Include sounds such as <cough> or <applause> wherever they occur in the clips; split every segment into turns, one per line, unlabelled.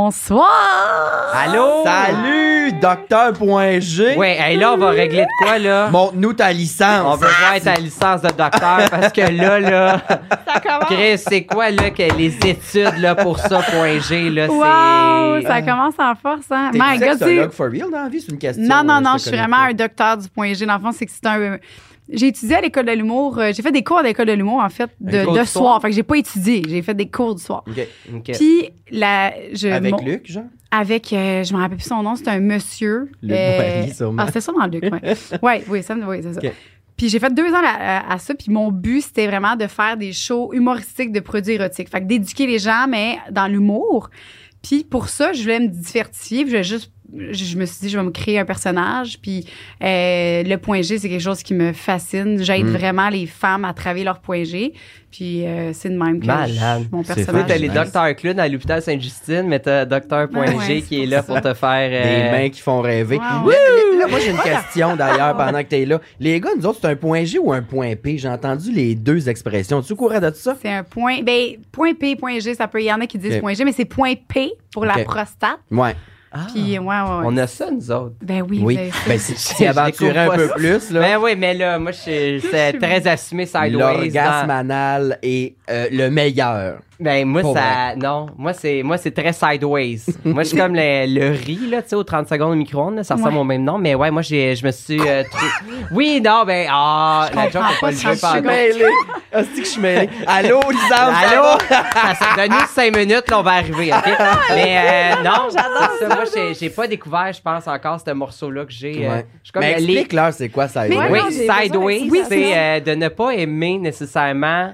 Bonsoir!
Allô?
Salut, docteur.g.
Ouais, hey, là, on va régler de quoi, là?
Montre-nous ta
On
licence.
veut voir ta licence de docteur parce que là, là,
Ça commence.
Chris, c'est quoi, là, que les études, là, pour ça, point G, là,
Wow!
c'est.
Ça commence en force, hein?
T'es
My God,
sexologue
c'est-
for real dans la vie? C'est une question.
Non, non,
euh,
non,
te
je suis
connais
vraiment
pas.
un docteur du point G. Dans le fond, c'est que c'est un. J'ai étudié à l'école de l'humour. euh, J'ai fait des cours à l'école de l'humour, en fait,
Des
de,
cours
de
du soir?
soir. Fait que j'ai pas étudié. J'ai fait des cours du soir.
Ok.
Ok.
Puis, la, je,
Avec
mon-
Luc, genre?
Avec, euh, je me rappelle plus son nom, c'est un monsieur.
Luc Boilly, sûrement.
Ah, c'était ça dans le Luc,
<laughs>
ouais. ouais, oui, ça me- oui, c'est ça.
Ok.
Puis j'ai fait deux ans à, à- à ça, puis mon but, c'était vraiment de faire des shows humoristiques de produits érotiques. Fait que d'éduquer les gens, mais dans l'humour. Puis pour ça, je voulais me diversifier, puis je voulais juste je je me suis dit, je vais me créer un personnage. Puis euh, le point G, c'est quelque chose qui me fascine. J'aide
Mm.
vraiment les femmes à travailler leur point G. Puis euh, c'est de même que
Malade.
je- mon
C'est
Tu sais,
personnage.
t'as les
Ah, Nice.
docteurs Clune à l'hôpital Sainte-Justine, mais t'as docteur.g
Ouais, ouais,
qui
c'est
est là
pour
pour te faire.
Des
euh,
mains qui font rêver.
Wow.
Là, là, là, moi, j'ai une question
<laughs>
d'ailleurs pendant que t'es là. Les gars, nous autres, c'est un point G ou un point P? J'ai entendu les deux expressions. Tu es au courant de ça?
C'est un point. Ben, point P, point G, ça peut. Il y en a qui disent
Ok.
point G, mais c'est point P pour
Ok.
la prostate.
Ouais.
Ah,
Puis, ouais, ouais, ouais.
On a ça, nous autres.
Ben oui,
Oui.
ben,
Ben, si
<laughs>
tu t'y aventurais un
Je
peu
découvre pas
plus, là.
Ben oui, mais là, moi, je suis- c'est très assumé sideways. dans-
L'orgasme anal est euh, le meilleur.
Ben moi
Pour
ça non, moi c'est moi c'est très sideways. moi je suis comme le, le riz là, tu sais au 30 secondes au micro-ondes, là, ça ressemble
Ouais.
au même nom, mais ouais, moi j'ai je me suis euh, trou- Oui, non, ben ah, la joke
comprends pas
est pas
ce que
levée
tu
par
fais.
mêlé. Hostie que je suis mêlé. <laughs> Allô, Lisande? ça
Allô?
va?
Ça, ça- Donne-nous 5 minutes, là, on va arriver, <laughs> OK? Mais euh, non, c'est ça, moi, j'ai- j'ai pas découvert, je pense, encore ce morceau-là que j'ai. euh,
Ouais.
je suis comme
Mais
euh, les-
explique-leur c'est quoi ça.
Mais-
Edwin.
Oui,
non, j'ai besoin
sideways, oui,
d'explications.
Oui,
c'est euh, de ne pas aimer nécessairement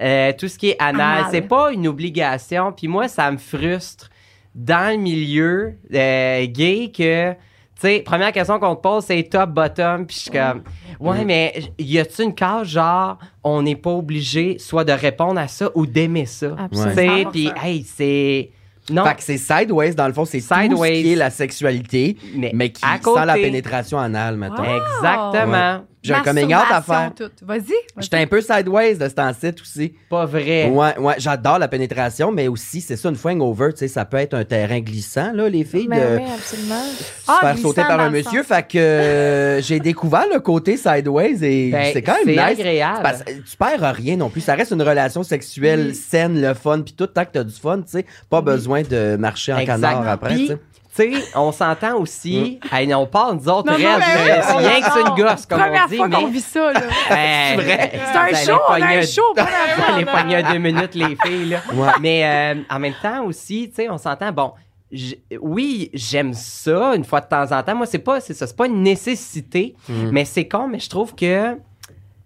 euh, tout ce qui est anal.
Anal.
C'est pas une obligation. Puis moi, ça me frustre dans le milieu euh, gay que, tu sais, première question qu'on te pose, c'est top, bottom. Puis je suis comme, ouais,
Mm.
mais y a-tu une case genre, on n'est pas obligé soit de répondre à ça ou d'aimer ça? Tu sais,
Absolument.
puis hey, c'est. Non,
Fait que c'est sideways, dans le fond, c'est tout ce
Sideways.
qui est la sexualité,
mais,
mais qui
à
sans la
côté.
pénétration anale, mettons.
Ouais.
Exactement.
J'ai un coming out à faire.
Masturbation, tout. Vas-y. vas-y.
J'étais un peu sideways de ce temps-ci aussi.
Pas vrai.
Ouais, ouais, j'adore la pénétration, mais aussi, c'est ça, une fois hangover, tu sais, ça peut être un terrain glissant, là, les filles,
Ben
de
oui, absolument.
se
Ah,
faire
glissant
sauter par
dans
un
le
monsieur.
sens.
Fait que euh, j'ai découvert le côté sideways et
Ben,
c'est quand même
c'est
nice.
agréable.
Parce que tu perds rien non plus. Ça reste une relation sexuelle saine, le fun, puis tout, tant que t'as du fun, tu sais, pas besoin de marcher en
Exact.
canard après,
Puis,
tu sais.
tu sais, on s'entend aussi. Hey, on parle, nous autres,
Mm. Non, non,
reste,
mais oui,
c'est
on
rien que c'est une
adore.
gosse, comme
Première
on dit.
fois
mais- <laughs>
qu'on <laughs> vit ça, là.
Hey,
vrai.
C'est un
vous allez
show, on a
pogner
un show. pas la-
<laughs> vous allez pogner un deux minutes, les filles, là.
Ouais.
Mais euh, en même temps aussi, tu sais, on s'entend, bon... j- Oui, j'aime ça une fois de temps en temps. Moi, c'est pas, c'est ça, c'est pas une nécessité,
Mm.
mais c'est con. Mais je trouve que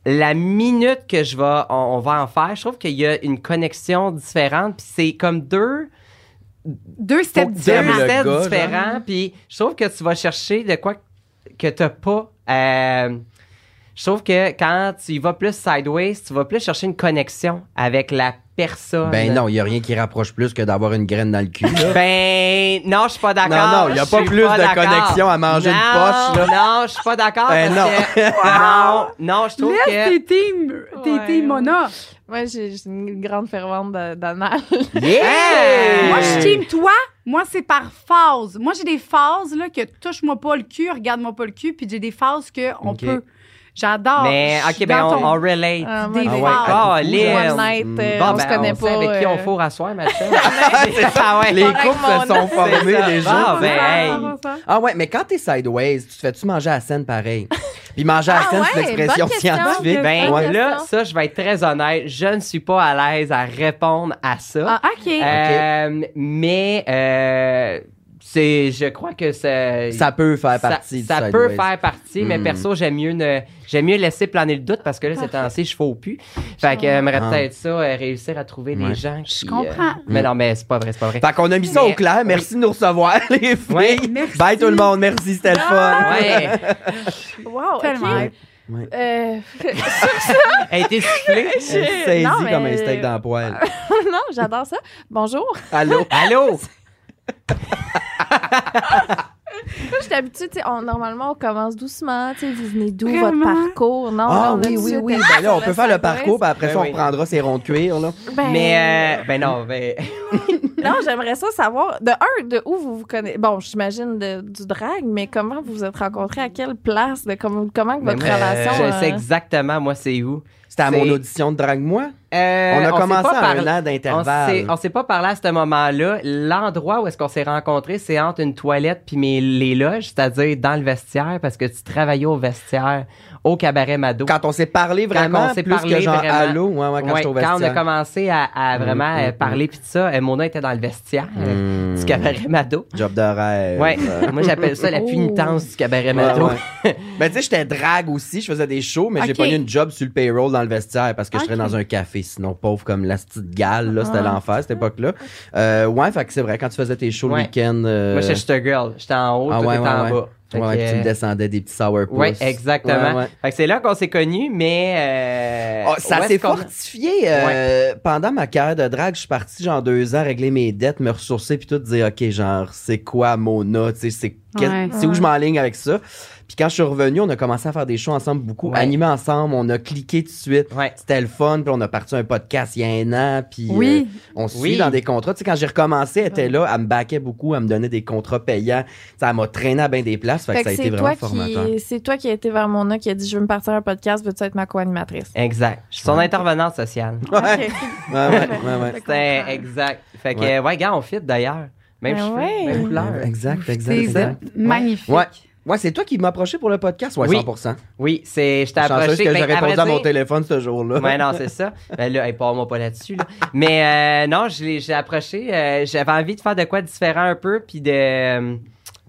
la minute que je vais, on, on va en faire, je trouve qu'il y a une connexion différente. Puis c'est comme deux,
Deux steps
Faut que
différents.
t'aimes le-
deux recettes
gars,
différents. Puis je trouve que tu vas chercher de quoi que t'as pas. euh, je trouve que quand tu y vas plus sideways, tu vas plus chercher une connexion avec la personne.
Ben non, il y a rien qui rapproche plus que d'avoir une graine dans le cul,
<laughs>
là.
Ben non, je suis pas d'accord.
Non, non, il y a
Je
pas
suis
plus de
d'accord.
connexion à manger une
Non,
poche,
Non, je suis pas d'accord.
Ben
parce
<laughs>
que- non, non, je trouve
Laisse
que.
tes teams, tes
Ouais,
teams,
ouais.
Mona.
Moi, j'ai j'ai une grande fervente de- d'anal.
Hey!
Moi, je team toi. Moi, c'est par phase. Moi, j'ai des phases là, que touche-moi pas le cul, regarde-moi pas le cul, puis j'ai des phases que on
Ok.
peut. J'adore.
Mais
Je suis
ok, ben
dans
on,
ton- Euh,
on relate.
Ah, moi,
Des
non.
ouais,
phases.
ah,
Colin.
One night, euh,
Bon,
on
ben,
se connaît
on
pas.
sait avec qui
euh,
on fourre à soir, ma <laughs>
<laughs>
chère. Ah ouais.
Les
Correct,
couples se
mon
sont formés
C'est ça.
déjà.
Ah, ben, hey.
Ah ouais, mais quand t'es sideways, tu te fais-tu manger à la scène
<laughs>
pareil? Puis manger à la
Ah
scène, c'est
ouais,
une expression
bonne question.
scientifique.
Ben
Ouais.
là,
question.
ça, je vais être très honnête, je ne suis pas à l'aise à répondre à ça.
Ah, OK.
Euh, Mais euh, c'est, je crois que ça.
Ça peut faire
ça-
partie
ça
du sideways.
peut faire partie, mais
Mm.
perso, j'aime mieux, ne, j'aime mieux laisser planer le doute parce que là, c'est temps-ci, je faux plus. Fait que j'aimerais
Ah.
peut-être ça, euh, réussir à trouver
Ouais.
des gens qui. euh,
Je comprends.
mais non, mais c'est pas vrai, c'est pas vrai.
Fait qu'on a mis ça au
Mais-
clair. Merci de nous recevoir, <laughs> les filles.
Ouais.
Merci.
Bye tout le monde. Merci, c'était le fun.
<laughs>
Ouais,
Wow,
<laughs>
ok.
Tellement.
Euh, <laughs>
elle a été soufflée.
Elle saisit
Non, mais-
comme un steak dans le
<laughs>
poêle.
non, j'adore ça. Bonjour.
Allô?
Allô?
<laughs> Moi, je suis habituée, tu sais, on- normalement, on commence doucement, tu sais, vous venez d'où, votre
Vraiment?
parcours. Non,
Ah
on a
oui,
tout de
oui,
suite
oui.
été
Ben là, on
sur
peut faire le
Saint-Ouest.
parcours, puis après
Ben
ça, on
oui.
reprendra ses ronds de cuir, là.
Ben,
Mais, euh, ben non, ben.
Non, j'aimerais ça savoir, de un, de où vous vous connaissez. Bon, j'imagine de- du drag, mais comment vous vous êtes rencontrés, à quelle place, de comment, comment que
ben,
votre
euh,
relation...
je sais
euh,
exactement, moi, c'est où.
C'était à mon
C'est-
audition de Drague-moi.
Euh,
on a
s'est
commencé
pas
à
parlé-
un an
On s'est-
d'intervalle.
on s'est pas parlé à ce moment-là. L'endroit où est-ce qu'on s'est rencontrés, c'est entre une toilette puis mes, les loges, c'est-à-dire dans le vestiaire, parce que tu travaillais au vestiaire, au cabaret Mado.
Quand on s'est parlé vraiment,
on s'est
plus
parlé
que genre
vraiment.
allô, ouais, ouais, quand
Ouais,
j'étais au
quand on a
vestiaire.
commencé à, à vraiment
Mm,
euh,
mm,
parler puis tout ça, euh, Mona était dans le vestiaire euh,
Mm. Euh,
du cabaret Mado.
Job de rêve.
Ouais, moi j'appelle ça la
Oh.
punitance du cabaret
Mais
Mado. <laughs>
Ben, tu sais, j'étais drague aussi, je faisais des shows, mais j'ai
Ok.
pas eu une job sur le payroll dans le vestiaire parce que je serais
Ok.
dans un café, sinon pauvre comme la petite gale, là, c'était
Ah.
l'enfer à cette époque-là. Euh, ouais, fait que c'est vrai, quand tu faisais tes shows
Ouais.
le week-end. euh,
Moi j'étais juste a girl, j'étais en haut,
ah,
toi
ouais,
t'étais en
ouais, ouais.
bas. Fait
Ouais,
que,
puis tu me
euh,
descendais des petits sourpuss.
ouais, exactement.
Ouais, ouais.
Fait que c'est là qu'on s'est connus, mais euh,
Ah,
où
ça
est-ce
s'est
qu'on-
fortifié. euh, Pendant ma carrière de drague, je suis parti genre deux ans régler mes dettes, me ressourcer, puis tout dire, OK, genre, c'est quoi Mona? Tu sais, c'est qu'est-
Ouais.
c'est où je m'enligne avec ça. Puis quand je suis revenu, on a commencé à faire des shows ensemble, beaucoup
Ouais.
animés ensemble. On a cliqué tout de suite.
Ouais.
C'était le fun, puis on a parti un podcast il y a un an, puis
Oui.
euh, on se
Oui.
suit dans des contrats. Tu sais, quand j'ai recommencé, elle était là, elle me baquait beaucoup, elle me donnait des contrats payants. Tu sais, elle m'a traîné à bien des places, fait,
Fait
que ça a
que
été
c'est
vraiment
toi,
formateur.
qui, c'est toi qui a été vers Mona qui a dit Je veux me partir un podcast, veux-tu être ma co-animatrice
Exact. Je suis son intervenante sociale.
Ouais,
Ok.
ouais, ouais, ouais, ouais.
C'était exact. Fait que,
Ouais.
ouais, gars, on fit d'ailleurs. Même
Ah
cheveux,
ouais.
même couleur.
Exact, exact.
C'est
exact.
magnifique.
Ouais. Ouais, c'est toi qui m'as approché pour le podcast, ouais,
Oui.
100%.
Oui, c'est. Je t'ai
Chanceuse
approché.
que
ben,
j'ai répondu
vrai
à mon
dire-
téléphone ce jour-là.
Ouais, non, c'est ça. Ben là, hey, parle-moi pas là-dessus. là. Mais euh, non, je l'ai- j'ai approché. euh, J'avais envie de faire de quoi de différent un peu, puis de. euh,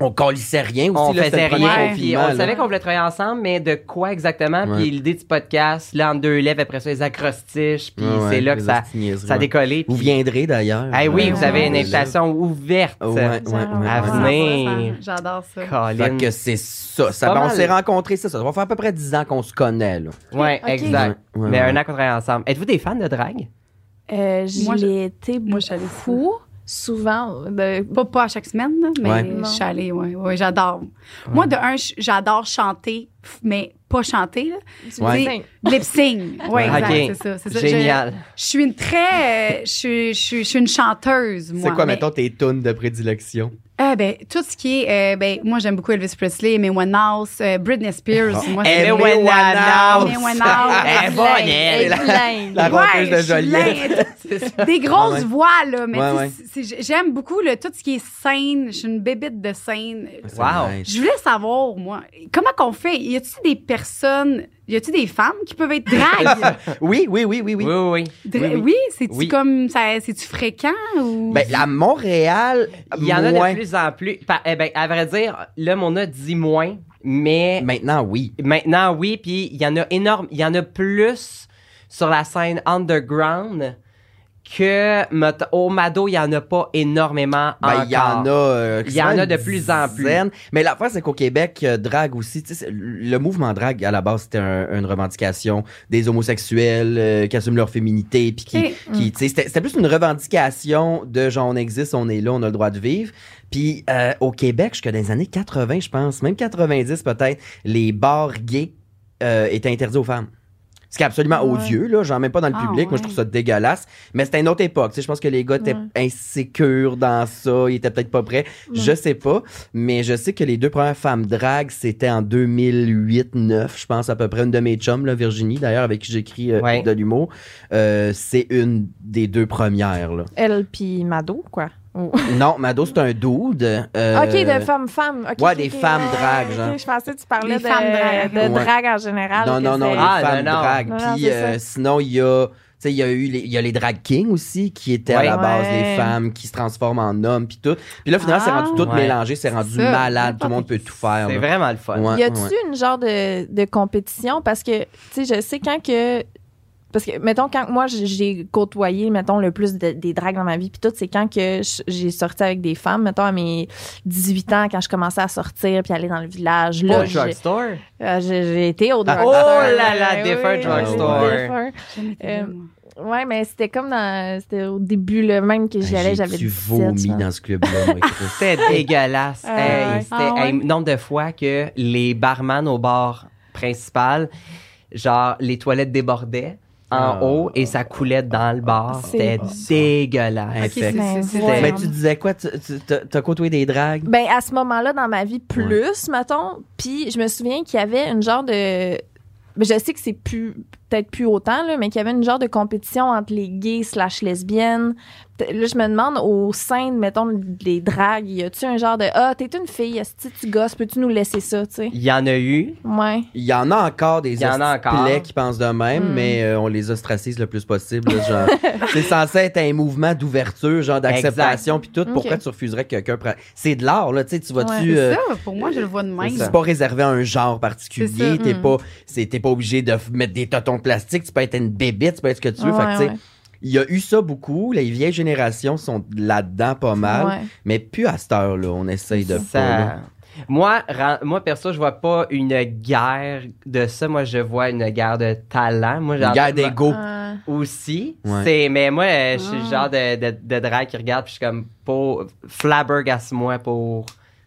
on colissait rien aussi.
on
là, c'était
faisait
le premier
rien.
Ouais.
Puis
confinement,
on
là.
savait qu'on voulait travailler ensemble, mais de quoi exactement?
Ouais.
Puis l'idée du podcast, là, en deux lèvres, après ça, les acrostiches. Puis
Ouais, Ah ouais,
c'est là que
les
ça,
hosties niaiseries,
ça a
ouais.
décollé.
Vous
puis-
viendrez d'ailleurs.
Eh oui, vous
Ouais.
avez une
Ouais.
invitation ouverte.
Ouais, ouais, ouais, ouais.
À
Ouais.
venir.
J'adore ça.
Colin.
Fait que c'est ça. ça
pas
ben, on
mal.
s'est rencontrés, c'est ça. Ça va faire à peu près 10 ans qu'on se connaît, là.
Ouais,
Ok.
exact.
Ouais, ouais,
Mais
ouais.
un an qu'on travaille ensemble. Êtes-vous des fans de drague?
Euh,
Moi,
J'y
je-
ai été
Moi, je suis allée
beaucoup, souvent. ben, de-
Pas, pas à chaque semaine, là, mais
Ouais.
je suis allée, ouais, ouais, j'adore. Moi, de un, j- j'adore chanter, f- mais pas chanter, là.
du
Ouais.
matin.
Lip sync. Ouais, exact,
Ok.
c'est ça, c'est ça. Je-
Génial.
Je suis une très, euh, je suis- je suis je suis une chanteuse, moi.
C'est quoi,
mais-
mettons, tes tunes de prédilection?
Ah, ben, tout ce qui est, euh, ben, moi, j'aime beaucoup Elvis Presley, mais Winehouse, euh, Britney
Ah.
Spears, moi, c'est-
Amy
Winehouse.
Amy
Ah,
ah,
Winehouse.
Elle est bonne, elle.
Et plein.
La
Ouais,
rompeuse de
je suis
Joliette. <laughs>
laide. Des grosses
Ah ouais.
voix, là. Mais
Ouais,
tu sais, c'est- c'est- j'aime beaucoup le, tout ce qui est scène. Je suis une bébite de scène.
Wow.
Je voulais savoir, moi, comment qu'on fait? Y a-tu des personnes, y a-tu des femmes qui peuvent être dragues?
<laughs> Oui, oui, oui, oui, oui.
Oui, oui, oui.
Dra-
Oui,
oui,
oui.
c'est-tu
Oui.
comme, ça, c'est-tu fréquent ou?
Ben, à Montréal,
Il y en a
moins.
de plus en plus. Pa- eh ben, à vrai dire, là, on a dit moins, mais
Maintenant, oui.
maintenant, oui. Puis il y en a énorme. Il y en a plus sur la scène underground que mettons, au Mado, il y en a pas énormément
Ben,
encore.
il y en a. euh,
Il y en a
une
de plus en plus.
dizaine. Mais l'affaire, c'est qu'au Québec, euh, drague aussi, tu sais, c'est- le mouvement drague, à la base, c'était un- une revendication des homosexuels euh, qui assument leur féminité, puis qui,
Ok.
qui, tu sais, c'était c'était plus une revendication de genre, on existe, on est là, on a le droit de vivre. Puis euh, au Québec, jusque dans les années 80, je pense, même 90 peut-être, les bars gays euh, étaient interdits aux femmes. Ce qui est absolument
Ouais.
odieux, là. J'en mets pas dans le
Ah,
public. Moi, je
ouais.
trouve ça dégueulasse. Mais c'était une autre époque. Tu sais, je pense que les gars étaient insécures dans ça. Ils étaient peut-être pas prêts. Je sais pas. Mais je sais que les deux premières femmes drague, c'était en 2008-9, je pense, à peu près. Une de mes chums, là, Virginie, d'ailleurs, avec qui j'écris euh,
Ouais.
de l'humour. Euh, c'est une des deux premières, là.
Elle puis Mado, quoi. Oh.
non, Mado, c'est un dude. euh,
OK, de femmes-femmes. ok,
ouais,
ok,
des
ok.
femmes dragues,
Ok,
genre.
Je pensais que tu parlais
Les
de,
femmes dragues.
de
Ouais.
drague en général.
Non,
que
non, non,
c'est-
les
Ah,
femmes
non, non.
drague.
Non, non,
Puis,
c'est
euh,
ça.
sinon, il y a. Tu sais, il y a eu les, il y a les drag kings aussi qui étaient à
Ouais.
la base les
Ouais.
femmes qui se transforment en hommes puis tout. Puis là finalement c'est
Ah.
rendu tout
Ouais.
mélangé, c'est rendu
ça.
malade, tout le monde peut tout faire.
C'est
là.
vraiment le fun.
Ouais,
Y a-tu
ouais.
une genre de, de compétition? Parce que, tu sais, je sais quand que. Parce que, mettons, quand moi, j'ai- j'ai côtoyé, mettons, le plus de- des dragues dans ma vie, puis tout, c'est quand que je- j'ai sorti avec des femmes, mettons, à mes 18 ans, quand je commençais à sortir, puis aller dans le village, là,
Au
j'ai-
drugstore.
euh, j'ai j'ai été au Ben drugstore.
Oh là là,
Ouais,
défunt
ouais,
drugstore.
ouais, défunt.
Jamais été
Euh,
là, moi.
Ouais, mais c'était comme dans. C'était au début, le même que j'y allais, j'avais
Tu
17,
vomis
genre.
dans ce club-là, moi, Chris.
C'était
<laughs>
dégueulasse.
Ah
Hey,
ouais.
C'était
Ah ouais?
hey, nombre de fois que les barman au bar principal, genre les toilettes débordaient en
Ah.
haut et ça coulait dans le bar. C'était
C'est-
dégueulasse.
Hey,
Ok, c'est-
fait-
c'est- c'est-
Ouais.
Mais tu disais quoi? Tu- tu- T'as t'as côtoyé des dragues?
Ben, à ce moment-là, dans ma vie, plus, mettons. Puis, je me souviens qu'il y avait une genre de. ben, Je sais que c'est plus peut-être plus autant, là, mais qu'il y avait une genre de compétition entre les gays slash lesbiennes. Peut- Là, je me demande, au sein, de, mettons, des dragues, y a-tu un genre de « Ah, t'es une fille, est-ce que tu gosses, peux-tu nous laisser ça, tu sais?
Il y en a eu. »
Ouais.
Il y en a encore des
Il y en a
hosties
encore.
plaies qui pensent de même,
Mm.
mais euh, on les ostracise le plus possible. là, genre. c'est censé être un mouvement d'ouverture, genre d'acceptation, puis tout. Pourquoi
Ok.
tu refuserais que quelqu'un prenne... C'est de l'art, là, tu sais, tu vas-tu...
Ouais.
euh,
ça, pour moi, je le vois de même.
C'est pas réservé à un genre
C'est
particulier.
ça.
T'es
Mm.
pas, c'est- t'es pas obligé de f- mettre des totons de plastique. Tu peux être une bébite, tu peux être ce que tu veux. fait que,
Ouais,
tu sais,
ouais.
il y a eu ça beaucoup. Les vieilles générations sont là-dedans pas mal.
Ouais.
Mais plus à cette heure-là, on essaye de
Ça-
pas. là.
Moi, ra- moi, perso, je vois pas une guerre de ça. Moi, je vois une guerre de talent. Moi,
Une
j'en-
guerre d'ego.
Euh,
aussi.
Ouais.
C'est, mais moi, euh, je suis le
Ah.
genre de, de, de drague qui regarde, puis je suis comme, pour, flabbergasse-moi pour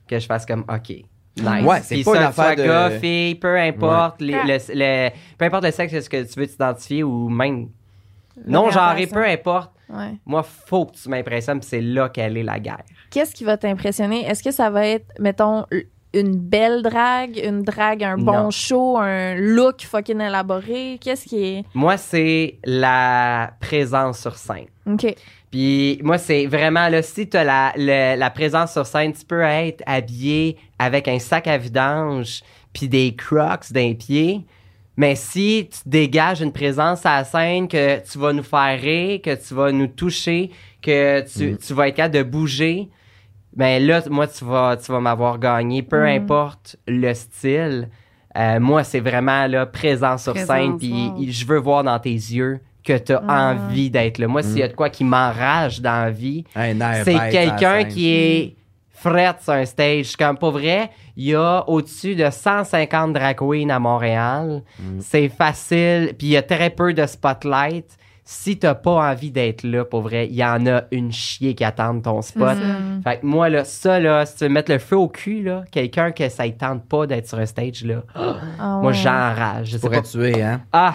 que je fasse comme, OK. Nice.
Ouais, c'est
Puis
pas
ça,
une
que tu sois
affaire de-
gars, fille, peu importe, les- le, le- peu importe le sexe, est-ce que tu veux t'identifier ou même non genré, peu importe.
ouais.
Moi, faut que tu m'impressionnes, puis c'est là qu'elle est la guerre.
Qu'est-ce qui va t'impressionner? Est-ce que ça va être, mettons, une belle drague, une drague, un bon
Non.
show, un look fucking élaboré? Qu'est-ce qui est.
Moi, c'est la présence sur scène.
OK.
Puis moi, c'est vraiment là, si t'as la, le- la présence sur scène, tu peux être habillé avec un sac à vidange puis des crocs d'un pied. Mais si tu dégages une présence à la scène, que tu vas nous faire rire, que tu vas nous toucher, que tu,
Mm.
tu vas être capable de bouger, ben là, moi, tu vas, tu vas m'avoir gagné, peu
Mhm.
Mm.
importe le style. Euh, moi, c'est vraiment là, présent sur
Présence,
scène, puis
wow.
il- je veux voir dans tes yeux que tu as
Ah.
envie d'être là. Moi, s'il y
Mm.
a de quoi qui m'enrage dans la vie,
Un air Eh, bête à
c'est
la
quelqu'un
scène.
qui est
Hmm.
fret sur un stage. Comme pour vrai, il y a au-dessus de 150 drag queens à Montréal.
Hmm.
C'est facile, puis il y a très peu de spotlight. Si t'as pas envie d'être là, pour vrai, il y en a une chier qui attend ton spot. Fait que moi, là, ça, là, si tu veux mettre le feu au cul, là, quelqu'un que ça ne tente pas d'être sur un stage, là,
Ah
moi,
ouais.
j'enrage. Je sais
Pourrait
pas.
tuer, hein?
Ah,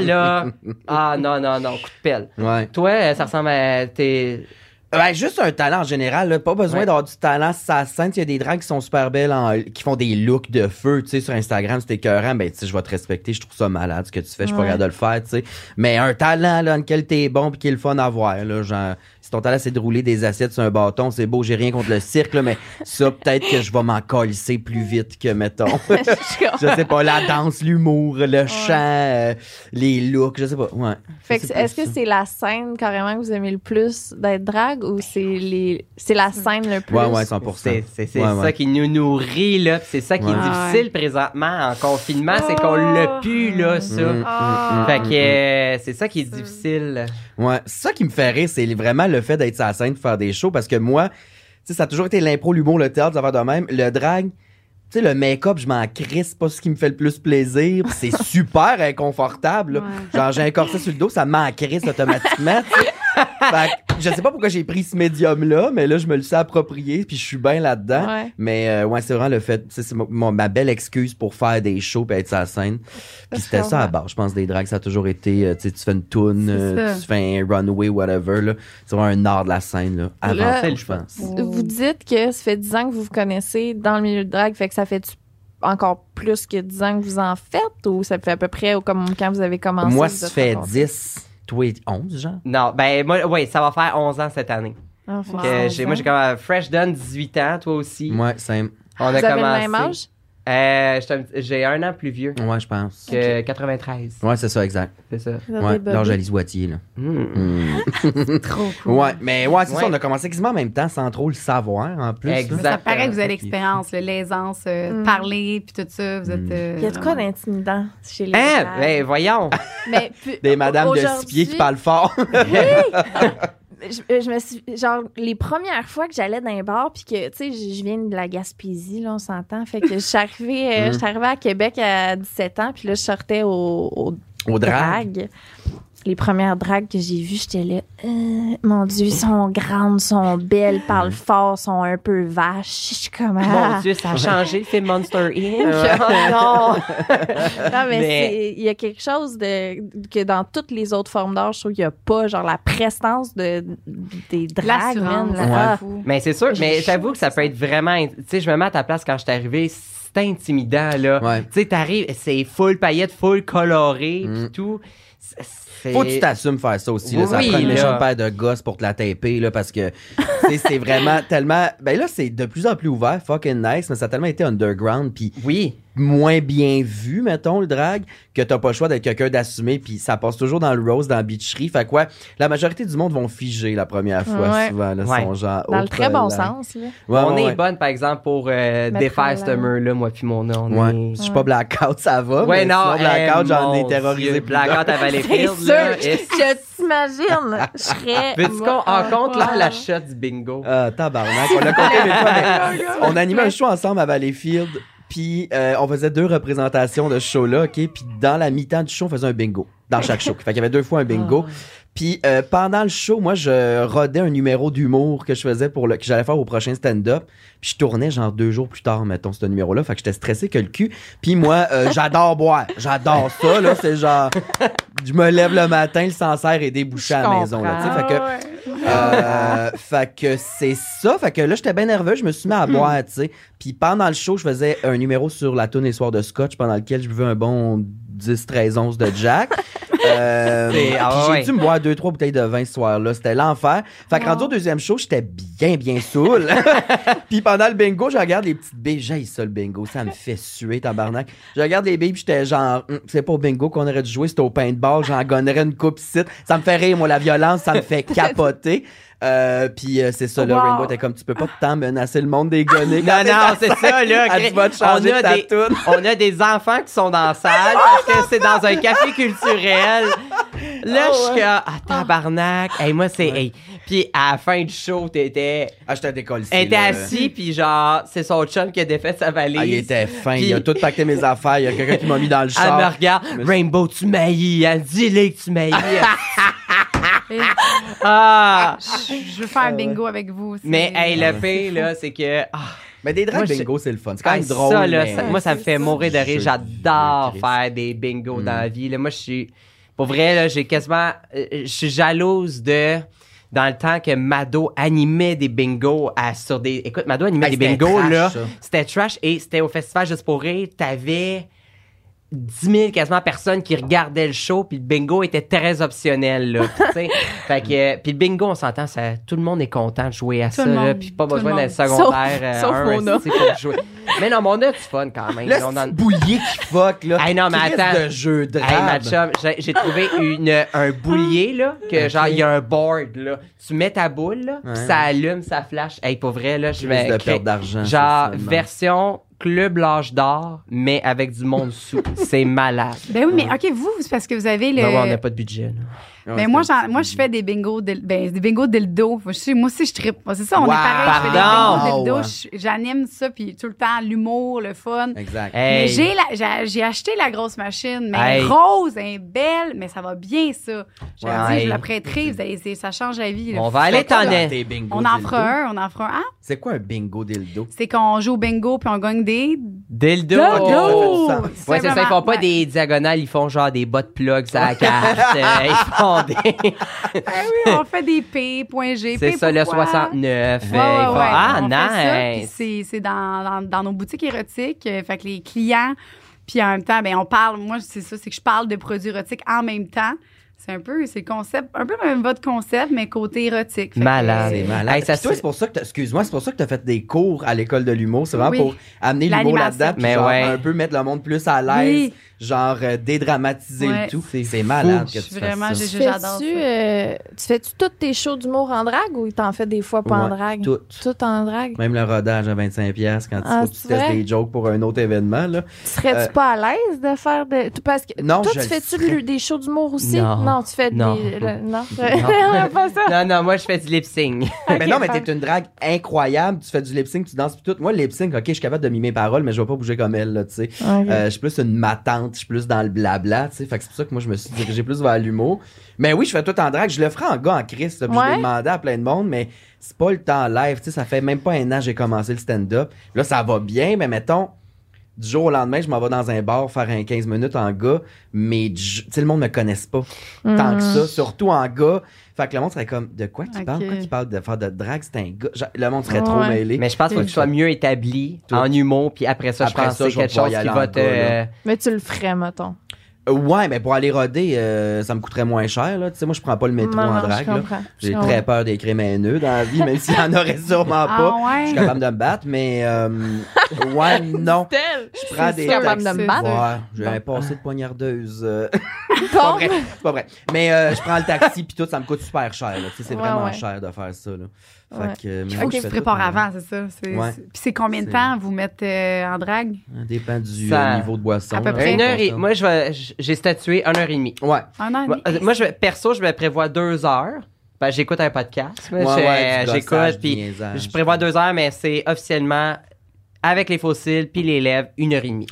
<laughs>
là! ah, non, non, non, coup de pelle.
Ouais.
Toi, ça ressemble à tes...
Ben, juste un talent en général, là. pas besoin
Ouais.
d'avoir du talent sur la scène. Il y a des drags qui sont super belles, en- qui font des looks de feu, tu sais, sur Instagram, c'est écœurant. Ben, tu sais, je vais te respecter, je trouve ça malade ce que tu fais, je suis
Ouais.
pas capable de le faire, tu sais. Mais un talent, là, dans lequel t'es bon puis qui est le fun à voir, là, genre, si ton talent, c'est de rouler des assiettes sur un bâton, c'est beau, j'ai rien contre le cirque, là, mais ça, peut-être que je vais m'en colisser plus vite que,
<laughs>
mettons, je sais pas, la danse, l'humour, le chant, euh, les looks, je sais pas, ouais.
Fait
Ça,
que
c'est
est-ce
plus
que
ça.
c'est la scène carrément que vous aimez le plus d'être drague ou c'est les Ben, c'est la scène le plus
Ouais, ouais, 100%.
C'est c'est- c'est
Ouais,
ça
ouais.
qui nous nourrit, là, pis c'est ça qui
Ouais.
est
Ah,
difficile présentement en confinement, c'est qu'on l'a
Oh!
pu, là, ça.
Mm,
Ah.
mm,
Fait
mm,
que
mm.
euh, c'est ça qui est
Ça.
difficile.
Ouais, ça qui me fait rire, c'est vraiment le fait d'être sur la scène, de faire des shows, parce que moi, tu sais, ça a toujours été l'impro, l'humour, le théâtre, des affaires de même. Le drag, tu sais, le make-up, je m'en crisse, c'est pas ce qui me fait le plus plaisir. puis C'est super inconfortable. là.
Ouais.
Genre, j'ai un corset sur le dos, ça m'en crisse automatiquement, tu sais. Fait que je sais pas pourquoi j'ai pris ce médium-là, mais là, je me le suis approprié, puis je suis bien là-dedans.
Ouais.
Mais euh, ouais, c'est vraiment le fait, tu sais, c'est mo- mon- ma belle excuse pour faire des shows et être sur la scène. Puis
Parce
c'était
qu'on
ça
va-
à base, je pense, des drags, ça a toujours été, euh, tu sais, tu fais une toune,
C'est
euh,
ça.
tu fais un runway, whatever, là. C'est vraiment un art de la scène, là. Avant
Là-
tout, je pense.
Vous dites que ça fait 10 ans que vous vous connaissez dans le milieu de drague, fait que ça fait encore plus que 10 ans que vous en faites ou ça fait à peu près comme quand vous avez commencé
Moi,
vous
ça
êtes
fait
rencontrés?
10, toi, 11, genre.
Non, ben, moi, oui, ça va faire 11 ans cette année.
Ah, fait
Fait
Wow.
que
11
j'ai- moi,
ans.
j'ai comme euh, Fresh Done, 18 ans, toi aussi.
Ouais, simple.
On a
Vous avez
commencé.
le même âge?
Euh, j'étais un petit- J'ai un an plus vieux
Ouais, je pense.
que 93.
Ouais, c'est ça, exact.
C'est ça.
Vous avez
Ouais,
des
l'âge
bobos?
d'Alice Wattier, là.
Mm.
Hmm.
Trop cool.
<laughs> Ouais, mais ouais, c'est
Ouais.
ça, on a commencé quasiment en même temps, sans trop le savoir, en plus. là.
Exact.
Ça paraît que vous avez l'expérience, le- l'aisance, euh,
Mm.
parler, puis tout ça. Vous êtes.
Mm.
euh,
Il y a de quoi
vraiment-
d'intimidant chez les
Hein?
dragues.
Ben,
<laughs>
voyons.
Mais puis-
Des madames de six pieds qui
aujourd'hui-
parlent
<laughs>
fort.
je, je me suis genre les premières fois que j'allais dans un bar puis que tu sais je je viens de la Gaspésie là on s'entend fait que je suis arrivée
Mmh.
euh,
Mm.
je suis arrivée à Québec à 17 ans puis là je sortais au, au
Au drag.
drag les premières dragues que j'ai vues, j'étais là, Euh, mon Dieu, sont grandes, sont belles, parlent fort, sont un peu vaches. Je suis comme,
Mmh. Mon
ah.
Dieu, ça a changé, c'est Monster
<laughs>
Inc.
Oh, non, non, mais,
Mais-
c'est- il y a quelque chose de, que dans toutes les autres formes d'art, je trouve qu'il n'y a pas, genre la prestance de, des dragues.
L'assurance,
man, là.
c'est
Ah,
fou.
Mais c'est sûr,
J'ai
mais
chaud,
j'avoue que ça
c'est
peut être vraiment. in- Tu sais, je me mets à ta place quand je suis arrivé, c'est intimidant, là.
Ouais.
Tu sais, t'arrives, c'est full paillettes, full coloré,
Mm.
pis tout. C'est-
Faut que tu t'assumes faire ça aussi. Là. Ça
Oui,
prend une
là.
méchante paire de gosses pour te la taper, là, parce que tu sais, c'est
<laughs>
vraiment tellement. Ben là, c'est de plus en plus ouvert, fucking nice, mais ça a tellement été underground, puis
Oui.
moins bien vu, mettons, le drag, que t'as pas le choix d'être quelqu'un d'assumé, puis ça passe toujours dans le rose, dans la bitcherie. Fait quoi, la majorité du monde vont figer la première fois,
Ouais.
souvent, là,
Ouais.
son genre.
dans
Oh,
le très bon
là.
sens. Là.
Ouais,
on
ouais,
est
Ah, ouais.
bonne, par exemple, pour euh,
Mettre en
défaire ce
l'air.
mur-là, moi puis mon nom.
Ouais. Je suis pas blackout, ça va.
Ouais,
mais
non,
sinon, blackout,
eh,
j'en
mon
ai
Dieu,
terrorisé plus d'un.
Blackout à Valleyfield,
<laughs> C'est
là.
sûr.
est-
Je t'imagine, je serais.
<laughs> Veux-tu qu'on
Ah,
en compte, là,
ah.
la shot du bingo?
Ah, tabarnak. On l'a compté une fois, mais on animait un show ensemble à Valleyfield. Puis euh, on faisait deux représentations de ce show-là, OK? Puis dans la mi-temps du show, on faisait un bingo. Dans chaque show. Fait qu'il y avait deux fois un bingo. Puis euh, pendant le show, moi, je rodais un numéro d'humour que je faisais pour le, que j'allais faire au prochain stand-up. Puis je tournais genre deux jours plus tard, mettons, ce numéro-là. Fait que j'étais stressé que le cul. Puis moi, euh, <laughs> j'adore boire. J'adore ça, là. C'est genre, je me lève le matin, le sancerre est débouché à la
Je
maison, là. tu sais.
comprends.
Fait que euh, fait que c'est ça. Fait que là, j'étais bien nerveux. Je me suis mis à boire, tu sais. Puis pendant le show, je faisais un numéro sur la tournée soir de scotch pendant lequel je buvais un bon 10, 13 onces de
<laughs>
Jack. Euh,
C'est-
puis
ah ouais.
j'ai dû me boire deux, trois bouteilles de vin ce soir-là. C'était l'enfer. Fait que
Wow.
rendu au deuxième show, j'étais bien, bien saoul. puis pendant le bingo, je regarde les petites billes. J'ai ça, le bingo. Ça me fait suer, tabarnak. Je regarde les billes, puis j'étais genre, Hum, c'est pas au bingo qu'on aurait dû jouer, c'était au paintball. J'en gonnerais une coupe ici. Ça me fait rire, moi, la violence. Ça me
<laughs>
fait capoter. Euh, puis euh, c'est ça, là,
Wow.
Rainbow, t'es comme, tu peux pas tout le temps menacer le monde des Ah, gonnés.
Non, non, c'est ça, là.
Elle dit, va te changer
on, a
de ta
des,
toune.
on a des enfants qui sont dans la salle parce que c'est dans un café culturel. Là,
Oh,
je suis comme, ah, tabarnak. Hey, moi, c'est. hey. Puis à la fin du show, t'étais.
Ah, j'étais décollé.
Elle était
là.
assis, puis genre, c'est son chum qui a défait sa valise.
Ah, il était fin. Il a
Puis-
tout pacté mes affaires. Il y a quelqu'un qui m'a mis dans le
Elle
char.
me regarde, Rainbow, tu maillis, elle dit-les que tu Ah. maillis.
Ah.
Et
ah!
je, je veux faire un bingo avec vous aussi. Euh,
Mais, hey,
Ah,
le pire, là, c'est que. ah,
Mais des drags
Moi, je-
bingo, c'est le fun. C'est quand
ah,
même drôle.
ça, là,
mais-
ça- moi, ça me fait mourir de
Jeu
rire.
vidéo,
J'adore
Chris.
faire des bingos dans
Hmm.
la vie. Là, moi, je suis. Pour vrai, là, j'ai quasiment. euh, Je suis jalouse de. Dans le temps que Mado animait des bingos à, sur des. Écoute, Mado animait
Hey,
des
c'était
bingos,
trash,
là.
ça.
C'était trash et c'était au festival juste pour rire. T'avais. 10 000 quasiment personnes qui regardaient le show, puis le bingo était très optionnel. Là, tu
<laughs>
sais. fait que, euh, puis le bingo, on s'entend, ça, tout le monde est content de jouer à ça,
le
là,
monde,
puis pas
tout le
besoin d'être
monde.
secondaire. euh,
Sauf- sauf
un,
Mona.
esti, <laughs> pour jouer. Mais non, mais on a du fun quand même.
Là,
On
c'est
en-
bouillier qui fuck, là.
Hey, non, mais
Christ
attends.
de jeu de
Hey, ma
drague.
chum, j'ai- j'ai trouvé une, euh, un boulier, là, que genre, il y a un board, là. Tu mets ta boule, là, pis
Ouais.
ça allume, ça flash. Hey, pour vrai, là, je vais.
Crise de
créer-
perte d'argent, ça,
Ben, Genre,
finalement.
version club l'âge d'or, mais avec du monde sous. C'est malade.
Ben oui, mais OK, vous, c'est parce que vous avez
Ben
le.
Non, on n'a pas de budget, là.
Ouais,
Ben
c'est-
moi, j'en- moi, je fais des bingos del- ben, des bingos dildo. Moi, je suis- moi aussi, je tripe. C'est ça, on
Wow.
est pareil. Je fais des
Pardon. Oh,
bingos dildo. Je- J'anime ça, puis tout le temps, l'humour, le fun.
Exact.
Mais
Hey.
j'ai la- j'ai j'ai acheté la grosse machine, mais elle est
Hey.
rose, elle est belle, mais ça va bien, ça. Je leur
Ouais.
dis, je la prêterai, vous allez essayer, ça change la vie. là.
On va aller t'en
Dans
aider.
tes bingos
On en
dildo.
fera un, on en fera un. Ah,
C'est quoi un bingo dildo?
c'est qu'on joue au bingo, puis on gagne
<laughs>
des... ben
Dildo.
Dildo.
Ça
Oh, ça
fait du sens.
Ouais, c'est ça. Ils font pas
Ouais.
des diagonales, ils font genre des bottes plugs à la carte. euh, ils font des.
Ah oui, on fait des P, point G,
C'est
P
ça, le
pour quoi?
69.
Ouais,
euh,
ouais,
ils font-
ouais.
Ah,
On fait ça, puis
nice.
c'est- C'est dans, dans, dans nos boutiques érotiques. euh, fait que les clients, puis en même temps, ben, on parle, moi, c'est ça, c'est que je parle de produits érotiques en même temps. C'est un peu, c'est le concept, un peu même votre concept, mais côté érotique. Fait que,
Malade.
euh,
C'est
Hey,
malade.
ça
Puis toi,
se-
c'est pour ça que t'as- excuse-moi, c'est pour ça que t'as fait des cours à l'école de l'humour, c'est vraiment
Oui.
pour amener l'humour
L'animation.
là-dedans, puis
Mais
genre
ouais.
un peu mettre le monde plus à l'aise,
Oui.
genre euh, dédramatiser
Ouais.
le tout. C'est malade que
je
tu
suis
fasses
vraiment,
ça.
j'ai-
Tu
j'adore
fais-tu,
ça.
euh, tu fais-tu toutes tes shows d'humour en drague ou t'en fais des fois pas en
Ouais,
drague?
toutes.
Tout en drague.
Même le rodage à 25$ piastres quand il
Ah,
faut que tu
c'est
testes
vrai?
des jokes pour un autre événement. Là.
Serais-tu
Euh,
pas à l'aise de faire de. tu- Parce que
Non,
toi,
je
tu
le
fais-tu
serais.
de- des shows d'humour aussi?
Non.
tu fais
Non.
des. le- <laughs> non.
<laughs> Non.
pas ça.
Non, non, moi, je fais du lip sync.
mais non, mais
fine.
t'es une drague incroyable. Tu fais du lip
Ah.
sync, tu danses pis tout. Moi, le lip sync, ok, Euh, je suis capable de mimer paroles, mais je vais pas bouger comme elle, là, tu sais.
Ok.
Euh, je suis plus une matante plaisantes, je suis plus dans le blabla, tu sais. Fait que c'est pour ça que moi, je me suis dirigé plus vers l'humour. Mais oui, je fais tout en drague. Je le ferai en gars en Christ, là, puis je
Ouais.
l'ai demandé à plein de monde, mais c'est pas le temps live, tu sais. Ça fait même pas un an que j'ai commencé le stand-up. Là, ça va bien, mais mettons, du jour au lendemain, je m'en vais dans un bar faire un 15 minutes en gars, mais du- tu sais, le monde me connaisse pas
Mm.
tant
Mhm.
que ça, surtout en gars. Fait que le monde serait comme, de quoi qu'il
Ok.
parle? Pourquoi qu'il parle de faire de drague? C'est un gars. Genre, Le monde serait
Ouais.
trop mêlé.
Mais je pense qu'il faut que tu sois mieux établi
Tout.
en humour, puis après ça,
Après
je pense
ça,
que
je
c'est
vais
quelque
pouvoir
chose
y
qui
aller en
va te.
bas,
Mais tu le ferais, mettons.
Euh, ouais, mais pour aller roder, euh, ça me coûterait moins cher. Là. Tu sais, moi, je prends pas le métro
Non, non,
en
je
drague. là.
comprends.
J'ai
Je
très peur des crimes haineux dans la vie, même s'il y en aurait sûrement pas. Je
Ah
suis
ouais.
capable de me battre, mais euh, ouais, non.
Tel.
Je prends des
sûr, capable
taxis.
de me battre.
Ouais, j'ai un passé de poignardeuse.
<laughs>
euh,
Bon.
pas vrai, c'est pas vrai. Mais euh, je prends le taxi puis tout, ça me coûte super cher. là. Tu sais, C'est
Ouais,
vraiment
ouais.
cher de faire ça. Là. Fait
Ouais.
que, euh, mais
Il
moi,
faut que
je
tu te
fais
prépares
tout,
avant, c'est ça. c'est-
Ouais.
c'est- Puis c'est combien de
C'est-
temps vous mettez euh, en drague?
Ça dépend du
Ça-
euh, niveau de boisson.
À peu
là.
près.
Une heure et. Moi, je vais- j'ai statué une heure et demie.
Ouais.
Un an et
Moi,
demi?
euh, moi, je, perso, je me prévois deux heures. Ben, j'écoute un podcast. là,
Ouais,
je-
ouais, du gossage,
j'écoute,
du
puis
niaisage.
je prévois deux heures, mais c'est officiellement avec les fossiles puis les lèvres, une heure et demie.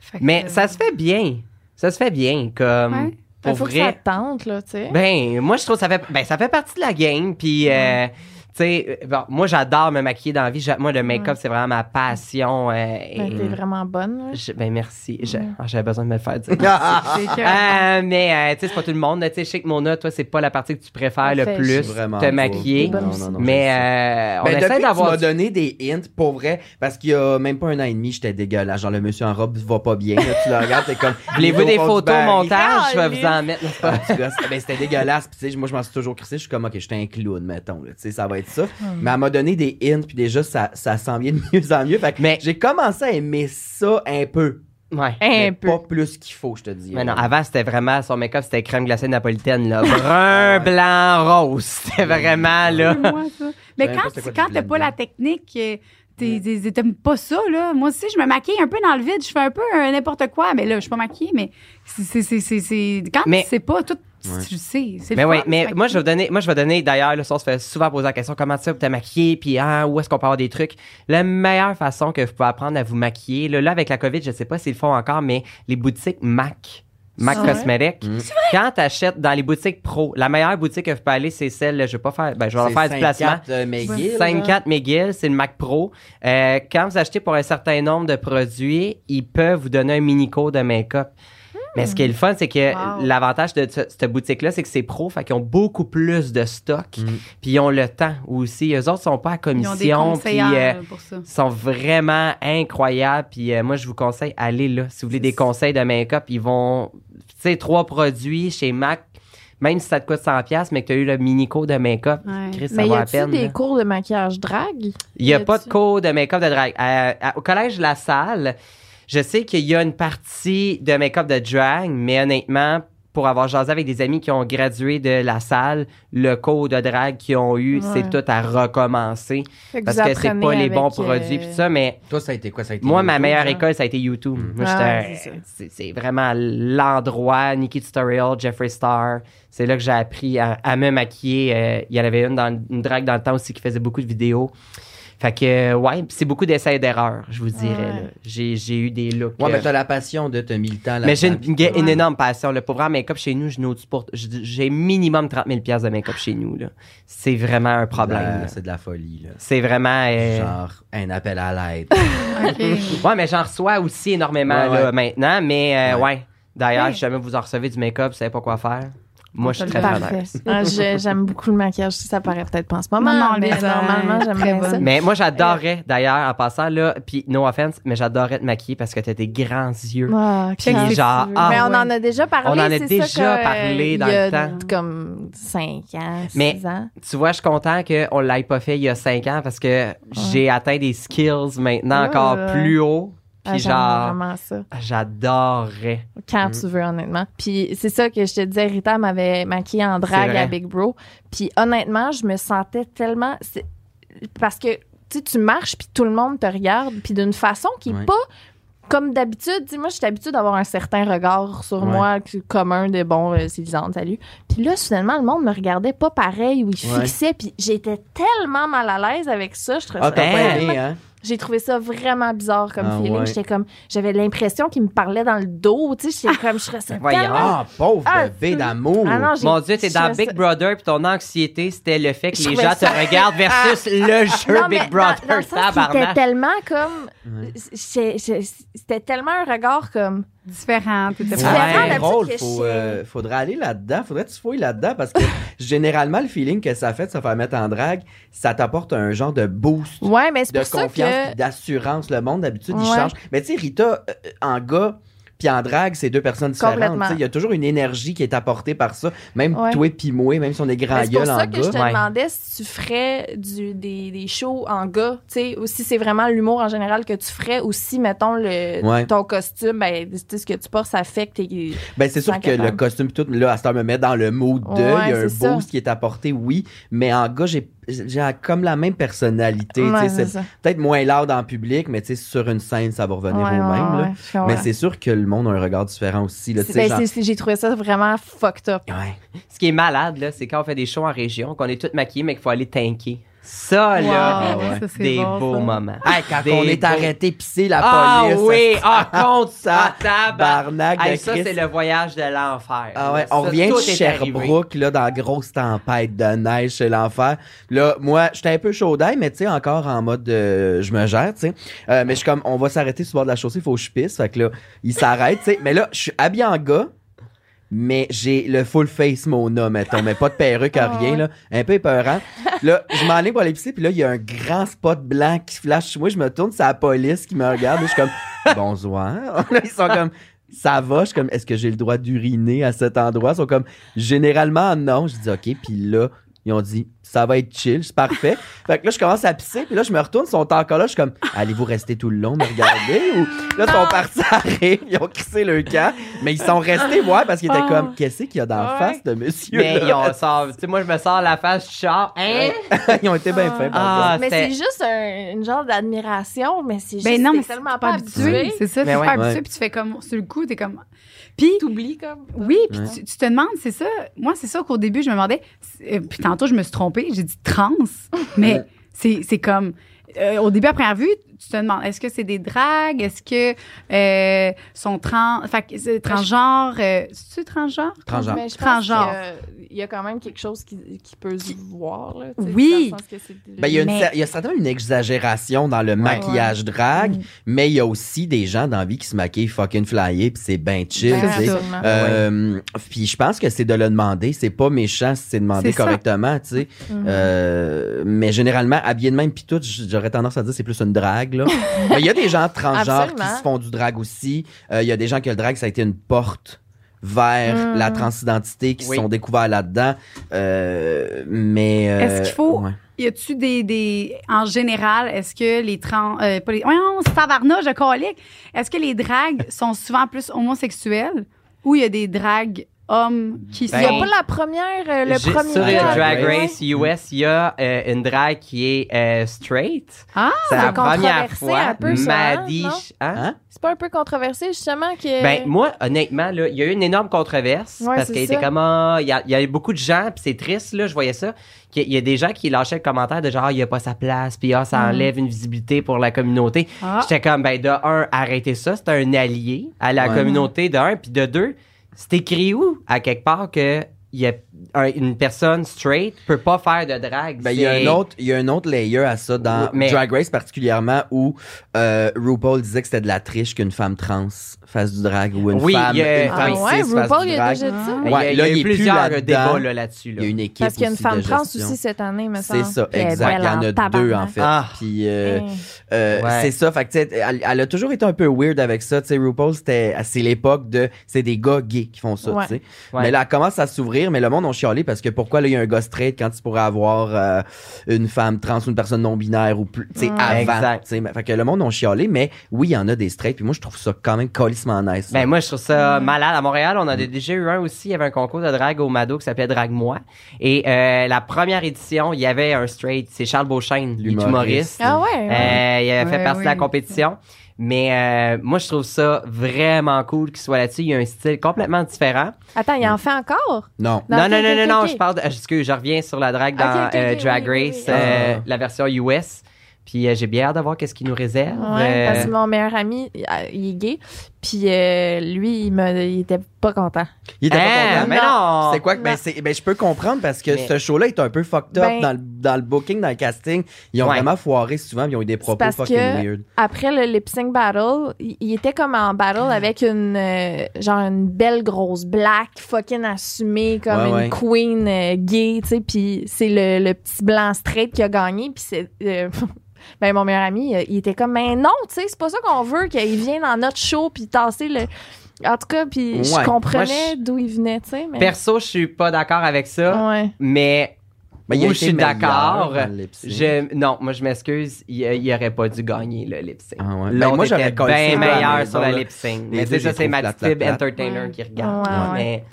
Fait que- euh,
Mais ça se fait bien. Ça se fait bien, comme.
Ouais.
Pour
Il euh, Ben, faut que ça
vrai.
tente, là, tu sais.
Ben, moi, je trouve que ça fait, ben, ça fait partie de la game. Puis, euh, tu sais, euh, bon, moi, j'adore me maquiller dans la vie. J'a- Moi, le make-up, c'est vraiment ma passion. euh, et-
Ben, t'es vraiment bonne. là.
je- ben, merci. Je-
Mm.
ah, J'avais besoin de me le faire dire.
C'est
<laughs>
que-
Euh, mais, euh, tu sais, c'est pas tout le monde. là. Tu sais, je sais que Mona, toi, c'est pas la partie que tu préfères le
Parfait.
plus
Vraiment
te
pas.
maquiller.
Des bonnes
Mais, euh, on
Ben, depuis
essaie
que tu m'as
d'avoir. du-
donné des hints, pour vrai, parce qu'il y a même pas un an et demi, j'étais dégueulasse. Genre, le monsieur en robe va pas bien. Là, tu le regardes, t'es comme...
<laughs> Voulez-vous des
au fond du
photos
baril.
montage? Je vais
Caliste.
vous en mettre. n'est-ce pas?
<laughs> Ah, tu gosses. Ben, c'était dégueulasse. Puis, tu sais, moi, je m'en suis toujours crissé. Je suis comme, OK, j'étais un clown, mettons. Là, tu sais, ça va être ça. Mais elle m'a donné des hints, puis déjà, ça, ça s'en vient de mieux en mieux. Fait que
Mais-
j'ai commencé à aimer ça un peu.
Ouais.
Un
mais
peu.
Pas plus qu'il faut, je te dis.
Mais non, avant, c'était vraiment son make-up, c'était crème glacée napolitaine, là. <laughs> Mm. Brun, blanc, rose. C'était vraiment, <laughs> là.
Moi, ça. Mais
même
quand
pas
tu
c'est quoi du
quand t'as pas
blabla.
la technique, euh, t'es- t'es- t'aimes pas ça, là. Moi aussi, je me maquille un peu dans le vide. Je fais un peu euh, n'importe quoi. Mais là, je suis pas maquillée, mais c'est- c'est- c'est... c'est- c'est- Quand
Mais-
tu sais pas, tout,
Ouais.
tu le sais. C'est
Mais
le
oui,
fun,
mais
se
moi
maquiller.
je vais vous donner, moi je vais donner d'ailleurs, là, ça on se fait souvent poser la question comment tu fais pour te maquiller, puis ah, où est-ce qu'on peut avoir des trucs. La meilleure façon que vous pouvez apprendre à vous maquiller, là, là avec la COVID, je sais pas s'ils le font encore, mais les boutiques MAC. Mac
Ah ouais?
Cosmetics. Quand t'achètes dans les boutiques pro, la meilleure boutique que vous pouvez aller, c'est celle, je vais pas faire, ben, je vais en faire du placement.
euh,
5-4 McGill, c'est le Mac Pro. Euh, quand vous achetez pour un certain nombre de produits, ils peuvent vous donner un mini code de make-up. Mais ce qui est le fun, c'est que
Hmm. Wow.
l'avantage de ce- cette boutique-là, c'est que c'est pro, fait qu'ils ont beaucoup plus de stock, puis ils ont le temps aussi. Eux autres sont pas à
Ils
commission,
ont des conseils
puis euh,
pour ça.
sont vraiment incroyables. Puis euh, moi, je vous conseille, allez là. Si vous voulez des conseils de make-up, ils vont, tu sais, trois produits chez Mac, même si ça te coûte 100$, piastres, mais que tu as eu le mini code de make-up,
Ouais.
Chris, ça
Mais y
vaut la
a-tu
peine. là.
des cours de maquillage drague?
Il n'y a
Y a-tu-
pas de cours de make-up de drague. À- à- au collège La Salle, je sais qu'il y a une partie de make-up de drag, mais honnêtement, pour avoir jasé avec des amis qui ont gradué de La Salle, le cours de drague qu'ils ont eu,
Ouais.
c'est tout à recommencer.
Fait
Parce
vous
que c'est pas
apprenez
les bons
avec, euh,
produits puis tout ça, mais
Toi, ça a été quoi? Ça a été
moi,
YouTube,
ma meilleure
genre? Mm.
école, ça a été YouTube. Moi,
Ah,
j'étais-
c'est ça.
c'est c'est vraiment l'endroit, Nikki Tutorial, Jeffree Star. C'est là que j'ai appris à, à me maquiller. Euh, Il y en avait une, dans, le- une drague dans le temps aussi qui faisait beaucoup de vidéos. Fait que, euh, ouais, puis c'est beaucoup d'essais et d'erreurs, je vous dirais.
Ouais.
là. J'ai j'ai eu des looks.
Ouais,
euh,
mais t'as la passion de te militant là
mais j'ai une, une-
guerre
une
Ouais.
énorme passion. Là. Pour vrai, en make-up chez nous, je n'ose pas- je- J'ai minimum 30 000 pièces de make-up chez nous. là. C'est vraiment un problème. là.
C'est de la folie, là.
C'est vraiment. euh,
Genre, un appel à l'aide.
<laughs>
OK.
Ouais, mais j'en reçois aussi énormément
Ouais,
là,
ouais.
maintenant. Mais euh,
Ouais.
ouais. D'ailleurs,
Ouais.
si jamais vous en recevez du make-up, vous savez pas quoi faire.
On
Moi, je suis
te
très
le
fan.
Parfait. Ah, je- j'aime beaucoup le maquillage. Ça paraît peut-être pas en ce moment,
Non, non,
mais
les-
normalement,
euh,
j'aime
très
bien
bonne.
ça.
Mais moi, j'adorais, d'ailleurs, en passant, là, puis no offense, mais j'adorais te maquiller parce que t'as des grands yeux.
Ah,
Puis
Christ.
genre,
tu veux.
ah,
mais on
ouais.
en a déjà parlé.
On en a
c'est ça
déjà
que, euh,
parlé dans
il y a
le temps.
comme 5 ans, 6
Mais-
ans.
Tu vois, je suis content qu'on l'ait pas fait il y a cinq ans parce que j'ai atteint des skills maintenant encore
Ouais.
plus haut. Puis
Ah, j'aime
genre,
vraiment ça.
j'adorerais.
Quand
Mm-hmm.
tu veux, honnêtement. Puis c'est ça que je te disais, Rita m'avait maquillée en drague
vrai.
à Big Bro. Puis honnêtement, je me sentais tellement... c'est- Parce que tu sais, tu marches, puis tout le monde te regarde, puis d'une façon qui n'est
Ouais.
pas comme d'habitude. Dis, Moi, je suis habituée d'avoir un certain regard sur
Ouais.
moi que- commun de bon, euh, c'est Lisande, salut. Puis là, soudainement, le monde me regardait pas pareil, ou il
Ouais.
fixait, puis j'étais tellement mal à l'aise avec ça. Je trouvais
Ah,
<laughs> ça
t'as pas
Ben.
aimé, hein?
J'ai trouvé ça vraiment bizarre comme
Ah
feeling.
ouais.
J'étais comme, j'avais l'impression qu'il me parlait dans le dos, tu sais. J'étais comme, je ressentais
<laughs>
Voyons.
tellement-
Ah, pauvre
Ah,
bébé d'amour.
Ah non, j'ai-
Mon Dieu, t'es
je
dans
trouvais
Big
ça-
Brother, puis ton anxiété, c'était le fait que
Je
les
trouvais
gens te
ça-
regardent versus
<laughs>
le jeu
Non, mais
Big
dans- dans le
Brother.
sens qu'il C'était
Tabarnak.
tellement comme,
Ouais.
j'ai- j'ai- c'était tellement un regard comme,
Différent. t'étais
C'est
Ouais,
pas-
vraiment
c'est
la
drôle,
petite que
faut,
je sais.
euh, faudrait aller là-dedans, faudrait que tu fouilles là-dedans parce que <laughs> généralement le feeling que ça fait de se faire mettre en drague, ça t'apporte un genre de boost
ouais, mais c'est
de
pour ça
confiance
que.
puis d'assurance. Le monde d'habitude il
Ouais.
change. Mais tu sais Rita euh, euh, en gars puis en drague, c'est deux personnes différentes.
Complètement.
Tu sais, Il y a toujours une énergie qui est apportée par ça. Même
Ouais.
toi puis moi, même si on est grand
Mais C'est pour
gueule en
ça que je
gars.
te
Ouais.
demandais si tu ferais du, des, des shows en gars, tu sais, ou si c'est vraiment l'humour en général que tu ferais, ou si, mettons, le,
Ouais.
ton costume, ben, tu sais, ce que tu portes, ça fait que t'es...
Ben, c'est sûr
Sans
que le
capable.
costume pis tout, là, à cette heure, me met dans le mood de, il y
Ouais,
a un boost
c'est ça.
qui est apporté, oui, mais en gars, j'ai, j'ai comme la même personnalité, tu sais,
Ouais,
c'est
ça.
peut-être moins loud en public, mais tu sais, sur une scène, ça va revenir
Ouais,
au
ouais,
même, là.
ouais, je comprends.
Mais c'est sûr que le monde a un regard différent aussi, là, tu
C'est-
sais,
ben,
genre-
c'est- c'est- j'ai trouvé ça vraiment fucked up.
Ouais.
Ce qui est malade, là, c'est quand on fait des shows en région, qu'on est toutes maquillées, mais qu'il faut aller tanker. Ça, là,
Wow,
Ah ouais.
ça, c'est
des
bon,
beaux
ça.
moments.
Hey, quand
Des
on est
beaux-
arrêté pisser la
Ah
police.
oui, ah, compte
ça,
ça,
ah bah.
tabarnak.
Barnac de
Hey, ça,
Christ.
c'est le voyage de l'enfer.
Ah ouais,
Ça,
on revient de
tout est arrivé.
Sherbrooke, là, dans la grosse tempête de neige chez l'enfer. Là, moi, j'étais un peu chaud d'ail, mais tu sais, encore en mode euh, je me gère, tu sais. Euh, mais je suis comme, on va s'arrêter sur le bord de la chaussée, il faut que je pisse. Fait que là, il s'arrête, tu sais. Mais là, je suis habillé en gars, mais j'ai le full face Mona, mettons, mais pas de perruque, à
Ah
rien,
ouais.
là. Un peu épeurant. Là, je m'en vais pour aller pisser, puis là, il y a un grand spot blanc qui flash sur moi. Je me tourne, c'est la police qui me regarde, et je suis comme, bonsoir. <laughs> Là, ils sont comme, ça va. Je suis comme, est-ce que j'ai le droit d'uriner à cet endroit? Ils sont comme, généralement, non. Je dis, OK. Puis là, ils ont dit, ça va être chill, c'est parfait. <laughs> fait que là, je commence à pisser, puis là, je me retourne, ils sont encore là. Je suis comme, allez-vous rester tout le long, me regarder? Ou là, ils
Ah!
sont partis à rire, ils ont crissé le camp, mais ils sont restés voir parce qu'ils étaient
Ah.
comme, qu'est-ce qu'il y a dans la
Ouais.
face de monsieur?
Mais
là?
ils ont sort, tu sais, moi, je me sors la face du char. Hein?
<laughs> Ils ont été bien faits, par
Ah,
mais
c'était-
c'est juste un, une genre d'admiration, mais c'est juste
Ben non,
t'es
mais c'est
tellement
pas,
pas
habitué.
habitué.
C'est ça,
Mais
t'es
ouais.
pas
Ouais.
habitué, puis tu fais comme, sur le coup, t'es comme. Puis,
T'oublies comme.
oui, puis
Ouais.
tu, tu te demandes, c'est ça. Moi, c'est ça qu'au début, je me demandais. euh, puis tantôt, je me suis trompée, j'ai dit <laughs> trans. mais c'est c'est comme. euh, au début, à première vue, tu te demandes, est-ce que c'est des dragues? Est-ce que euh, sont trans. Fait que c'est transgenre. Euh, C'est-tu transgenre?
Transgenre.
Mais je pense
Transgenre.
qu'il y a quand même quelque chose qui, qui peut se voir. Là, tu sais,
Oui.
dans le sens que c'est-
Ben, il, y a une
Mais-
cer- il y a certainement une exagération dans le maquillage drague,
Mm.
mais il y a aussi des gens dans la vie qui se maquillent fucking flyés, puis c'est ben chill.
Ben,
tu sais.
ça.
absolument.
Euh, Puis je pense que c'est de le demander, c'est pas méchant si c'est demandé
C'est ça. Mm-hmm.
correctement, tu sais.
Mhm.
Euh, mais généralement, habillé de même, puis tout, j- j'aurais tendance à dire c'est plus une drague,
<laughs>
là. Mais il y a des gens transgenres qui
Absolument.
se font du drague aussi. Euh, Il y a des gens que le drague, ça a été une porte vers
Mhm.
Mm.
la transidentité qui se
Oui.
sont découverts là-dedans. Euh, mais... euh,
Est-ce qu'il faut-
ouais.
Y a-tu des, des. En général, est-ce que les trans. Euh, pas les, voyons, c'est tabarnage, je colique. Est-ce que les <laughs> dragues sont souvent plus homosexuelles ou il y a des dragues hommes qui
Ben,
Il n'y
sont.
a pas la première, euh, le
Ju-
premier.
Sur
Ah,
le Drag
Drag Mm.
Race US, il y a euh, une drague qui est euh, straight.
Ah,
c'est la
c'est
première
controversé
fois.
un peu, ça, hein,
Maddy-
non?
hein?
Hein?
C'est pas un peu controversé, justement, que.
Ben, moi, honnêtement, là, il y a eu une énorme controverse
Euh, Ouais,
parce
c'est
qu'il était
ça.
comme, ah, il y, a- il y a eu beaucoup de gens, puis c'est triste, là, je voyais ça. qu'il y a- Il y a des gens qui lâchaient le commentaire de genre, Ah, il n'y a pas sa place, puis ah, ça
Mhm.
enlève une visibilité pour la communauté.
Ah.
J'étais comme, ben, de un, arrêtez ça, c'est un allié à la
Ouais.
communauté, de un, puis de deux, c'est écrit où, à quelque part, que il y a un- une personne straight peut pas faire de drague.
Ben, il y a
C'est-
un autre, il y a un autre layer à ça dans
Oui, mais-
Drag Race particulièrement où euh, RuPaul disait que c'était de la triche qu'une femme trans fasse du drag ou une
Oui,
femme,
il y a-
une
ah
femme
ouais,
cis fasse
RuPaul,
du
il a
drag.
déjà dit ça.
Ben, Il y a,
Ouais,
il y
là,
a
il est
eu
plus
plusieurs
là-dedans.
débats là, là-dessus.
Il
Là.
y a une équipe
Parce qu'il y a une
aussi
femme
de
trans
gestion.
aussi cette année, me
C'est
semble.
ça,
Puis elle est
exact. Il y en
belle hein,
a deux en fait.
Ah.
Puis euh,
Hey.
euh,
Ouais.
c'est ça, fait que, tu sais, elle, elle a toujours été un peu weird avec ça. Tu sais, RuPaul, c'était, c'est l'époque de, c'est des gars gays qui font ça.
Ouais.
tu sais.
Ouais.
Mais là, elle commence à s'ouvrir, mais le monde ont chialé parce que pourquoi là, il y a un gars straight quand tu pourrais avoir euh, une femme trans ou une personne non binaire ou plus, tu sais,
Ouais.
avant.
Exact.
tu sais. Mais- Fait que le monde ont chialé, mais oui, il y en a des straight. Puis moi, je trouve ça quand même colissement nice.
Ben moi je trouve ça malade. À Montréal, on en a
Mm.
déjà eu un aussi. Il y avait un concours de drague au Mado qui s'appelait Drague Moi. Et euh, la première édition, il y avait un straight, c'est Charles Beauchesne, il est
L'humoriste.
humoriste.
Ah ouais, ouais.
Euh, il a fait
Ouais,
partie de la
oui.
compétition. Mais euh, moi je trouve ça vraiment cool qu'il soit là-dessus. Il y a un style complètement différent.
Attends,
euh,
il en fait encore?
non.
Non,
Non,
ok,
non, non,
ok,
non, non,
ok.
je parle de, excuse, je reviens sur la drague dans
Ok, ok, ok,
euh, Drag
oui, oui,
Race,
oui.
euh,
Ah.
la version US. Puis euh, j'ai bien hâte de voir qu'est-ce qu'il nous réserve.
Ouais,
Euh,
parce que mon meilleur ami, il euh, il est gay, puis euh, lui, il, me, il était pas content.
Il était
hein,
pas content.
mais non!
C'est quoi que ben,
Non.
c'est- ben, je peux comprendre parce que
Mais-
ce show-là est un peu fucked up
Ben-
dans, le, dans le booking, dans le casting. Ils ont
Ouais.
vraiment foiré souvent, ils ont eu des propos
parce
fucking
que-
weird.
Après le lip sync battle, il, il était comme en battle avec une euh, genre une belle grosse black fucking assumée comme
Ouais,
une
ouais.
queen euh, gay, tu sais, puis c'est le, le petit blanc straight qui a gagné, puis c'est euh, <laughs> ben mon meilleur ami, euh, il était comme mais non, tu sais, c'est pas ça qu'on veut qu'il vienne dans notre show puis tasser le en tout cas, puis
Ouais.
je comprenais
Moi,
d'où il venait, tu sais, mais
Perso, je suis pas d'accord avec ça,
ouais.
mais
Ben, il a
Moi,
été
je suis
meilleur
d'accord.
dans le lip-sync.
je, non, moi je m'excuse, il, il aurait pas dû gagner le lip sync.
Ah ouais. Ben,
L'autre
moi, j'aurais
était
collé ça
bien
dans la
meilleur
maison,
sur la
là.
lip
Les
sync. Mais
deux,
c'est ça,
je
c'est
les
ma
trouve
petite
plate, plate, plate.
entertainer qui regarde.
Ouais, ouais.
Mais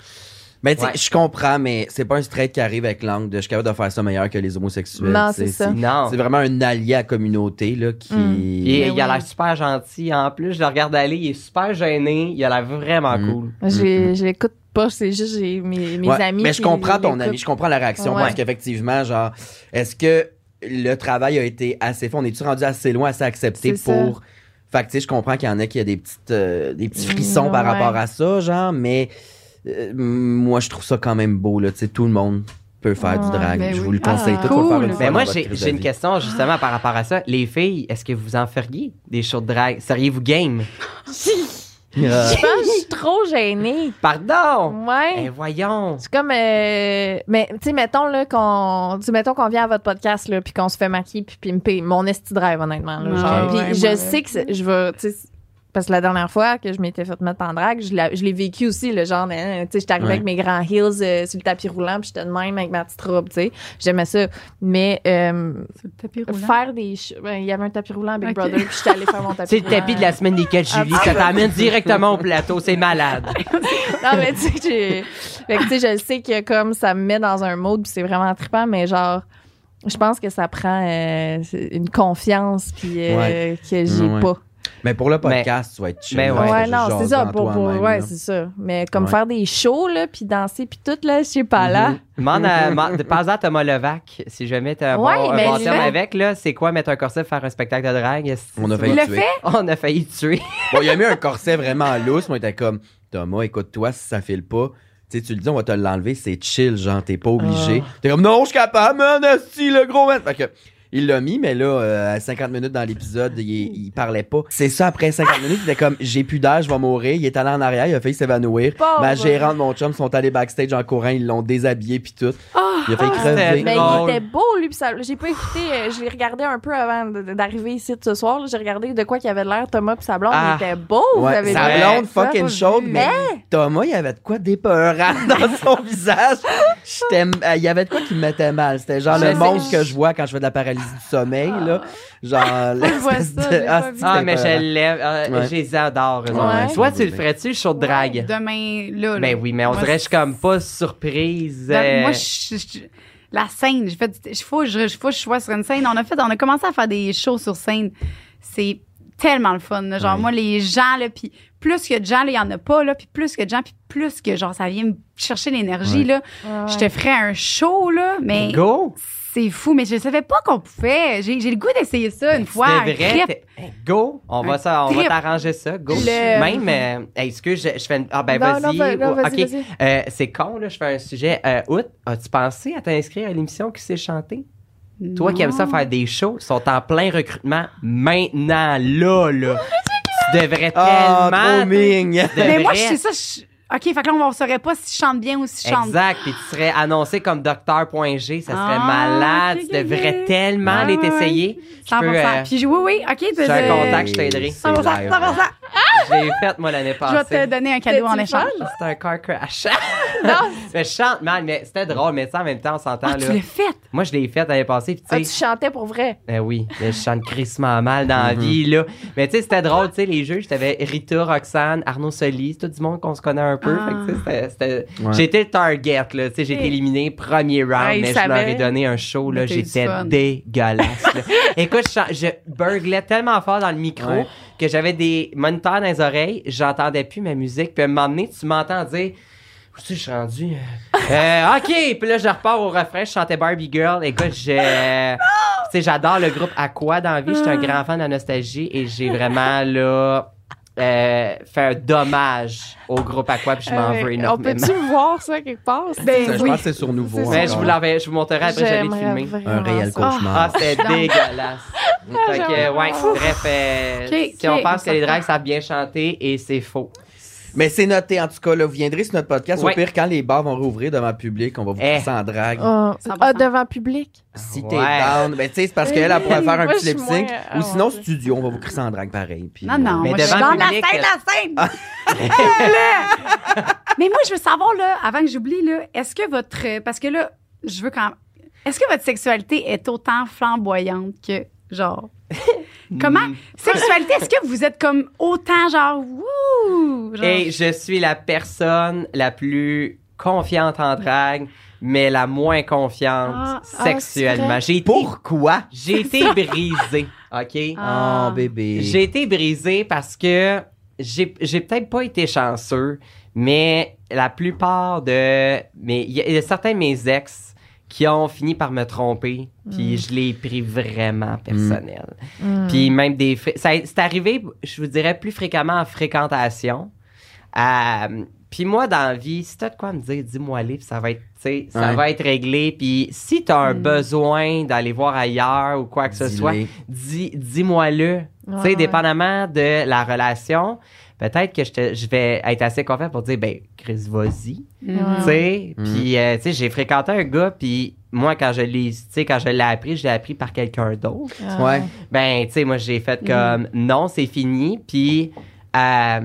Mais Ben, tu sais,
Ouais.
je comprends, mais c'est pas un straight qui arrive avec l'angle de je suis capable de faire ça meilleur que les homosexuels.
Non,
tu sais,
c'est ça.
non.
C'est vraiment un allié à la communauté là, qui.
Mm.
Il, il a
oui.
l'air super gentil. En plus, je le regarde aller, il est super gêné. Il a l'air vraiment
Mm.
cool.
Je l'ai- je l'écoute pas, c'est juste j'ai mes, mes
Ouais,
amis.
Mais je
qui
comprends ton
l'écoutent.
ami, je comprends la réaction
Ouais.
parce qu'effectivement, genre, est-ce que le travail a été assez fait? On est-tu rendu assez loin, assez accepté
C'est ça.
pour. Fait que tu sais, je comprends qu'il y en a qui a des petites euh, des petits frissons par
Mm, Ouais.
rapport à ça, genre, mais euh, moi je trouve ça quand même beau, là. Tu sais, tout le monde peut faire du
Ouais,
drag.
ben
Je
oui.
vous le conseille
Ah,
tout faut le faire
cool.
une
Ben
fois
Mais moi,
dans votre
j'ai
crise
j'ai
de
une
vie.
question justement par rapport à ça. Les filles, est-ce que vous en feriez des shows de drag? Seriez-vous game?
<laughs>
Euh,
Je pense que je suis trop gênée.
Pardon! Eh,
Ouais.
voyons!
C'est comme euh, mais tu sais mettons là qu'on tu sais, mettons qu'on vient à votre podcast là puis qu'on se fait maquiller puis pimper mon esti drive honnêtement là,
Ouais,
genre.
ouais,
Puis je
ouais.
sais que c'est- je vais tu sais, parce que la dernière fois que je m'étais fait mettre en drague, je l'ai je l'ai vécu aussi le genre hein, tu sais j'étais arrivée
Ouais.
avec mes grands heels euh, sur le tapis roulant puis j'étais de même avec ma petite robe, tu sais. J'aimais ça mais euh,
C'est le tapis roulant.
faire des ch- ben, il y avait un tapis roulant à Big
Ok.
Brother puis j'étais
<laughs>
allée faire mon tapis
C'est le
roulant.
tapis de la semaine des quatre Julie.
Ah,
Ça t'amène directement au plateau. C'est malade.
Non, mais tu sais, j'ai- fait que, tu sais, je le sais que comme ça me met dans un mode, puis c'est vraiment trippant, mais genre, je pense que ça prend euh, une confiance puis euh,
Ouais.
que j'ai
Ouais.
pas.
<laughs> Mais pour le podcast, tu vas être chill.
Mais
là,
ben ouais.
Ouais,
tu vas
non,
juste
c'est
jaser
ça,
en
pour, pour-
toi-même, là.
ouais, c'est ça. Mais comme
Ouais. Mm-hmm.
faire des shows là, puis danser puis tout là, je sais pas là.
Demande à, man- de- pense à Thomas Levac, si jamais t'as un bon,
Ouais,
un
ben,
bon
je
terme
vais.
avec, là, c'est quoi mettre un corset pour faire un spectacle de drague? est-ce que
On a
tu-
failli
Il le
tuer.
fait?
<laughs> On a failli te tuer.
Bon, il a mis un corset vraiment loose. Moi, il était comme, Thomas, écoute-toi, si ça file pas, tu sais, tu le dis, on va te l'enlever, c'est chill, genre, t'es pas obligé. T'es comme, non, je suis capable, man, si, le gros man. Fait que, il l'a mis, mais là, euh, à 50 minutes dans l'épisode, il, il parlait pas. C'est ça, après 50 minutes, il était comme, j'ai plus d'air, je vais mourir. Il est allé en arrière, il a failli s'évanouir.
Pauvre.
Ma gérante, mon chum, sont allés backstage en courant, ils l'ont déshabillé, puis tout.
Ah!
Il a failli
Ah,
crever.
Mais
drôle.
il était beau, lui, puis ça- j'ai pas écouté, euh, je l'ai regardé un peu avant de- de- d'arriver ici de ce soir, là. j'ai regardé de quoi qu'il y avait de l'air, Thomas puis sa blonde,
Ah.
il était beau, vous
Ouais,
avez
sa
vu?
Ouais.
blonde
Ça,
fucking
pas
chaude,
vu.
mais Thomas, il avait de quoi d'épeurant <laughs> dans son visage. J'étais- euh, il y avait de quoi qui me mettait mal. C'était genre
Je
le
sais.
monstre que je vois quand je fais de la paralysie du sommeil, là. Genre,
je vois
l'espèce
ça, je l'ai pas
c'est
vu.
que
Ah,
c'était
mais je
épeurant.
l'aime.
Ouais.
euh, Je les adore, eux autres.
Ouais.
Soit tu le ferais-tu, show de drague?
Demain, là. là.
Ben oui, mais on
Moi,
dirait, je suis comme pas surprise.
Ben,
euh,
Moi, je- je- je- la scène, j'ai fait, il faut, que je, je- faut que je sois sur une scène. On a fait, on a commencé à faire des shows sur scène. C'est tellement le fun. là. Genre,
Ouais.
moi, les gens, là, puis plus que de gens, là, il y en a pas, là, puis plus que de gens, puis plus que, genre, ça vient me chercher l'énergie,
Ouais.
là.
Ouais, ouais.
Je te ferais un show, là, mais
Go!
c'est fou. Mais je savais pas qu'on pouvait. J'ai j'ai le goût d'essayer ça une fois. un
C'était Ben, vrai,
trip.
t'es- hey, go! On va,
Un
ça, on va
trip.
t'arranger ça, go!
Le-
Même, euh, hey, excuse, je, je fais une. Ah, ben
Non, non,
vas-y.
va- non,
ou-
vas-y,
ok.
vas-y.
Euh, c'est con, là, je fais un sujet. Euh, août, as-tu pensé à t'inscrire à l'émission qui s'est chantée? Toi qui aimes ça faire des shows, ils sont en plein recrutement maintenant, là, là. tu devrais
Ah,
tellement.
trop ming. <laughs>
tu
Mais moi,
devrais-
je sais ça. je- OK, fait que là, on ne saurait pas si je chante bien ou si je chante
Exact, puis tu serais annoncé comme docteur.g, ça serait
Ah,
malade,
ok,
tu
ok,
devrais
ok.
tellement
Ouais,
aller
ouais,
t'essayer. Je
100%.
peux, euh,
Puis je- oui, oui, OK. ben, euh, tu-
j'ai un
tu-
contact, je t'aiderai.
Ah,
C'est
100%,
live.
100%.
je l'ai faite, moi, l'année
Je vais
passée.
te donner un cadeau en
T'as-tu le
échange.
Ah, C'était un car crash. <laughs> mais je chante mal, mais c'était drôle, mais ça, en même temps, on s'entend,
Ah,
là.
tu l'as fait.
Moi, je l'ai faite l'année passée, puis
Ah,
tu
tu
sais.
chantais pour vrai.
Ben oui, mais je chante crissement mal dans
Mhm.
la vie, là. Mais tu sais, c'était drôle, tu sais, les jeux, j'avais Rita, Roxane, Arnaud Soli, c'est tout du monde qu'on se connaît un peu.
Ah.
Fait que tu sais, c'était- c'était.
Ouais.
J'étais le target, là. Tu sais, j'ai été éliminé premier round,
Ah, il
mais je leur
savait.
ai donné un show, là.
Mais t'as eu du
J'étais
fun. <laughs>
dégueulasse, là. Écoute, je, chan- je burglais tellement fort dans le micro
Ouais.
que j'avais des moniteurs dans les oreilles, j'entendais plus ma musique, puis à un moment donné, tu m'entends dire. Où est-ce que je suis rendu? Euh, OK! Puis là, je repars au refrain. Je chantais Barbie Girl. Écoute, j'ai... tu sais, j'adore le groupe Aqua dans la vie. Je
Ah.
suis un grand fan de la nostalgie et j'ai vraiment, là, euh, fait un dommage au groupe Aqua puis je m'en
Euh,
veux
on
énormément.
peut-tu <laughs> voir ça quelque part?
Ça,
Ben
Je
oui.
pense que c'est sur nouveau.
C'est
Mais
ça.
je vous l'avais, je vous montrerai après, j'allais
J'aimerais
filmer.
vraiment
Un réel
ça.
Ah,
cauchemar.
c'était dégueulasse. fait que,
j'aimerais
ouais,
vraiment.
bref, euh,
Ok,
si
ok,
on pense
on
que les
s'entend.
drags savent bien chanter et c'est faux.
Mais c'est noté, en tout cas, là, vous viendrez sur notre podcast.
Ouais.
Au pire, quand les bars vont rouvrir devant le public, on va vous
Eh.
passer en drague.
Ah,
Ça va
ah,
faire-
devant public.
Si t'es
Ouais.
down, ben tu sais, c'est parce qu'elle, elle pourrait faire un
Moi,
petit
je suis
lip sync.
moins, euh,
Ou sinon,
ouais.
studio, on va vous crisser en drague pareil. puis,
Non, non,
euh,
Mais
moi, je suis
devant
dans
le
la scène,
public, Ah.
la scène! Là! Mais moi, je veux savoir, là, avant que j'oublie, là, est-ce que votre. euh, Parce que là, je veux quand Est-ce que votre sexualité est autant flamboyante que, genre.
Mm.
Comment? Sexualité, est-ce que vous êtes comme autant, genre, wouh! Genre,
Et je suis la personne la plus confiante en drague, mais la moins confiante
Ah, ah,
sexuellement. J'ai été-
Pourquoi?
J'ai été brisée, OK?
Ah.
Oh, bébé.
J'ai été brisée parce que j'ai j'ai peut-être pas été chanceux, mais la plupart de mes il y, a- il y a certains de mes ex qui ont fini par me tromper,
Hmm.
puis je l'ai pris vraiment
Hmm.
personnel.
Hmm.
Puis même des fri- ça- c'est arrivé, je vous dirais plus fréquemment en fréquentation. Euh, puis moi dans la vie, si t'as de quoi me dire, dis-moi les, puis ça va être tu sais, ça
Ouais.
va être réglé. Puis si t'as un besoin d'aller voir ailleurs ou quoi que ce
Dis-les.
soit, dis, dis-moi-le. tu
ouais.
sais, dépendamment de la relation, peut-être que je, te- je vais être assez confiant pour dire, ben, Chris, vas-y.
Mm.
Tu sais,
Mm.
puis, euh, tu sais, j'ai fréquenté un gars, puis moi, quand je l'ai, tu sais, quand je l'ai appris, je l'ai appris par quelqu'un d'autre.
Ah.
Ouais.
Ben, tu sais, moi, j'ai fait comme, non, c'est fini, puis, euh,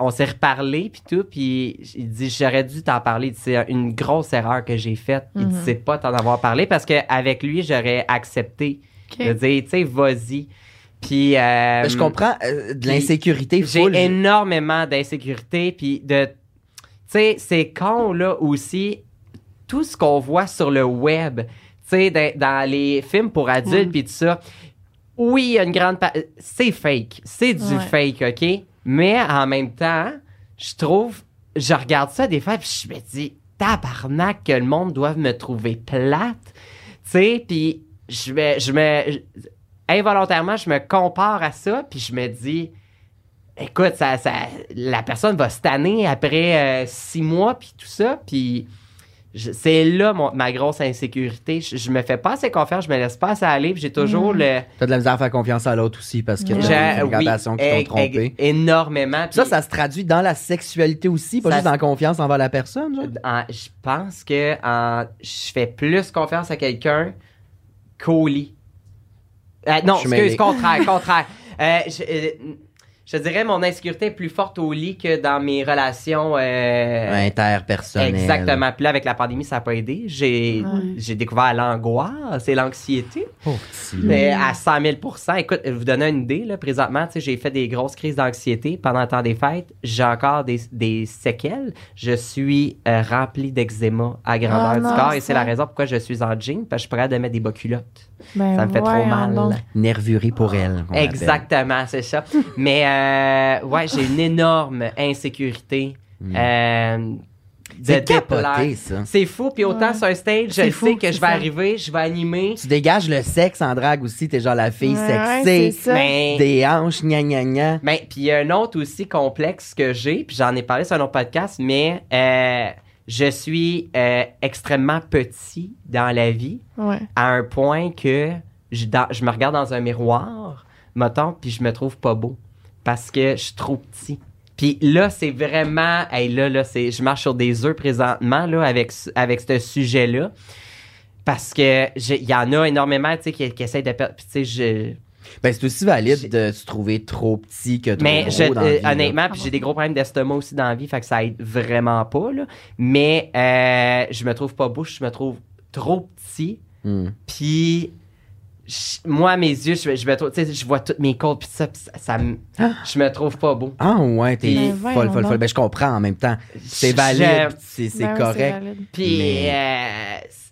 on s'est reparlé, puis tout, puis il dit, j'aurais dû t'en parler, Il dit, c'est une grosse erreur que j'ai faite, il dit, c'est pas t'en avoir parlé, parce qu'avec lui, j'aurais accepté
OK.
de dire, tu sais, vas-y. Puis. euh,
Ben, je comprends euh, de
puis
l'insécurité
J'ai
full.
énormément d'insécurité. Puis de. Tu sais, c'est con, là, aussi, tout ce qu'on voit sur le web, tu sais, dans, dans les films pour adultes, puis tout ça. Oui, il y a une grande. pa- C'est fake. C'est du fake, OK? Mais en même temps, je trouve. Je regarde ça des fois, puis je me dis, tabarnak, que le monde doit me trouver plate. Tu sais, puis je me, je me. Involontairement, je me compare à ça, puis je me dis, écoute, ça, ça, la personne va se tanner après euh, six mois, puis tout ça, puis je- c'est là mon- ma grosse insécurité. Je, je me fais pas assez confiance, je me laisse pas assez aller, puis j'ai
Hmm.
toujours le.
T'as de la misère à faire confiance à l'autre aussi parce que
Ouais.
t'as
j'ai-
des fréquentations qui t'ont
é-
trompé.
é- énormément.
Ça,
puis-
ça se traduit dans la sexualité aussi, pas
Ça
juste
se-
dans la confiance envers la personne. genre.
En- je pense que en- je fais plus confiance à quelqu'un qu'au lit. Euh, non,
Je suis
excuse,
mêlé. <laughs>
contraire, contraire. Euh, je, euh, je dirais mon insécurité est plus forte au lit que dans mes relations. euh,
Interpersonnel.
Exactement. Puis là, avec la pandémie, ça n'a pas aidé. J'ai
Ouais.
j'ai découvert l'angoisse et l'anxiété.
Oh, petit loup.
Mais à 100 000 Écoute, vous donner une idée, là, présentement, tu sais, j'ai fait des grosses crises d'anxiété pendant le temps des fêtes. J'ai encore des, des séquelles. Je suis euh, rempli d'eczéma à grandeur
Ah
du
non,
corps et c'est
ça.
hein.
la raison pourquoi je suis en jean, parce que je suis prêt à mettre des bas culottes.
Ben,
Ça me fait trop
hein,
mal.
voyons donc.
Nervurie pour elle. qu'on appelle.
Exactement, c'est ça. Mais euh, ouais, j'ai une énorme insécurité. euh, de
Hmm. C'est capoté,
déplaire.
ça.
C'est fou, puis autant sur un stage, je
C'est
sais
fou,
que
c'est
je vais
ça.
arriver, je vais animer.
Tu dégages le sexe en drague aussi, t'es genre la fille
Ouais, ouais,
sexée,
c'est ça.
Mais-
des hanches, gna gna gna.
Ben, puis il y a un autre aussi complexe que j'ai, puis j'en ai parlé sur un autre podcast, mais euh, je suis euh, extrêmement petit dans la vie,
Ouais.
à un point que je, dans- je me regarde dans un miroir, mettons, puis je me trouve pas beau, parce que je suis trop petit. Puis là, c'est vraiment... Hey, là, là, c'est, je marche sur des œufs présentement, là, avec, ce- avec ce sujet-là, parce que j'ai- il y en a énormément, tu sais, qui, qui essayent de... per- Puis tu sais, je...
Ben, c'est aussi valide de se trouver trop petit que trop
Mais
gros
je-
dans la
euh,
vie, là.
honnêtement, puis j'ai des gros problèmes d'estomac aussi dans la vie, fait que ça aide vraiment pas. Là. Mais euh, je me trouve pas beau, je me trouve trop petit.
Hmm.
Puis je- moi, à mes yeux, je, je me trouve, tu sais, je vois toutes mes côtes, puis ça, puis ça, ça me- je me trouve pas beau.
Ah ouais, t'es
Mais
folle,
voyons
folle, folle.
donc.
Ben, je comprends en même temps. C'est
Je-
valide, c'est c'est
Ben oui,
correct.
valide.
Puis euh,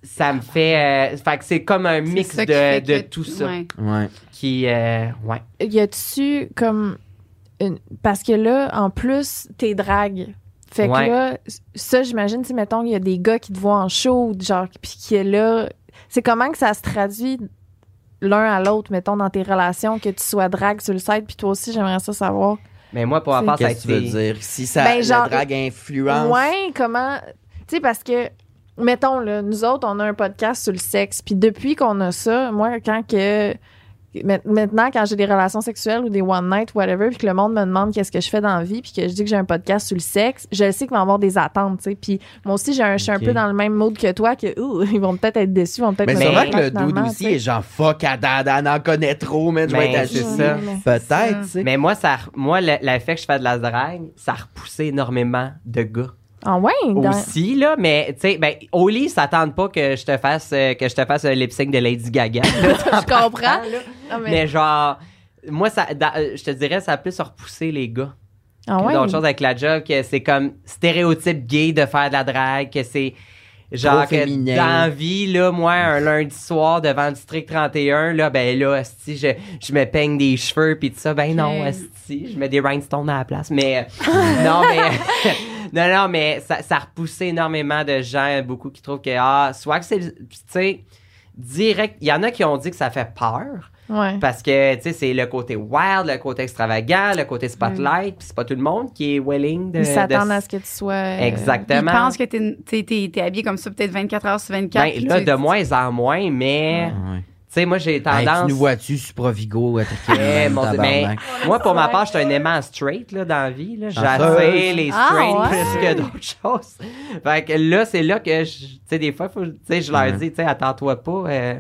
ça me fait, euh, fait que c'est comme un
C'est
mix
ça qui fait
de, de
que-
tout ça
ouais.
ouais.
qui, euh, ouais.
Y a-tu comme. une- Parce que là, en plus, t'es drague. Fait que
Ouais.
là, ça, j'imagine, tu sais, mettons, il y a des gars qui te voient en show, genre, puis qui est là. C'est comment que ça se traduit l'un à l'autre, mettons, dans tes relations, que tu sois drague sur le site, puis toi aussi, j'aimerais ça savoir.
Mais moi, pour ma part, Ah, ça a
Qu'est-ce que tu veux
été.
dire? Si ça,
Ben,
la
genre-
drague influence.
Ouais, comment. Tu sais, parce que, mettons, là, nous autres, on a un podcast sur le sexe. Puis depuis qu'on a ça, moi, quand que. ma- Maintenant, quand j'ai des relations sexuelles ou des one night, whatever, puis que le monde me demande qu'est-ce que je fais dans la vie, puis que je dis que j'ai un podcast sur le sexe, je sais qu'ils vont avoir des attentes, tu sais. Puis moi aussi, j'ai un, je suis
Ok.
un peu dans le même mode que toi, que ouh, <laughs> ils vont peut-être être déçus, ils vont peut-être
Mais
me
c'est
dire,
vrai que
Ah,
le dude
finalement,
aussi
tu sais.
est genre fuck à Dada, en connaît trop, mais je vais
Ben,
être
c'est
assis.
ça.
Peut-être, tu sais.
Mais moi, ça, re- moi, le- l'effet que je fais de la drague, ça repoussait énormément de gars.
Ah ouais, dans-
aussi là mais tu sais ben au lit ça tente pas que je te fasse euh, que je te fasse le lip sync de Lady Gaga là,
<laughs> je comprends. Ah,
mais...
mais-
genre moi ça dans- euh, je te dirais ça a plus repousser les gars
ah
que
ouais.
d'autres choses avec la job que c'est comme stéréotype gay de faire de la drague que c'est genre
Trop
que
féminin.
dans la vie là moi un lundi soir devant le district 31 là ben là esti, je, je me peigne des cheveux puis tout ça ben non
Ok.
esti, je mets des rhinestones à la place mais euh, non mais <laughs> non non mais ça ça repoussait énormément de gens beaucoup qui trouvent que ah soit que c'est le- tu sais direct il y en a qui ont dit que ça fait peur
Ouais.
parce que, tu sais, c'est le côté wild, le côté extravagant, le côté spotlight, puis c'est pas tout le monde qui est willing de.
Ils s'attendent
de-
à ce que tu sois. euh,
Ils
Exactement.
pensent que t'es, t'es, t'es- t'es habillé comme ça peut-être 24 heures sur 24.
Ben,
puis
là,
tu-
de moins en moins, mais, tu
Ouais.
sais, moi, j'ai
Hey,
tendance.
tu nous vois-tu sur Provigo
<laughs>
à
Eh, mon Dieu, mais
tabarnak?
moi, pour ma part, je suis un aimant straight là, dans la vie. là.
Chanceuse.
J'attire les
Ah,
straight
ouais.
plus que d'autres choses. Fait que là, c'est là que, je- tu sais, des fois, faut- tu sais, je leur
Ouais.
dis, tu sais, attends-toi pas. euh,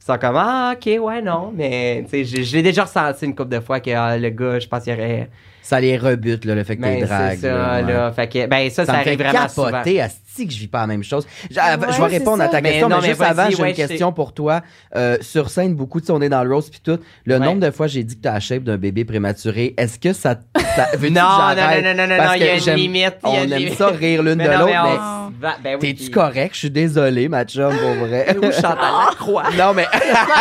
ils sont comme, ah, ok, ouais, non. Mais, tu sais, je je l'ai déjà ressenti une couple de fois que ah, le gars, je pense qu'il y aurait.
Ça les rebute, là, le fait que
Ben,
t'es drague.
C'est ça, là.
ouais.
Fait que, ben, ça, ça,
Ça, me fait
arrive vraiment souvent.
capoter à ce que je vis pas la même chose. Je, av-
Ouais,
je vais
c'est
répondre à
ça.
ta
Mais
question, mais,
non, mais
juste
vas-y,
avant, j'ai
ouais,
une
je sais.
question pour toi. Euh, sur scène, beaucoup, tu sais, on est dans le roast puis tout. Le
Ouais.
nombre de fois j'ai dit que t'as la shape d'un bébé prématuré, est-ce que ça...
<laughs>
ça veux-tu que
Non, non,
j'arrête?
non, non, non, non,
Parce
il y
que
a une
j'aime-
limite. il y a
On
une
aime
limite.
ça
<laughs>
rire l'une de
Mais non, mais
l'autre, mais...
on se va- ben oui,
T'es-tu
puis-
correct? Je suis désolé, ma chum, pour
<laughs>
vrai. <laughs>
Ou Chantal Lacroix.
non, mais... <laughs>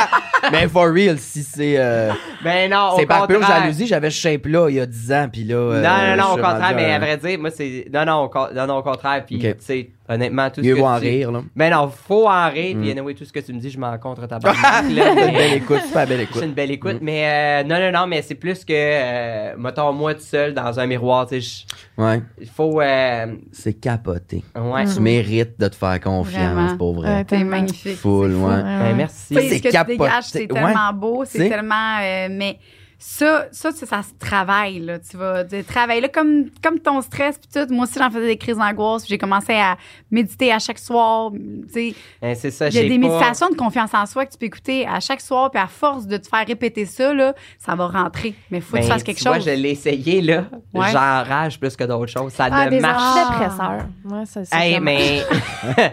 mais for real, si c'est... euh,
Ben non, au
C'est par pure
contraire.
jalousie, j'avais ce shape-là il y a 10 ans, puis là... euh,
Non, non,
je
non, au
suis rendu
contraire, mais
un-
à vrai dire, moi, c'est. Non, non, au, con- non, non, au contraire. Puis,
Ok.
tu sais, honnêtement, tout ce
Mieux
que
vaut en
tu-
rire, là.
Mais non, faut en rire.
Mm.
Puis, anyway, tout ce que tu me dis, je m'en
<laughs>
contre ta là, mais-
belle écoute, super belle
C'est
écoute. Mm.
une belle écoute, mais euh, non, non, non, mais c'est plus que, euh, mettons, moi tout seul dans un miroir, tu sais,
Ouais,
je- il faut, euh,
c'est capoté.
ouais.
Tu mérites de te faire confiance,
Vraiment.
pour vrai.
Ouais,
T'es magnifique.
Full,
c'est fou.
ouais.
Ben,
ouais.
merci.
Tu sais,
C'est
ce que tu
capoté.
dégages, c'est
Ouais.
tellement beau,
C'est-
c'est tellement. euh, mais ça, ça, ça, ça se travaille, là. Tu vas tu travailles là comme, comme ton stress, puis tout. Moi aussi, j'en faisais des crises d'angoisse, puis j'ai commencé à méditer à chaque soir. Tu sais,
Hein, c'est ça,
il y a
j'ai
des
pas-
méditations de confiance en soi que tu peux écouter à chaque soir, puis à force de te faire répéter ça, là, ça va rentrer. Mais faut que tu
Ben,
fasses quelque
tu vois,
chose.
je l'ai essayé, là.
Ouais.
J'enrage plus que d'autres choses. Ça
Ah,
ne
des
marche
enrages.
Dépresseur. Ouais, ça, c'est
Hey,
comme-
<laughs>
mais.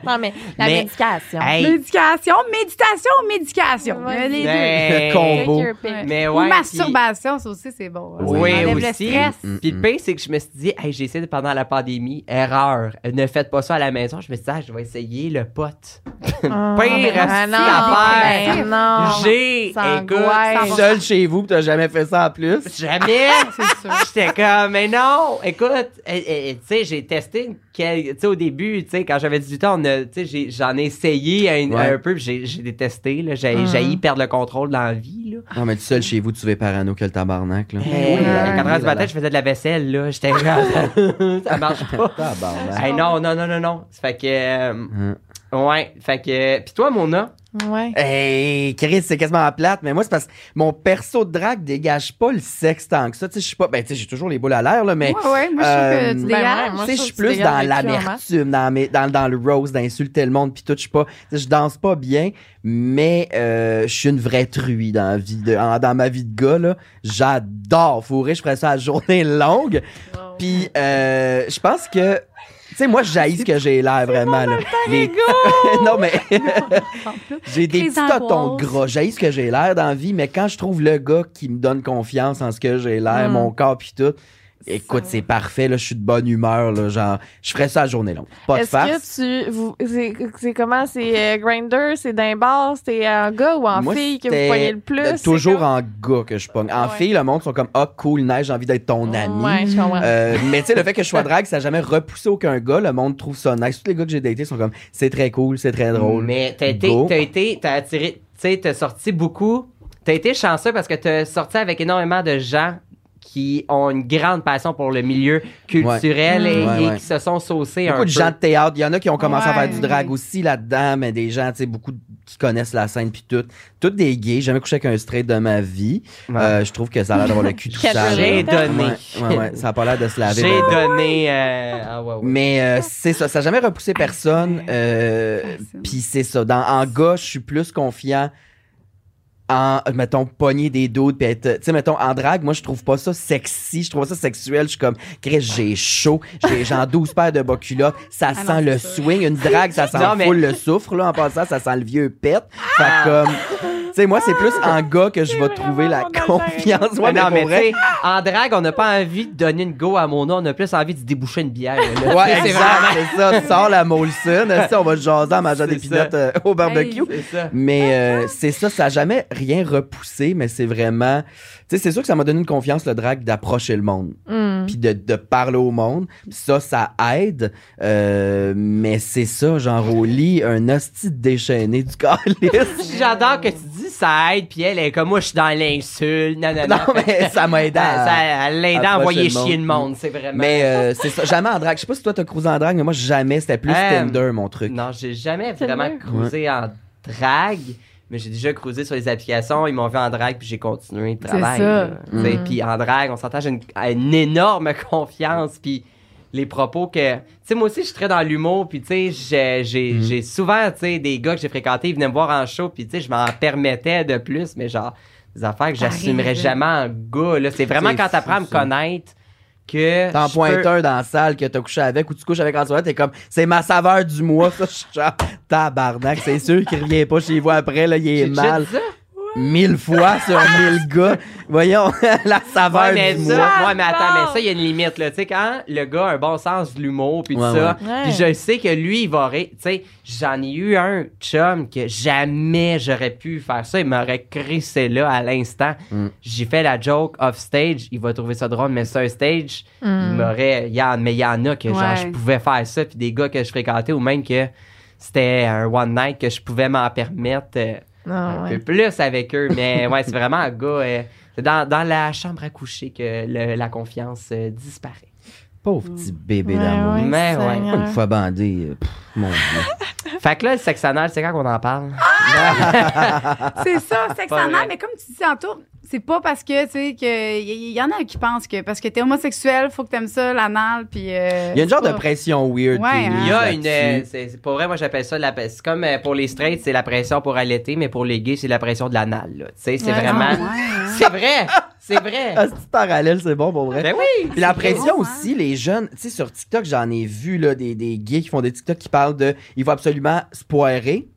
Non, mais la
Mais-
médication.
hey,
Médication, méditation, médication.
Ouais.
Les deux.
mais-
Le combo.
Take your pick.
Ouais.
Mais
Ou
Ben, ouais.
masturbation, ça aussi, c'est bon.
puis-
Ça
Oui,
enlève le
aussi. Mm.
stress.
Puis le pire, c'est que je me suis dit, hey, j'ai essayé pendant la pandémie, erreur, ne faites pas ça à la maison. Je me suis dit, ah, je vais essayer le pote.
Ah,
Pire
ben, ah,
hostie
non,
affaire.
ben,
Ah,
non.
J'ai,
Ça
écoute,
angoisse.
Seul chez vous, pis t'as jamais fait ça en plus.
Jamais!
C'est sûr.
J'étais comme, mais non! Écoute, eh, eh, eh, tu sais, j'ai testé, quel- tu sais, au début, tu sais, quand j'avais 18 ans, on a- tu sais, j'ai- j'en ai, essayé un,
Ouais.
un peu, puis j'ai j'ai détesté, là. J'ai
Mhm.
j'ai failli perdre le contrôle dans la vie, là.
Non, Ah, mais tu seul chez vous, tu vas parano que le tabarnak, là.
Eh, à 4 heures du
là, là.
matin, je faisais de la vaisselle, là. J'étais genre, <laughs> ça marche pas.
Tabarnak.
Hey, non, non, non, non, non. Fait que, euh,
Hum.
ouais, fait que, pis toi, Mona?
Ouais.
Eh, Hey, Chris, c'est quasiment à plate, mais moi, c'est parce que mon perso de drague dégage pas le sexe tant que ça. Tu sais, je suis pas. Ben, tu sais, j'ai toujours les boules à l'air, là, mais.
Ouais, ouais, moi, je
Euh,
trouve que tu
ben
dégages.
ouais,
Tu
moi,
sais,
je
je
trouve
suis
que tu
plus dans
dégages le cul en masse.
l'amertume, dans, mes- dans, dans le rose, d'insulter le monde, puis tout. Je suis pas, tu sais, je danse pas bien, mais euh, je suis une vraie truie dans, la vie de- en- dans ma vie de gars. là. J'adore fourrer, je ferais ça à journée longue. Puis euh, je pense que, tu sais, moi, je jaillis ce que j'ai l'air vraiment. là. Les- <laughs> non,
<laughs>
mais j'ai des
Les
petits totons
angoisses.
gras. J'ai ce que j'ai l'air dans la vie, mais quand je trouve le gars qui me donne confiance en ce que j'ai l'air,
Mm.
mon corps puis tout, Écoute, c'est parfait, là, je suis de bonne humeur, là, genre, je ferais ça la journée longue. Pas de
Est-ce
farce.
que tu. vous- C'est c'est comment? C'est euh, Grinder, c'est d'un bar, c'est en gars ou en
Moi,
fille que vous
c'était
voyez le plus?
Euh,
C'est
Toujours
comme-
en gars que je pogne. En
Ouais.
fille, le monde sont comme, ah, cool, nice, j'ai envie d'être ton ami.
Ouais, je comprends.
Euh, mais tu sais, le fait que je sois drague, ça n'a jamais repoussé aucun gars. Le monde trouve ça nice. Tous les gars que j'ai datés sont comme, c'est très cool, c'est très drôle.
Mais t'as été,
Go.
t'as été, t'as attiré, tu sais, t'as sorti beaucoup. T'as été chanceux parce que t'as sorti avec énormément de gens qui ont une grande passion pour le milieu culturel
Ouais.
et,
Ouais,
et
ouais.
qui se sont saucés un
Beaucoup de
peu.
gens de théâtre. Il y en a qui ont commencé à
Ouais.
faire du drag aussi là-dedans, mais des gens, tu sais, beaucoup de- qui connaissent la scène puis tout. Toutes des gays. J'ai jamais couché avec un straight de ma vie.
Ouais.
Euh, je trouve que ça a l'air d'avoir le cul tout sale.
J'ai donné.
Ouais, ouais, ouais. Ça a pas l'air de se laver.
J'ai donné. euh, ah ouais, ouais.
Mais euh, c'est ça, ça n'a jamais repoussé personne. euh,
Personne.
Puis c'est ça. Dans, en gars, je suis plus confiant en, mettons, pogner des doutes. Puis être, tu sais, mettons, en drague, moi, je trouve pas ça sexy. Je trouve ça sexuel. Je suis comme, Chris, j'ai chaud. J'ai genre 12 paires de bas culottes. Ça
non,
sent le
c'est ça.
swing. Une drague, ça sent
Non, mais- Ah.
full le soufre. Là, en passant, ça sent le vieux pet. Fait comme, tu sais, moi, c'est plus en gars que je vais trouver la
vraiment mon affaire.
confiance.
Ouais,
Ouais, mais
non,
pour
mais
vrai,
tu sais, en drague, on n'a pas envie de donner une go à mon nom, on a plus envie de se déboucher une bière. là.
Ouais,
Tu sais, c'est
exact, c'est ça. Tu sors la Molson, si on va te jaser en mangeant des
C'est
pinottes
ça.
euh, au barbecue.
Hey.
vraiment- C'est ça.
Mais euh, c'est ça, ça n'a jamais rien repoussé, mais c'est vraiment... Tu sais, c'est sûr que ça m'a donné une confiance, le drag, d'approcher le monde,
Hmm.
puis de, de parler au monde. Ça, ça aide, euh, mais c'est ça, genre au lit, un hostie de déchaîné du <laughs> calice.
J'adore que tu dis ça aide, puis elle est comme moi, je suis dans l'insulte. Non, non, non.
non, mais ça m'a aidé à-
Ça- ça- elle l'aide à
approcher
envoyer
le monde.
chier le monde, c'est vraiment.
Mais euh, c'est ça, jamais en drague. Je sais pas si toi, t'as cruisé en drague, mais moi, jamais. C'était plus
Euh,
Tinder, mon truc.
Non, j'ai jamais
C'est
vraiment
vrai.
cruisé en drague, mais j'ai déjà cruisé sur les applications. Ils m'ont vu en drague, puis j'ai continué le
C'est
travail.
ça.
là. Tu sais,
Mm.
Puis en drague, on s'entend, j'ai une, une énorme <laughs> confiance. Puis les propos que. Tu sais, moi aussi, je suis très dans l'humour. Puis tu sais, j'ai- j'ai
Mm.
j'ai souvent tu sais, des gars que j'ai fréquentés, ils venaient me voir en show. Puis tu sais, je m'en permettais de plus, mais genre, des affaires que j'assumerais
T'arrives.
jamais en gars. là. C'est vraiment
C'est
quand t'apprends à me
fou, ça.
connaître que.
T'en
je
pointes
peux-
un dans la salle que t'as couché avec ou tu couches avec en soirée, t'es comme c'est ma saveur du mois, ça, <laughs> je suis genre tabarnak, c'est sûr qu'il revient pas chez vous après, là, il
J'ai
est
déjà
mal
dit ça?
mille fois sur
<laughs>
mille gars. Voyons, <laughs> la saveur
Ouais, mais
du
ça,
mois.
ouais, mais attends, mais ça, il y a une limite, là. Tu sais, quand le gars a un bon sens de l'humour, puis tout
Ouais,
ça,
ouais.
puis je sais que lui, il va ré- Tu sais, j'en ai eu un chum que jamais j'aurais pu faire ça. Il m'aurait crissé là à l'instant.
Mm.
J'ai fait la joke off stage. Il va trouver ça drôle, mais sur stage,
Mm.
il m'aurait. il y en- Mais il y en a que genre,
Ouais.
je pouvais faire ça, puis des gars que je fréquentais, ou même que c'était un one night que je pouvais m'en permettre. euh,
Ah,
un
ouais.
peu plus avec eux. Mais ouais, c'est vraiment un gars. euh, c'est dans, dans la chambre à coucher que le- la confiance euh, disparaît.
Pauvre petit bébé
Ouais,
d'amour.
ouais,
Mais ouais.
Seigneur.
Une fois bandé, euh, pff, mon dieu.
<laughs> Fait que là, le sexe anal, c'est quand qu'on en parle?
C'est ça, c'est
Pas vrai.
extrêmement. Mais comme tu dis tantôt, c'est pas parce que, tu sais, que il y, y en a qui pensent que parce que t'es homosexuel, faut que t'aimes ça, l'anal, puis. euh,
Il y a une genre
c'est
de
pas-
pression weird.
Ouais,
qui est
hein.
Il y a une. euh,
là-dessus.
c'est, c'est- pour vrai, moi, j'appelle ça de la. C'est comme euh, pour les straights, c'est la pression pour allaiter, mais pour les gays, c'est la pression de l'anal, là. Tu sais, c'est
Ouais,
vraiment.
Ah, ouais, hein.
C'est vrai! C'est vrai!
Ah, c'est parallèle, c'est bon pour vrai.
ben oui!
Puis la pression
bon,
aussi, les jeunes, tu sais, sur TikTok, j'en ai vu là, des, des gays qui font des TikTok qui parlent de il faut absolument se poirer.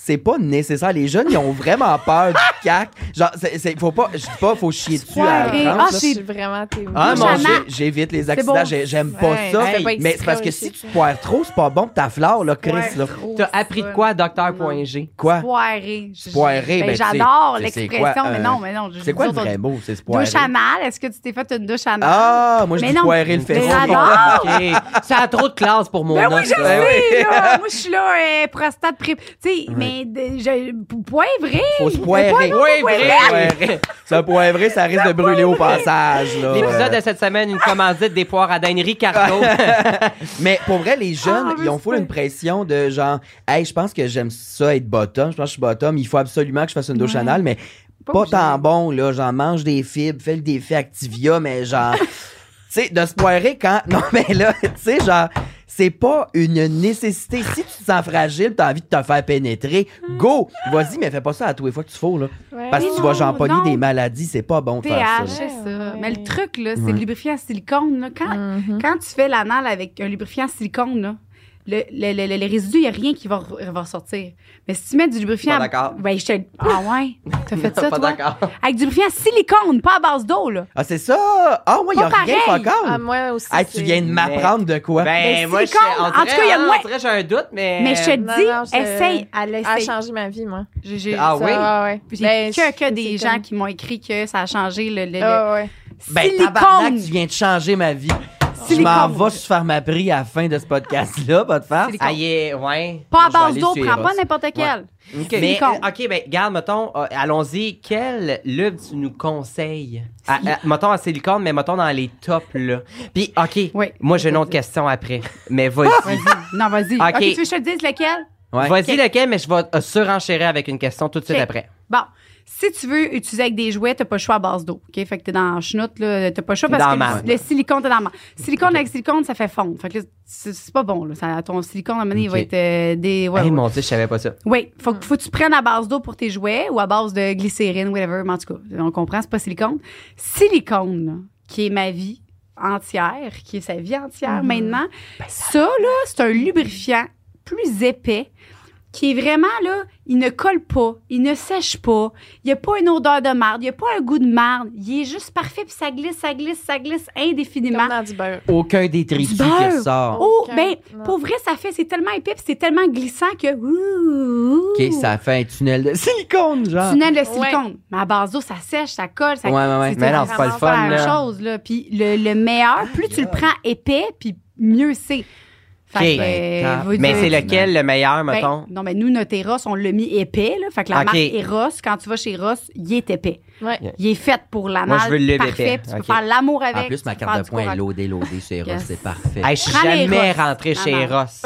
C'est pas nécessaire. Les jeunes, ils ont vraiment
<laughs>
peur du cac. Genre, c'est, c'est- faut pas, je dis pas, faut chier dessus à la
poirer.
France,
Ah,
là.
Je
c'est-
suis vraiment témoin.
Ah,
Moi,
mon
j'en ai-
Dieu, j'évite les accidents,
bon.
j'ai- j'aime pas
Ouais,
ça.
c'est pas
mais c'est
exprès
parce que
aussi.
si tu poires trop, c'est pas bon pour ta flore, là, Chris.
Ouais,
là.
trop
T'as appris de
fun.
quoi, docteur.g?
Quoi?
Poiré. Je-
Poiré,
ben,
ben,
J'adore
c'est- c'est
l'expression,
quoi,
mais
euh,
non, mais non. je-
C'est quoi le
nous autres,
vrai mot? C'est se
on-
poirer.
Douche anal, est-ce que tu t'es fait une douche anal?
Ah, moi, je
Mais
dis
non.
poirer le
Mais
fait.
j'adore!
Oh, Ok. Ça a trop de classe pour mon
Ben oui,
os,
je
là.
sais,
<laughs>
là. Moi, je suis là, euh, prostate pré... Tu sais, mais de- je, poivré.
Faut se poirer.
Ouais, non,
Ben Oui,
faut poivrer.
vrai!
Ça poivrer, ça risque de
<laughs>
brûler au passage, là.
L'épisode de cette semaine, une commandite des poires à Dan
<laughs>
Ricardo.
Mais pour vrai, les jeunes,
Ah,
ils ont full
respect.
une pression de genre, hey, je pense que j'aime ça être bottom, je pense que je suis bottom, il faut absolument que je fasse une douche
Ouais.
anale, mais
Pas
pas,
obligé.
tant bon, là, genre, mange des fibres, fais le défi Activia, mais genre, <laughs> tu sais, de se poirer quand, <laughs> non, mais là, tu sais, genre, c'est pas une nécessité. Si tu te sens fragile, t'as envie de te faire pénétrer, go! Vas-y, mais fais pas ça à tous les fois que tu fous, là.
Ouais.
Parce que
Mais
tu vas,
non,
genre, pogner
non.
des maladies, c'est pas bon de faire
TH,
ça.
c'est ça.
Ouais.
Mais le truc, là, c'est
Ouais.
le lubrifiant silicone. là. Quand,
Mhm.
quand tu fais l'anal avec un lubrifiant silicone, là, le, le, le- le- le résidu, il n'y a rien qui va, re- va ressortir. Mais si tu mets du lubrifiant.
Pas d'accord.
Ben, je te. Ah ouais? T'as fait ça,
pas
toi?
d'accord.
Avec du lubrifiant silicone, pas à base d'eau,
Euh,
là.
Ah, c'est ça! Ah, ouais, il n'y a
Pas
rien,
pareil.
fuck
Ah,
all!
moi aussi.
Hey, tu
c'est-
viens de m'apprendre de quoi?
Mais
Ben, moi, je,
silicone,
on
en tout
dirait,
cas, il y a
hein,
moins-
On dirait, j'ai un doute, mais.
Mais je te dis,
non, non, je-
essaye. Elle
a
essaye.
changé ma vie, moi.
J'ai- j'ai-
Ah
Ça,
oui?
ouais, ouais.
J'ai
Ben,
que,
je-
que des
c'est
gens
comme-
qui m'ont écrit que ça a changé le, le- le
Ah, ouais.
Ben,
silicone.
tabarnak, tu viens de changer ma vie. Je
Silicone.
m'en vais sur faire ma prix à la fin de ce podcast-là, pas de farce.
Silicone.
Aïe, ah, ouais.
Pas à
Je vais
base
aller
d'eau,
sur
prends
Eros.
pas n'importe quel.
OK, mais,
Silicone.
euh, ok, ben, garde, mettons, euh, allons-y. Quel livre tu nous conseilles? À- à- mettons en silicone, mais mettons dans les tops, là. Puis, OK,
Oui.
moi, j'ai une autre question après. Mais
<laughs>
vas-y.
Vas-y. Non, vas-y.
Ok.
OK, tu veux que je te le dise lequel?
Ouais.
Vas-y lequel, mais je vais euh, surenchérir avec une question tout de suite
Ok.
après.
Bon, si tu veux utiliser avec des jouets, t'as pas le choix à base d'eau. OK? Fait que t'es dans la chenoute, là, t'as pas le choix parce
Dans
que
la
le-
marde.
le, silicone, t'es dans la marde. Silicone avec silicone, ça fait fondre. Fait que là, c'est c'est pas bon, là. Ça- ton silicone, à un moment donné, il va
Ok.
être euh, des. ouais,
Eh
ouais.
mon Dieu, je savais pas ça.
Oui, faut,
Ah.
que- faut que tu prennes à base d'eau pour tes jouets ou à base de glycérine, whatever, mais en tout cas, on comprend, c'est pas silicone. Silicone, là, qui est ma vie entière, qui est sa vie
Mhm.
entière maintenant,
Ben,
ça, là, c'est un lubrifiant plus épais qui est vraiment, là, il ne colle pas, il ne sèche pas, il n'y a pas une odeur de marde, il n'y a pas un goût de marde, il est juste parfait, puis ça glisse, ça glisse, ça glisse indéfiniment.
Comme dans du beurre.
Aucun détritus
Du beurre.
qui ressort.
Oh,
Aucun-
ben,
non.
pour vrai, ça fait, c'est tellement épais, puis c'est tellement glissant que... ouh,
OK, ça fait un tunnel de silicone,
Ah.
genre.
tunnel de silicone. Mais à base d'eau, ça sèche, ça colle, ça.
Ouais, ouais, ouais.
Mais non, c'est pas le
vraiment
fun,
la
là.
chose, là. Puis le, le meilleur, plus tu le prends épais, puis mieux c'est. Fait
Ok.
que, euh,
Ben,
vous
Mais
dire-
c'est lequel le meilleur,
Ben,
mettons?
non, mais nous, notre Eros, on l'a mis épais, là. Fait que la
Ok.
marque Eros, quand tu vas chez Eros, il est épais.
Ouais.
Il est fait pour l'anal.
Moi, je veux le lait
parfait,
épais.
puis tu peux
Ok.
faire l'amour avec.
En plus, ma
tu peux
carte
faire
de
du
points est
corail.
loadée, loadée chez Eros,
Yes.
c'est parfait.
Hey, je suis
Ben, Prends les
jamais
Ross.
rentrée chez
Maman.
Ross.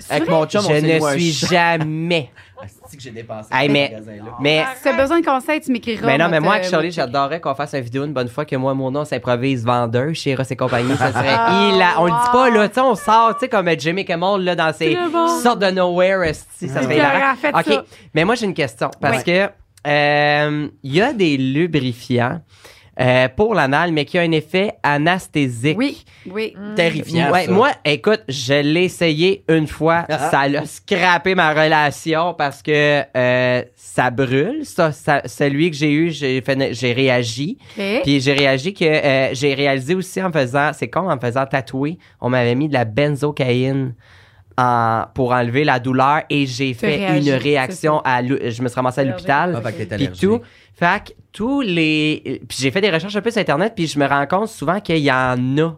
C'est
Avec
vrai?
mon Oh, chum, on s'est
je
loué
ne
un
suis
chat. <laughs>
jamais.
Ah, c'est-tu que j'ai dépensé
Hey,
ce
mais-
magasin-là?
Mais
Si tu as besoin de conseils, tu m'écriras.
Mais non, mais
notre,
moi,
euh,
avec Charlie,
notre-
j'adorerais qu'on fasse une vidéo une bonne fois que moi, mon nom s'improvise vendeur chez Ross et compagnie. Ça serait
Ah,
hila- On le dit pas,
wow.
là. Tu sais, on sort, tu sais, comme Jimmy Kimmel, là, dans ses
Très bon.
sortes de nowhere, esti, ça
C'est
serait hilarant.
hilarant, faites
OK.
ça.
Mais moi, j'ai une question. Parce que, euh, il y a des lubrifiants. euh, pour l'anal, mais qui a un effet anesthésique.
Oui, oui.
Terrifiant,
Ouais,
ça. Ah.
moi, écoute, je l'ai essayé une fois. ça l'a scrappé ma relation parce que euh, ça brûle. Ça, ça- celui que j'ai eu, j'ai fait- j'ai réagi.
OK.
Puis j'ai réagi que euh, j'ai réalisé aussi en faisant, c'est con, en me faisant tatouer, on m'avait mis de la benzocaïne en- pour enlever la douleur et j'ai fait
réagi,
une réaction à, l'hô- je me suis ramassé à
Allergique.
l'hôpital.
Ah, fait que t'es
Puis
allergique.
tout. Fait que tous les. Puis j'ai fait des recherches un peu sur Internet, puis je me rends compte souvent qu'il y en a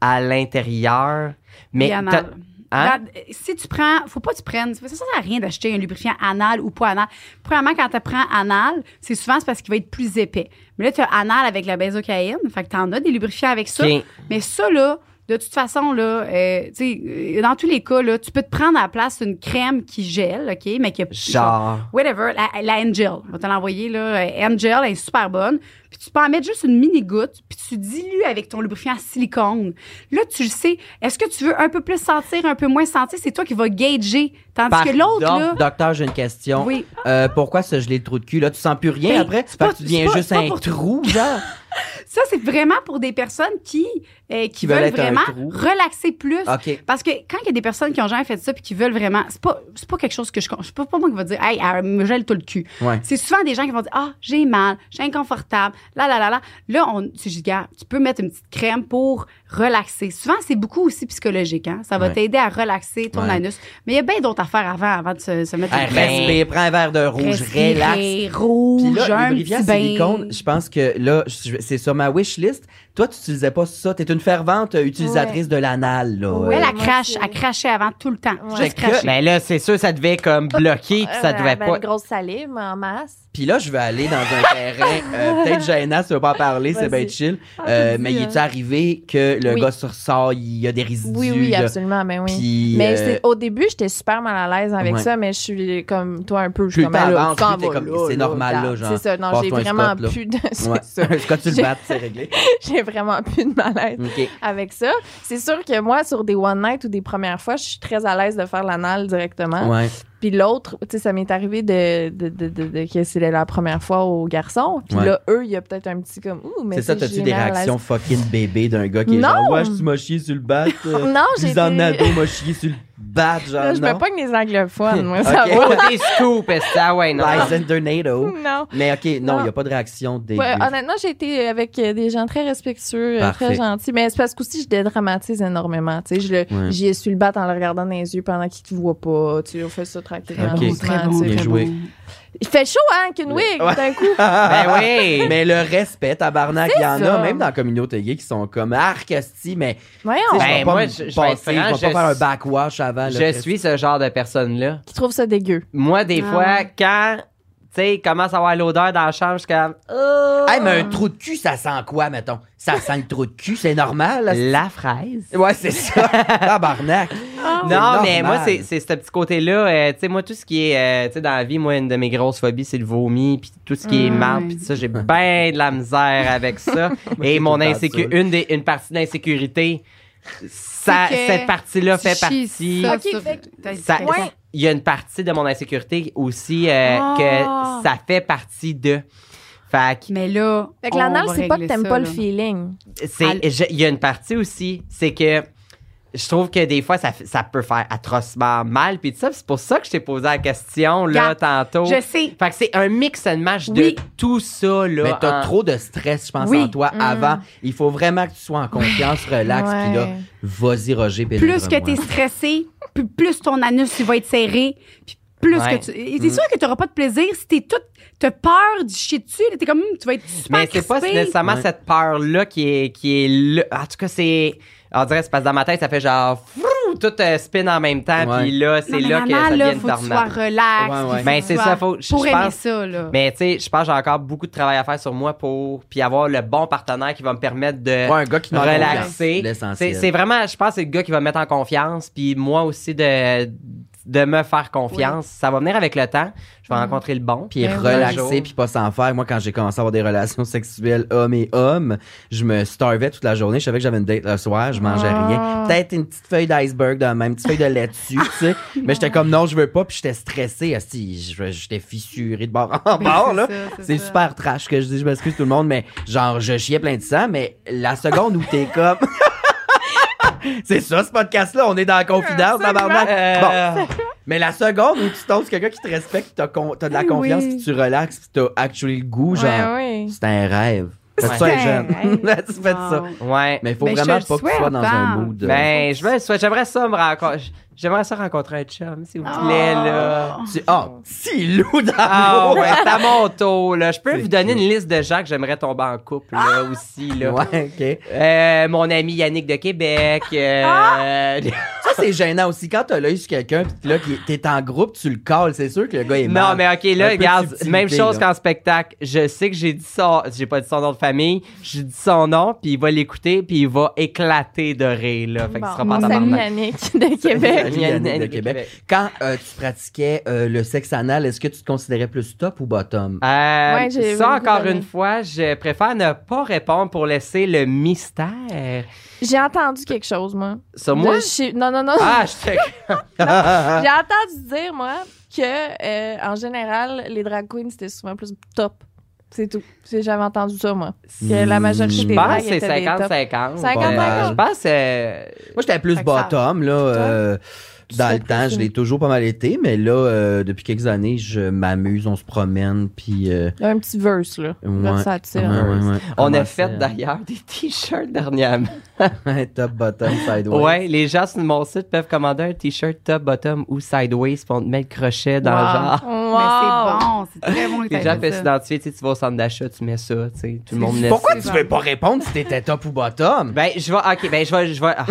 à l'intérieur. Mais.
Et anal.
t'as- Hein?
Regarde, euh, si tu prends, faut pas que tu prennes. Ça, ça sert à rien d'acheter un lubrifiant anal ou pas anal. Premièrement, quand tu prends anal, c'est souvent c'est parce qu'il va être plus épais. Mais là, tu as anal avec la benzocaïne. Fait que tu en as des lubrifiants avec ça.
Ok.
Mais ça, là, de toute façon, là, euh, tu sais, euh, dans tous les cas, là, tu peux te prendre à la place une crème qui gèle, OK, mais qui a
Genre.
<laughs> whatever, la, la Angel. On va te l'envoyer, là. Euh, Angel, elle est super bonne. Puis tu peux en mettre juste une mini-goutte, puis tu dilues avec ton lubrifiant silicone. Là, tu le sais. Est-ce que tu veux un peu plus sentir, un peu moins sentir? C'est toi qui vas gager. Tandis que l'autre,
Pardon,
là...
Docteur, j'ai une question.
Oui.
Euh, pourquoi ce gelé de trou de cul, là? Tu sens plus rien
Ben,
après?
c'est
Fait
pas-
que tu deviens
c'est pas-
juste
c'est pas
un
pour-
trou, genre?
Ça, c'est vraiment pour des personnes qui, euh, qui,
veulent
veulent
être un
vraiment
trou. Ah.
relaxer plus.
OK.
Parce que quand il y a des personnes qui ont jamais fait ça puis qui veulent vraiment, c'est pas, c'est pas quelque chose que je. con- C'est pas, pas moi qui va dire, hey, elle me gèle tout le cul.
Ouais.
C'est souvent des gens qui vont dire, ah, j'ai mal, j'ai inconfortable, là, là, là, là. Là, on, tu dis, Regarde, tu peux mettre une petite crème pour relaxer. Souvent, c'est beaucoup aussi psychologique, hein. Ça va
Ouais.
t'aider à relaxer ton
Ouais.
anus. Mais il y a bien d'autres affaires avant, avant de se, se mettre
Hey,
une crème.
respire, prends un verre de rouge,
Respirer,
relax. Puis
rouge,
là,
un
le lubrifiant
petit bain.
ben
silicone, je pense que là, je- c'est sur ma wish list. Toi, tu n'utilisais pas ça. Tu es une fervente utilisatrice de l'anal, là.
Ouais,
Elle,
la
elle
moi,
crache,
c'est-
elle crachait avant tout le temps.
Ouais.
Juste
Fait que-
cracher.
Mais Ben là, c'est sûr, ça devait comme
<laughs>
bloquer, puis ça
Euh,
devait
ben,
pas.
Une grosse salive en masse.
Puis là, je vais aller dans un
<laughs>
terrain euh, peut-être gênant si tu veux pas en parler, c'est
Vas-y.
bien chill.
Ah,
Euh,
t'as dit,
mais il
hein.
est arrivé que le
Oui.
gars se ressort, il y a des résidus.
Oui, oui,
là.
absolument. Ben oui.
euh, Puis,
Mais
euh,
c'est- au début, j'étais super mal à l'aise avec
ouais.
ça, mais je suis comme toi un peu.
Plus
Je suis comme,
t'as
ah, là,
avance,
tu t'en
plus t'es
vas,
comme, c'est normal, là, genre,
C'est ça, non, j'ai
passe-toi un
vraiment
spot, là.
plus de. <laughs>
<laughs>
c'est
ouais.
ça.
un scotch sur le
J'ai- <laughs>
bat, c'est réglé.
J'ai vraiment plus de malaise
OK.
avec ça. C'est sûr que moi, sur des one night ou des premières fois, je suis très à l'aise de faire l'anal directement.
Ouais.
Puis l'autre, tu sais, ça m'est arrivé de, de, de, de- de- que c'est la première fois aux garçons. Puis
Ouais.
là, eux, il y a peut-être un petit comme ouh, mais
C'est ça,
tu sais,
t'as-tu
j'ai
des
mal à l'aise.
réactions fucking bébé d'un gars qui est
Non.
genre, ouais, tu m'as chié sur le
<laughs>
bat. euh,
Non, Oh, j'ai
Puis en
été- <laughs>
ado m'a chié sur le bat, genre.
Je me
non.
pogne les
<laughs>
anglophones, moi,
Ah,
ça
Ok.
va.
Oh, des scoops, est-ce que- ah ouais, non.
Lysander NATO.
Non.
Mais ok, non, il
Non.
n'y a pas de réaction des.
Ouais,
<laughs>
honnêtement, j'ai été avec euh, des gens très respectueux, euh,
Parfait.
très gentils, mais c'est parce qu'aussi je dédramatise énormément. Tu sais, je le,
Ouais.
j'y ai su le battre en le regardant dans les yeux pendant qu'il te voit pas. Tu sais, on fait ça tranquillement.
Ben, Ok.
doucement,
Très bon,
tu sais.
Bien
très
joué.
bon.
Il fait chaud, hein, qu'une wig,
Ouais. <laughs>
d'un coup.
Ben oui.
Mais le respect, tabarnak, il y en
ça.
a même dans la communauté gay qui sont comme arcasti, mais tu sais,
Voyons,
Ben,
je vais pas
moi,
me
je- je vais être
passer,
franc,
je vais
je-
pas faire un backwash avant. là,
Je
Christ.
suis ce genre de personne-là.
qui trouve ça dégueu.
Moi, des
Ah
fois,
ouais.
quand, tu sais, il commence à avoir l'odeur dans la chambre, je suis comme,
Oh. Hey, mais un trou de cul, ça sent quoi, mettons? Ça sent le trou de cul, c'est normal? là?
la fraise.
Ouais, c'est ça. <laughs> tabarnak.
Ah
C'est
Non, mais
normal.
moi, c'est c'est ce petit côté-là. euh, tu sais, moi, tout ce qui est, euh, tu sais, dans la vie, moi, une de mes grosses phobies, c'est le vomi, puis tout ce qui est
Mm.
marde, puis
<laughs>
tout ça, j'ai bien de la misère avec ça. Et
j'ai
mon
tout le temps
insécu-
ça, là.
une, des, une partie d'insécurité, ça,
C'est que
cette partie-là
Tu
fait
chies
partie.
ça
Ok,
sur-
fait que-
t'as-
Ça-
t'as-
Il y a une partie de mon insécurité aussi euh,
Ah.
que ça fait partie de. Fait que
Mais là.
Fait que
on
l'anal,
va
c'est pas que
régler
t'aimes
ça,
pas le
là.
feeling.
Al-
c'est je- il y a une partie aussi c'est que je trouve que des fois ça fait- ça peut faire atrocement mal puis tout ça puis c'est pour ça que je t'ai posé la question là
Gap.
tantôt
Je sais.
fait que c'est un mix and match
Oui.
de tout ça là
Mais t'as
en-
trop de stress, je pense,
Oui. Mm.
en toi avant. Il faut vraiment que tu sois en confiance, relax,
Ouais.
puis là, vas-y, Roger, puis
Plus que
livre-moi.
t'es stressé, plus- plus ton anus il va être serré. Puis plus
Ouais. Mm.
que tu. et C'est sûr que t'auras pas de plaisir si t'es toute. T'as peur du chier dessus. là, T'es comme. hum, Tu vas être super.
mais c'est pas
crispé.
nécessairement
Ouais.
cette peur là qui est qui est là en tout cas c'est on dirait c'est parce que dans ma tête ça fait genre frou, tout euh, spin en même temps
Ouais.
puis là c'est
Non, mais
là que ça
l'anal, là,
devient une
faut que tu sois
tornade
relax.
Ouais,
puis
ouais.
faut
Mais
que
c'est
tu
ça,
sois-
faut- je
Pour aimer
pense-
ça, là.
mais tu sais je pense que j'ai encore beaucoup de travail à faire sur moi pour puis avoir le bon partenaire qui va me permettre de
Ouais, un gars qui demande confiance,
relaxer. C'est
l'essentiel.
c'est vraiment, je pense, que c'est le gars qui va me mettre en confiance, puis moi aussi de de me faire confiance. Ça va venir avec le temps. Je vais rencontrer le bon.
puis
Ben oui.
relaxer, puis pas s'en faire. Moi, quand j'ai commencé à avoir des relations sexuelles hommes et hommes, je me starvais toute la journée. Je savais que j'avais une date le soir, je mangeais
Ah.
rien. Peut-être une petite feuille d'iceberg, dans même, une petite feuille de laitue, tu
<laughs>
sais. Mais j'étais comme, non, je veux pas, puis j'étais stressé. asti, je- J'étais fissuré de bord en
Mais
bord,
c'est
là.
ça,
C'est
ça.
super trash que je dis, je m'excuse tout le monde, mais genre, je chiais plein de sang, mais la seconde où t'es comme... <laughs> c'est ça, ce podcast-là, on est dans la confidence,
Ah,
tabarnak.
Euh.
Bon, mais la seconde où tu tombes sur quelqu'un qui te respecte, t'as, con- t'as de la
Oui.
confiance, puis tu relaxes, puis t'as actually le goût, genre,
Ouais, ouais.
c'est un rêve. Faites
Ouais.
ça,
C'est
les
un
jeunes.
rêve.
tu <laughs> fais ça.
Wow.
Ouais.
Mais il faut
Mais je
vraiment
te
pas
le
que tu sois
souhaite,
dans un
hein.
mood. euh,
Ben, je me le souhaite. J'aimerais ça me rencontrer. J'aimerais ça rencontrer un chum, s'il vous plaît, là.
tu- Ah, si lourd dans
Ah
le <laughs>
ouais, c'est à mon tour, là. Je peux
C'est
vous donner
cool.
une liste de gens que j'aimerais tomber en couple, là, aussi, là.
mot. <laughs> Ouais, ok.
Euh, mon ami Yannick de Québec. euh, <laughs>
Ça, c'est gênant aussi. Quand t'as l'œil sur quelqu'un, pis là, qu'il- t'es en groupe, tu le calls, c'est sûr que le gars est mal.
Non,
<laughs>
mais OK, là,
Un peu de
regarde,
subtilité,
même chose
là.
qu'en spectacle. Je sais que j'ai dit son... J'ai pas dit son nom de famille. J'ai dit son nom, puis il va l'écouter, puis il va éclater de rire, là. Fait qu'il
Bon,
sera pas en
mon ami
tabarnak.
Yannick de
<laughs>
Québec.
Salut, Yannick de Québec. Quand euh, tu pratiquais euh, le sexe anal, est-ce que tu te considérais plus top ou <laughs> bottom?
Euh,
Ouais, j'ai
ça,
beaucoup
encore
aimé.
une fois, je préfère ne pas répondre pour laisser le mystère.
J'ai entendu quelque chose, moi.
Sur moi?
De <laughs> chez- Non, non, non.
<laughs> Ah, je te...
Ah.
J'ai entendu dire, moi, que euh, en général, les drag queens, c'était souvent plus top. C'est tout. C'est- J'avais entendu ça, moi. Que la majorité
Je
des
Je pense que
drags
ben, c'est
étaient des tops.
50-50.
50-50.
Euh, Je pense euh,
Moi, j'étais plus
Fait que ça-
bottom, là. euh,
Tu
dans
serais
le temps,
plus
je
une-
l'ai toujours pas mal été, mais là, euh, depuis quelques années, je m'amuse, on se promène, puis... euh,
Il y a Un petit verse, là.
Ouais.
Versatile.
ouais, ouais, ouais.
on a
Commencer
fait
à-
d'ailleurs des <laughs> t-shirts dernièrement.
Ouais, <laughs> top, bottom, sideways.
Ouais, les gens sur mon site peuvent commander un t-shirt top, bottom ou sideways pour te mettre le crochet dans le
Wow.
genre.
<laughs> Mais c'est bon, c'est très bon que
Les
t'aies
gens
fait
peuvent
ça.
s'identifier, tu sais, tu vas au centre d'achat, tu mets ça, tu sais, tout le monde met
Pourquoi
ça.
tu veux pas répondre si t'étais top ou bottom?
Ben, je vais, ok, ben, je vais, je vais, ah,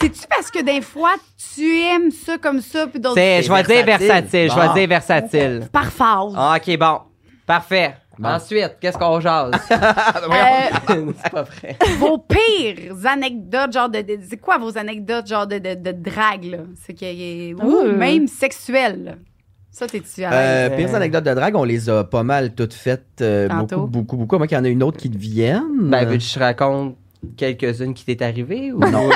C'est-tu parce que des fois, tu aimes ça comme ça, puis d'autres.
c'est- je vais dire versatile, je vais
Bon.
dire versatile.
Par phase.
Ah, ok, bon, parfait.
Bon.
Ensuite, qu'est-ce
<laughs>
qu'on jase?
Euh,
c'est pas vrai.
vos pires anecdotes, genre de. de- c'est quoi vos anecdotes, genre de, de, de drague, là? C'est que. Ou
Ouh.
même sexuelle. Ça, t'es-tu à l'aise?
Euh,
Ouais.
pires anecdotes de drague, on les a pas mal toutes faites. euh,
Tantôt.
beaucoup, beaucoup, beaucoup. À moins qu'il y en ait une autre qui te vienne.
Ben, veux-tu que je raconte quelques-unes qui t'est arrivée ou <laughs> non? ok,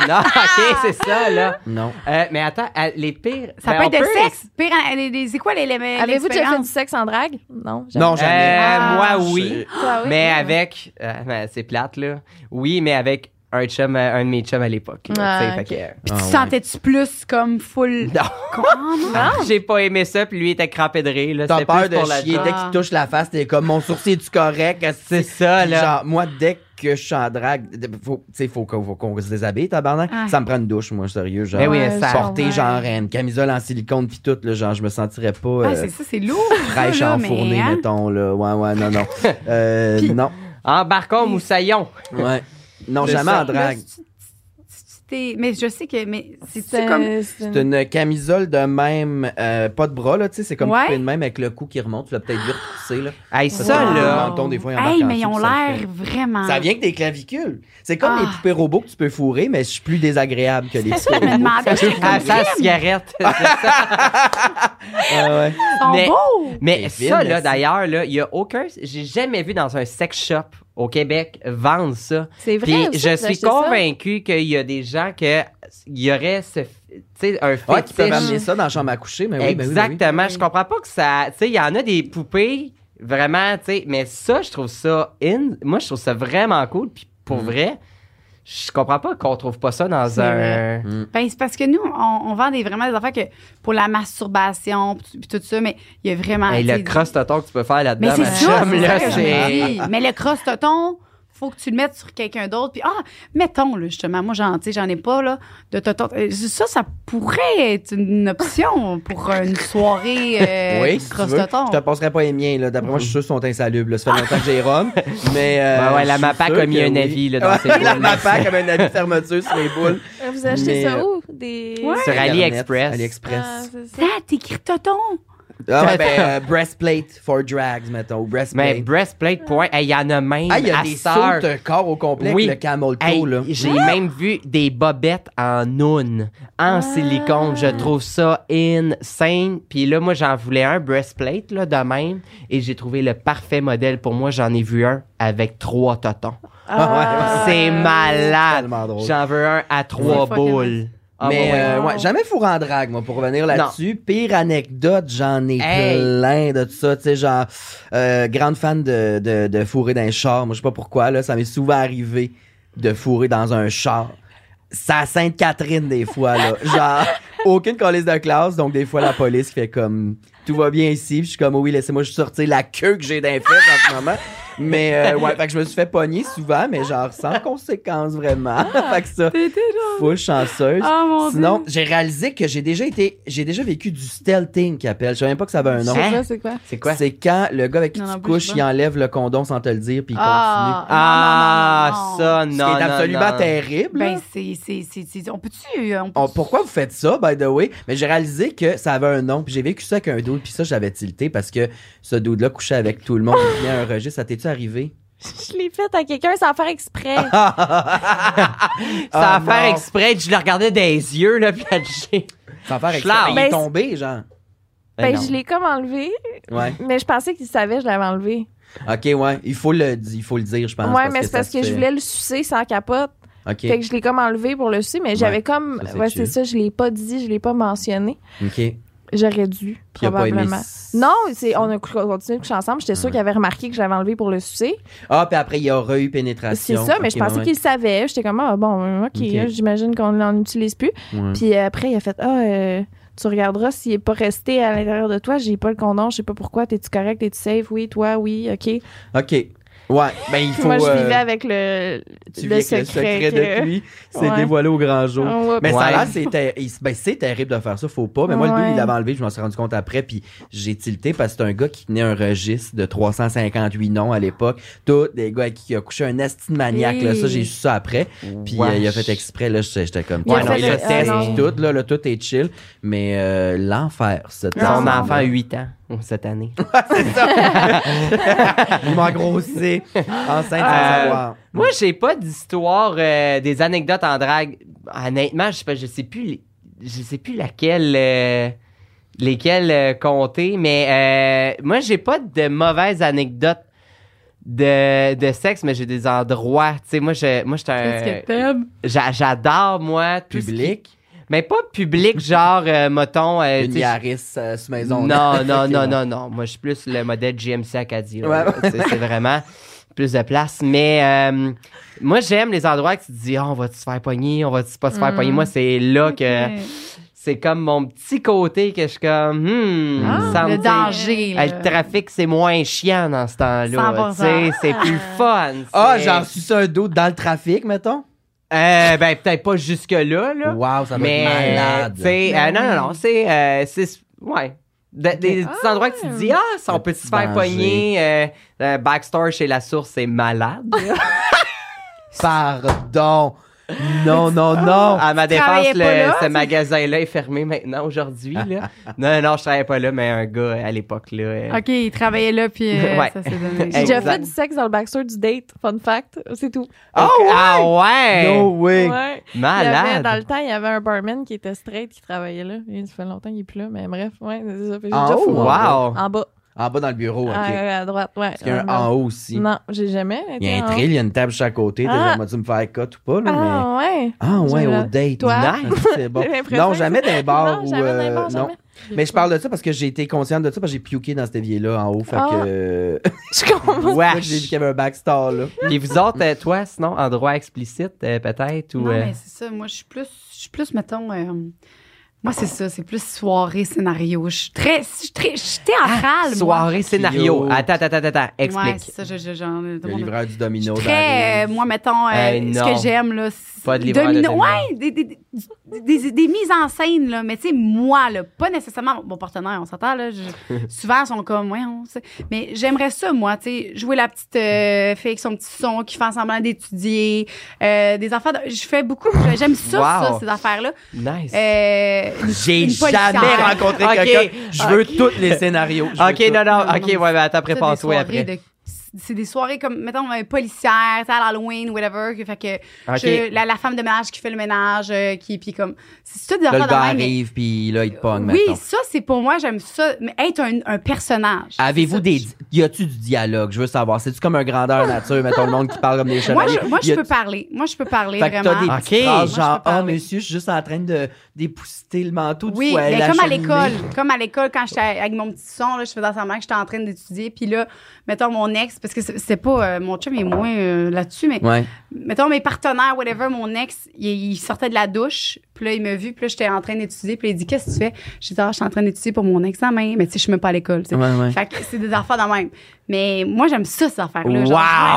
c'est ça, là.
non.
Euh, mais attends, à- les pires.
Euh,
Ça
ben, on
peut être de sexe. Pire, les- les- c'est quoi les- les-
Avez-vous déjà fait
l'expérience?
du sexe en drague? Non, jamais.
Non,
Euh,
jamais.
Ah,
moi, oui.
Toi, oui?
mais
Ouais.
avec. euh, ben, c'est plate, là. Oui, mais avec un chum, euh, un de mes chums à l'époque. là,
Ouais,
tu sais,
ok.
fait euh,
Puis
Ah,
tu
ouais.
sentais-tu plus comme full. Ah,
que, euh,
Comment?
Ah,
non. <laughs> J'ai pas aimé ça, puis lui était crampé de rire, là.
T'as
C'était
peur
plus pour
de
la
chier.
joke.
Dès qu'il te touche la face, t'es comme mon sourcil est-tu correct? Est-ce que
C'est ça,
Puis
là.
Genre, moi, dès que je suis en drague, de- faut, tu sais, faut qu'on faut qu'on se déshabille, tabarnak.
Ouais.
Ça me prend une douche, moi, sérieux. Genre,
Ben oui,
Ouais,
ça-
genre,
porter,
ouais.
genre, une camisole en silicone, puis tout, là, genre, je me sentirais pas
Ah,
euh,
c'est ça, c'est lourd.
<laughs> fraîche
ça, là,
en
mais,
fournée,
hein.
mettons, là. Ouais, ouais,
<laughs>
non, non. Euh, non,
Embarquons, moussaillon.
ouais. Non,
C'est
jamais
ça.
en drague.
Là, c'est- c'est- c'est- Mais je sais que. Mais c'est
C'est
comme.
c'est
C'est une camisole de même, euh, pas de bras, là, tu sais, c'est comme
Ouais.
coupé de même avec le cou qui remonte. Tu l'as peut-être vu repousser, là.
Hey, ça,
Wow.
Le
là.
menton, des fois, il embarque
Hey,
en
mais ils
dessous,
ont
puis ça
l'air
le fait.
vraiment.
Ça vient que des clavicules. C'est comme les
Ah.
poupées robots que tu peux fourrer, mais je suis plus désagréable que les poupées
Je me
robots.
demandais. j'étais
À
comme,
sa
<laughs>
cigarette.
Ouais, ouais.
Ils sont
Mais-
beaux.
Mais
Des
ça,
films,
là,
merci.
d'ailleurs, là, il y a aucun. J'ai jamais vu dans un sex shop au Québec vendre ça.
C'est
Puis
vrai. ça,
je
vous
suis
achetez ça?
convaincu qu'il y a des gens que il y aurait ce, tu sais, un
Ouais, tu peux
fétiche.
amener ça dans la chambre à coucher, mais oui, ben oui, ben oui.
Exactement. Je comprends pas que ça. Tu sais, il y en a des poupées vraiment, tu sais, mais ça, je trouve ça in. Moi, je trouve ça vraiment cool. Puis
Mm.
pour vrai, je comprends pas qu'on trouve pas ça dans
C'est
un.
vrai. Ben, c'est parce que nous, on, on vend des, vraiment des affaires que pour la masturbation, puis tout- puis tout ça, mais il y a vraiment.
Hey,
tu
le
sais,
cross-toton que tu peux faire là-dedans,
Ah, Mais c'est
ma
ça,
chum,
c'est
là,
ça que je
Ah,
c'est-
me dis. Mais le cross-toton, faut que tu le mettes sur quelqu'un d'autre. Puis, ah, mettons, là, justement, moi, j'en, tu sais, j'en ai pas, là, de toton. Euh, Ça, ça pourrait être une option pour une soirée euh,
Oui, si tu veux.
cross-toton.
Je te passerai pas les miens, là. D'après moi, je suis sûr qu'ils sont insalubres, là. Ça fait longtemps que j'ai rhum. Mais. euh,
Ouais, ouais,
je
la
suis
MAPAC
sûr
a mis
que
un
oui.
avis, là, dans
Ouais,
ses boules,
La
là.
MAPAC a mis un avis fermeture sur les boules.
Vous achetez
Mais,
ça
euh,
où? Des...
Ouais.
Sur
Internet,
AliExpress.
Ah,
AliExpress.
c'est ça.
Ah, t'écris toton.
Ah, ouais, ben, euh, breastplate for drags, mettons. Ou
Mais
breastplate.
breastplate, point. Hey, Il y en a même
Ah, il y a
à
des
sœur.
sauts euh, corps au complet,
Oui.
avec le camel toe,
Hey,
là. Ah!
J'ai même vu des bobettes en noun, en silicone. Je trouve ça insane. Puis là, moi, j'en voulais un breastplate là, de même. Et j'ai trouvé le parfait modèle pour moi. J'en ai vu un avec trois totons.
Ah,
C'est malade.
tellement drôle.
J'en veux un à trois
fucking
boules. Ah,
mais
ouais, ouais.
euh,
wow.
ouais, jamais fourré en drague, moi, pour revenir là-dessus. Pire anecdote, j'en ai
Hey.
plein de tout ça. Tu sais, genre, euh, grande fan de, de, de fourrer dans un char. Moi, je sais pas pourquoi, là, ça m'est souvent arrivé de fourrer dans un char. Ça à Sainte-Catherine, des fois, là. Genre, aucune colise de classe, donc des fois, la police qui fait comme... Tout va bien ici, puis je suis comme, oh oui, laissez-moi juste sortir la queue que j'ai d'un fesse en ce moment. Mais, euh, ouais, fait que je me suis fait pogner souvent, mais genre, sans conséquence vraiment. <laughs> fait que ça,
T'étais genre.
full chanceuse.
Ah, mon
Sinon,
Dieu.
j'ai réalisé que j'ai déjà été, j'ai déjà vécu du stealthing qui appelle. Je savais même pas que ça avait un nom.
Je sais
Hein?
pas, Ah, c'est quoi?
C'est quoi?
C'est quand le gars avec qui
Non, non,
tu
plus, je
couches,
sais
il
pas.
enlève le condom sans te le dire puis il
Ah,
Ah,
non, non, non, non, non.
ça,
continue.
non.
Ce qui est
non,
absolument
non.
terrible.
Ben, c'est, c'est, c'est, c'est- on peut-tu. euh, On peut
On- pourquoi vous faites ça, by the way? Mais j'ai réalisé que ça avait un nom, puis j'ai vécu ça avec un dude, puis ça, j'avais tilté parce que ce dude-là couchait avec tout le monde, il
<laughs>
venait à un registre. Ça t'es-tu arrivé?
Je l'ai faite à quelqu'un sans faire exprès.
Ça
Ah,
à faire
non.
exprès. Je le regardais des yeux, là, puis j'ai.
Sans faire exprès,
Schlapp.
il
Ben,
est
c'est-
tombé, genre.
ben,
non.
je l'ai comme enlevé,
Ouais.
mais je pensais qu'il savait que je l'avais enlevé.
OK, ouais. Il faut le, di- il faut le dire, je pense.
ouais, mais c'est
ça
parce
se
que
fait.
je voulais le sucer sans capote.
OK.
Fait que je l'ai comme enlevé pour le sucer, mais j'avais comme.
ça, c'est
ouais, c'est
chill.
ça, je l'ai pas dit, je l'ai pas mentionné.
OK.
J'aurais dû,
Il a pas aimé
probablement.
ça.
Non, c'est, on a cou- continué de coucher ensemble. J'étais sûre qu'il avait remarqué que je l'avais enlevé pour le sucer.
Ah, puis après, il y aura eu
C'est
pénétration.
ça, mais
Ok,
je pensais
ouais,
qu'il le savait. J'étais comme, ah bon, ok, là, j'imagine qu'on n'en utilise plus.
ouais.
Puis après, il a fait, ah, euh, tu regarderas s'il est pas resté à l'intérieur de toi. J'ai pas le condom, je sais pas pourquoi. T'es-tu correct? T'es-tu safe? Oui, toi, oui, ok.
OK. Ouais, ben il faut.
<laughs> Moi, je
euh,
vivais avec le,
tu
le
vis avec
secret.
le secret
que- <laughs>
de lui. C'est
Ouais.
dévoilé au grand jour.
Ah, ouais.
Mais ça a
Ouais.
l'air, c'est ter- il- ben, c'est terrible de faire ça, faut pas. Mais moi, le
Ouais.
but, il l'avait enlevé, je m'en suis rendu compte après, puis j'ai tilté parce que c'est un gars qui tenait un registre de 358 noms à l'époque. Tous des gars avec qui il a couché un esti de maniaque, là. Ça,
Hey.
j'ai su ça après. Puis
Wesh.
euh, il a fait exprès, là, j'étais j'étais comme.
Il a
Ouais,
fait
non,
le-
le test,
ah,
puis tout, là, là, tout est chill. Mais euh, l'enfer, ce
Son
Ah.
<laughs>
enfant a 8 ans cette année.
Il m'a grossi, enceinte sans
Euh,
savoir.
Moi, j'ai pas d'histoire, euh, des anecdotes en drague. Honnêtement, je sais pas, je sais plus, les- je sais plus laquelle. euh, lesquels euh, compter. Mais euh, moi, j'ai pas de mauvaises anecdotes de, de sexe, mais j'ai des endroits. Tu sais, moi, je, moi, j'étais un-
Qu'est-ce que t'aimes?
j'a- j'adore, moi, tout ce qui-
Public.
Mais pas public, genre, euh, mettons. euh,
Une
tu sais,
Yaris euh, sous maison. <laughs>
non, non,
Ok,
non,
ouais.
non, non. Moi, je suis plus le modèle GMC Acadie. là.
Ouais, ouais.
C'est c'est vraiment plus de place. Mais euh, moi, j'aime les endroits que tu te dis, Ah, on va-tu se faire pogner, on va-tu pas se faire
Mm.
pogner. Moi, c'est là que
Ok.
c'est comme mon petit côté que je suis comme, hmm,
Ah,
ça me
Le
dit-
danger.
Ah,
là.
le trafic, c'est moins chiant dans ce temps-là.
100%.
Tu sais, c'est plus fun.
Ah,
c'est-
genre, suce un dos dans le trafic, mettons.
Euh, ben, peut-être pas jusque-là, là.
Wow, ça doit
mais,
être malade.
tu sais, euh, non, non, non, c'est. euh, c'est- ouais. De- des petits endroits que tu te dis, ah, ça, on
Le
peut se
petit
faire
danger.
pogner. euh, euh, Backstore chez La Source, c'est malade.
Pardon. Non, non, non.
à ma défense,
Oh, travaillais
le-
pas là,
ce
tu-
magasin-là est fermé maintenant,
<laughs>
aujourd'hui. là. non, non, je travaillais pas là, mais un gars à l'époque, là. euh,
OK, il travaillait là, puis euh,
Ouais.
ça s'est donné.
<laughs>
J'ai déjà
Exact.
fait du sexe dans le backstore du date. Fun fact. C'est tout.
Ah
Oh,
ouais!
No way.
Ouais.
Ah,
Il y avait-
Malade!
dans le temps, il y avait un barman qui était straight qui travaillait là. Il ça fait longtemps qu'il est plus là, mais bref, ouais, c'est ça. Fait que J'ai
En
déjà
haut?
fourré en
Wow!
bas. En bas,
En bas dans le bureau, OK.
à, à droite, ouais.
Parce qu'il y a un
en bas.
en haut aussi.
Non, j'ai jamais été
Il y a
en
un
haut.
trail, il y a une table chaque côté.
Ah.
Déjà, m'a-tu me faire cote ou pas, là, mais...
Ah ouais.
Ah ouais,
J'ai-
au date.
Toi?
Nice, c'est bon.
<laughs> J'ai l'impression
Non,
que
jamais d'un bar
non,
ou...
jamais dans les
euh,
bars,
non.
jamais.
Mais je parle de ça parce que j'ai été consciente de ça parce que j'ai piouqué dans cet évier-là en haut. Fait
Ah.
<laughs>
que...
<laughs> Je comprends.
Ouais, j'ai vu
Wesh!
qu'il y avait un backstore, là.
Puis vous autres, euh, toi, sinon, endroit explicite, euh, peut-être? Ou,
Non,
euh,
mais c'est ça. Moi, je suis plus, je suis plus mettons. euh, moi, c'est ça. C'est plus soirée, scénario. Je suis très, je suis très, je suis théâtrale. moi.
Soirée scénario.
Cute.
Attends, attends, attends, attends.
Ouais,
Explique.
c'est ça. Je, je- genre, tout le
Le
monde-
livreur du
je
domino.
suis
dans
très,
la
euh,
rue.
moi, mettons, euh,
Hey,
ce
non.
que j'aime, là, c'est-
Pas de livreur de domino.
Ouais, des, des, des, des- des mises en scène, là. Mais tu sais, moi, là, pas nécessairement mon partenaire, on s'entend, là.
<laughs>
je- souvent, ils sont comme, ouais, on sait. Mais j'aimerais ça, moi, tu sais, jouer la petite euh, fille avec son petit son qui fait semblant d'étudier, euh, des affaires. de- Je fais beaucoup, j'aime ça,
Wow.
ça, ces affaires-là.
Nice.
Euh,
J'ai
une policière.
jamais rencontré
Ok.
quelqu'un. Je veux tous les scénarios. Je veux
ok,
tout.
non, non,
Non,
ok,
non,
ouais, mais attends,
Ça, des
<laughs> prépare-toi
soirées
après.
de- c'est des soirées comme, mettons, euh, policières, tu sais, à Halloween, whatever. que- Fait que
Ok.
je- la, la femme de ménage qui fait le ménage, euh, qui, puis comme, c'est tout des
Là, le
affaires de
gars
même, mais-
arrive, puis là, il te pogne,
Oui,
mettons.
ça, c'est pour moi, j'aime ça. Mais être un, un personnage.
Avez-vous
c'est ça.
des. Y a-tu du dialogue? Je veux savoir. C'est-tu comme un grandeur nature, mettons le monde qui parle comme des
Moi,
chevaliers?
je, moi,
Y
je
a-
peux parler. Moi, je peux parler,
Fait que t'as des
vraiment.
petites
Ok.
phrases
Moi, je
genre,
peux
ah,
parler.
monsieur, je suis juste en train de dépouster le manteau du
Oui,
foyer,
mais
la
comme à
cheminée.
l'école. Comme à l'école, quand j'étais avec mon petit son, là, je faisais semblant que j'étais en train d'étudier. Puis là, mettons mon ex, parce que c'est- c'est pas euh, mon chum est moins euh, là-dessus, mais
Ouais.
mettons mes partenaires, whatever, mon ex, il, il sortait de la douche, puis là, il m'a vu, puis là, j'étais en train d'étudier, puis là, il dit Qu'est-ce que tu fais J'ai dit Ah, je suis en train d'étudier pour mon examen, mais tu sais, je suis même pas à l'école. tu sais.
Ouais, ouais.
Fait que c'est des affaires de même. Mais moi, j'aime ça, ces affaires-là. genre, je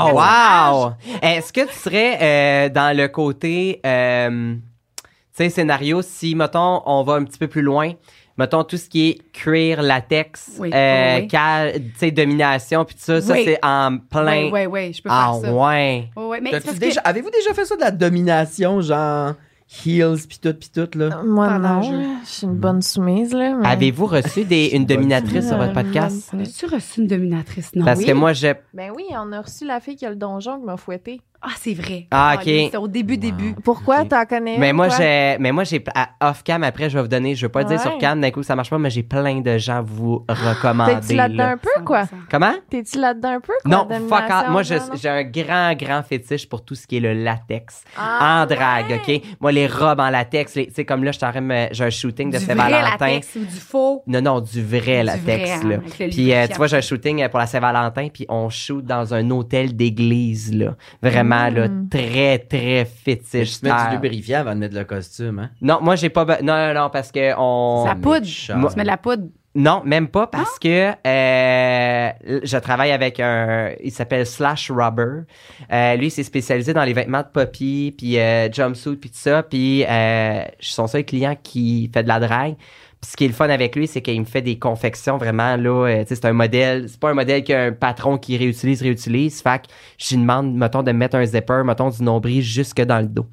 Wow!
vois un personnage.
Wow! Est-ce que tu serais euh, dans le côté, euh, tu sais, scénario, si, mettons, on va un petit peu plus loin, mettons, tout ce qui est cuir, latex,
Oui.
euh,
Oui, oui.
cal- tu sais, domination, puis tout ça, ça,
Oui.
c'est en plein.
Oui, oui, oui, je peux
Ah,
faire ça.
ouais!
Ouais, ouais, mais c'est
T'as-tu
parce
déjà-
que
Avez-vous déjà fait ça de la domination, genre heels, pis tout, pis tout, là?
Moi,
Pendant le
non.
jeu.
là. Je suis une
Hmm.
bonne soumise, là. mais-
Avez-vous reçu des, une dominatrice sur votre podcast?
Euh,
as-tu reçu une dominatrice non
Parce
Oui.
que moi, je.
Ben oui, on a reçu la fille qui a le donjon qui m'a fouetté.
Ah, c'est vrai.
Ah, ok.
lui, C'est au début début.
Pourquoi
Ok.
t'en connais
Mais
une,
moi,
toi?
j'ai, mais moi, j'ai, à off cam, après, je vais vous donner, je veux pas dire sur
Ouais.
cam, d'un coup, ça marche pas, mais j'ai plein de gens à vous recommander.
T'es-tu là-dedans
là.
un peu, quoi?
Comment?
T'es-tu là-dedans un peu, quoi?
Non,
la
fuck off.
domination,
Moi, je-
genre, non?
j'ai un grand, grand fétiche pour tout ce qui est le latex.
Ah,
en drague, OK? Moi, les robes en latex, les- tu sais, comme là, je t'en train de me- j'ai un shooting de
Du vrai
Saint-Valentin.
latex ou du faux.
Non, non, du vrai
Du
latex,
vrai,
là.
hein, avec le
Puis, euh,
lubrifiant.
tu vois, j'ai un shooting euh, pour la Saint-Valentin, puis on shoot dans un hôtel d'église, là. Vraiment, là,
Mm.
très, très
Tu
fétiche.
te
Ah.
mets du lubrifiant avant de mettre le costume, hein?
Non, moi, j'ai pas. be- Non, non, non, parce que on.
Ça La
Mais
poudre.
Charles.
Tu mets de la poudre.
Non, même pas parce que euh, je travaille avec un. Il s'appelle Slash Rubber. Euh, lui, il s'est spécialisé dans les vêtements de poppy, puis euh, jumpsuit, puis tout ça. Puis euh, je suis son seul client qui fait de la drague. Puis ce qui est le fun avec lui, c'est qu'il me fait des confections vraiment là. euh, tu sais, c'est un modèle. C'est pas un modèle qu'un patron qui réutilise, réutilise. Fait que je lui demande, mettons, de me mettre un zipper, mettons, du nombril jusque dans le dos.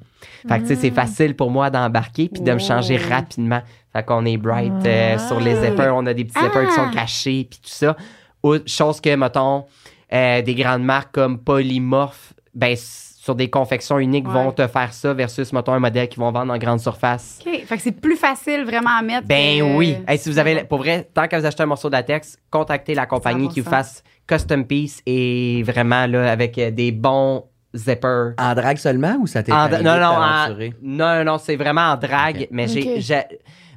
Fait que tu sais, c'est facile pour moi d'embarquer puis de me changer
Oh.
rapidement. Fait qu'on est bright euh,
Ah.
sur les zippers. On a des petits zippers qui sont cachés puis tout ça. Ou- chose que, mettons, euh, des grandes marques comme Polymorph ben, s- sur des confections uniques,
Ouais.
vont te faire ça versus, mettons, un modèle qu'ils vont vendre en grande surface.
OK. Fait que c'est plus facile vraiment à mettre.
Ben
que-
oui. Hey, si vous avez, pour vrai, tant que vous achetez un morceau de latex, contactez la compagnie qui vous
100%.
fasse custom piece et vraiment là avec euh, des bons zippers.
En drague seulement ou ça t'est
En-
arrivé
non,
de
non, en-
t'aventurer?
non, non, c'est vraiment en drague,
Ok.
mais j'ai,
Ok.
j'ai,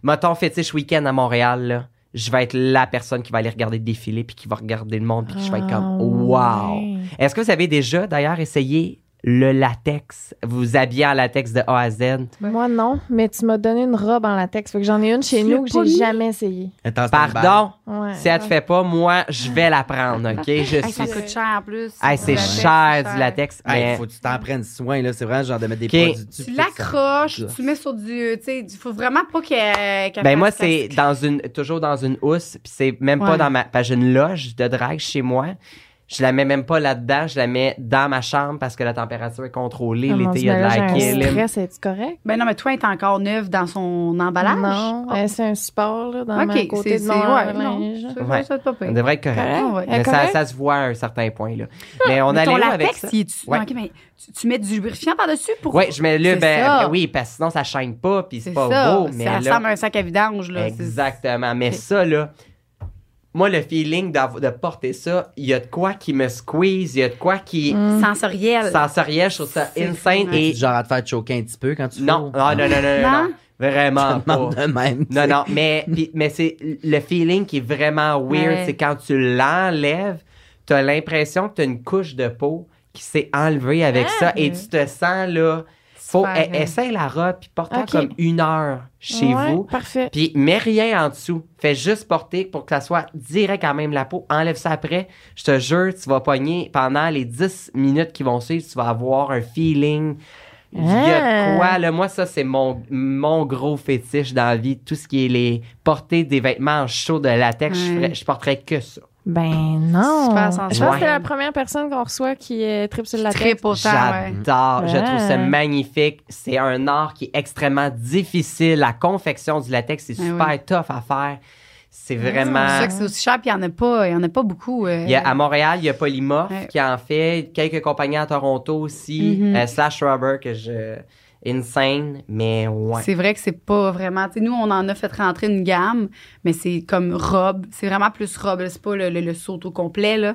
mettons fétiche week-end à Montréal, là, je vais être la personne qui va aller regarder le défilé puis qui va regarder le monde puis qui je vais être
Ah,
comme wow. Est-ce que vous avez déjà d'ailleurs essayé le latex, vous vous habillez en latex de A à Z?
Ben. Moi, non, mais tu m'as donné une robe en latex. Fait que j'en ai une chez
Tu l'as
nous que
pas
j'ai
mis?
jamais essayée.
Attends, stand-by.
Pardon,
Ouais.
si elle te fait pas, moi, je vais la prendre, ok? Je
Hey,
suis
ça coûte cher en plus.
Hey, c'est
Du latex,
cher du latex,
Hey,
mais
faut que tu t'en prennes soin, là. C'est vraiment genre de mettre des
Ok.
produits.
Tu l'accroches, tu le mets sur du. Tu sais, il faut vraiment pas euh, qu'elle. qu'elle
ben moi
fasse-
c'est dans une toujours dans une housse, puis c'est même pas
Ouais.
dans ma parce que j'ai une loge de drague chez moi. Je la mets même pas là-dedans, je la mets dans ma chambre parce que la température est contrôlée,
Oh
Ah, mon
l'été il
Dieu,
y a de
mais là,
la
j'ai un
kilim.
stress, est-tu correct?
Ben non, mais toi, elle est encore neuve dans son emballage.
Non,
Ah,
elle, c'est un support là, dans
OK,
mon côté
c'est.
de
c'est-
mon
Ouais,
linge.
non. ça-
Ouais.
Ça te pas
On
pire.
devrait être correct.
Ah, ouais.
Elle est
Mais ça,
correct?
ça se voit à un certain point là. Mais on
Ah, Mais
allait
ton
où avec
latex,
ça
il est-tu-
Ouais.
ok, mais tu, tu mets du lubrifiant par-dessus pour.
Ouais, je mets là
C'est
ben,
ça.
ben oui parce que sinon ça chaîne pas puis c'est
c'est
pas
ça.
beau mais
ça
là
ressemble à un sac à vidange, là. C'est-
Exactement. Mais
Ok.
ça, là, moi, le feeling d'av- de porter ça, il y a de quoi qui me squeeze, il y a de quoi qui
Mm.
Sensoriel.
sensoriel, je trouve ça
C'est
insane.
vrai.
Et
Genre à te faire choquer un petit peu quand tu
non,
fous.
non,
<laughs>
non, non, non, non,
Non?
non. vraiment
Ça demande
pas.
de même. tu
Non,
sais.
non, mais, puis- mais c'est le feeling qui est vraiment weird,
Ouais.
c'est quand tu l'enlèves, t'as l'impression que t'as une couche de peau qui s'est enlevée avec ça et tu te sens là. Faut,
Ah. Super,
eh,
euh,
essaie la robe puis porte
Ok.
comme une heure chez
Ouais,
vous.
Parfait.
Puis mets rien en dessous. Fais juste porter pour que ça soit direct à même la peau. Enlève ça après. Je te jure, tu vas pogner pendant les 10 minutes qui vont suivre, tu vas avoir un feeling. Il y a de
Ah.
quoi, là. Moi, ça, c'est mon, mon gros fétiche dans la vie. Tout ce qui est les porter des vêtements en chaud de latex, je,
Ouais.
ferais- je porterais que ça.
Ben non.
Super sensuel.
Je pense que
Ouais.
c'est la première personne qu'on reçoit qui euh, tripe sur la
Très
tête.
potent, ouais. Ah!
J'adore. Je trouve ça
Ouais.
magnifique. C'est un art qui est extrêmement difficile. La confection du latex, c'est
Ben
super tough à faire. C'est vraiment.
Ah, C'est pour ça que c'est aussi cher, puis il n'y en a pas, il y en a pas beaucoup. euh.
Il y a- à Montréal, il y a Polymorph
Ouais.
qui en fait, quelques compagnies à Toronto aussi,
Mhm.
euh, Slash Rubber que je. Insane, mais ouais.
C'est vrai que c'est pas vraiment. tu sais, nous, on en a fait rentrer une gamme, mais c'est comme robe. C'est vraiment plus robe. là. C'est pas le, le, le saut au complet, là.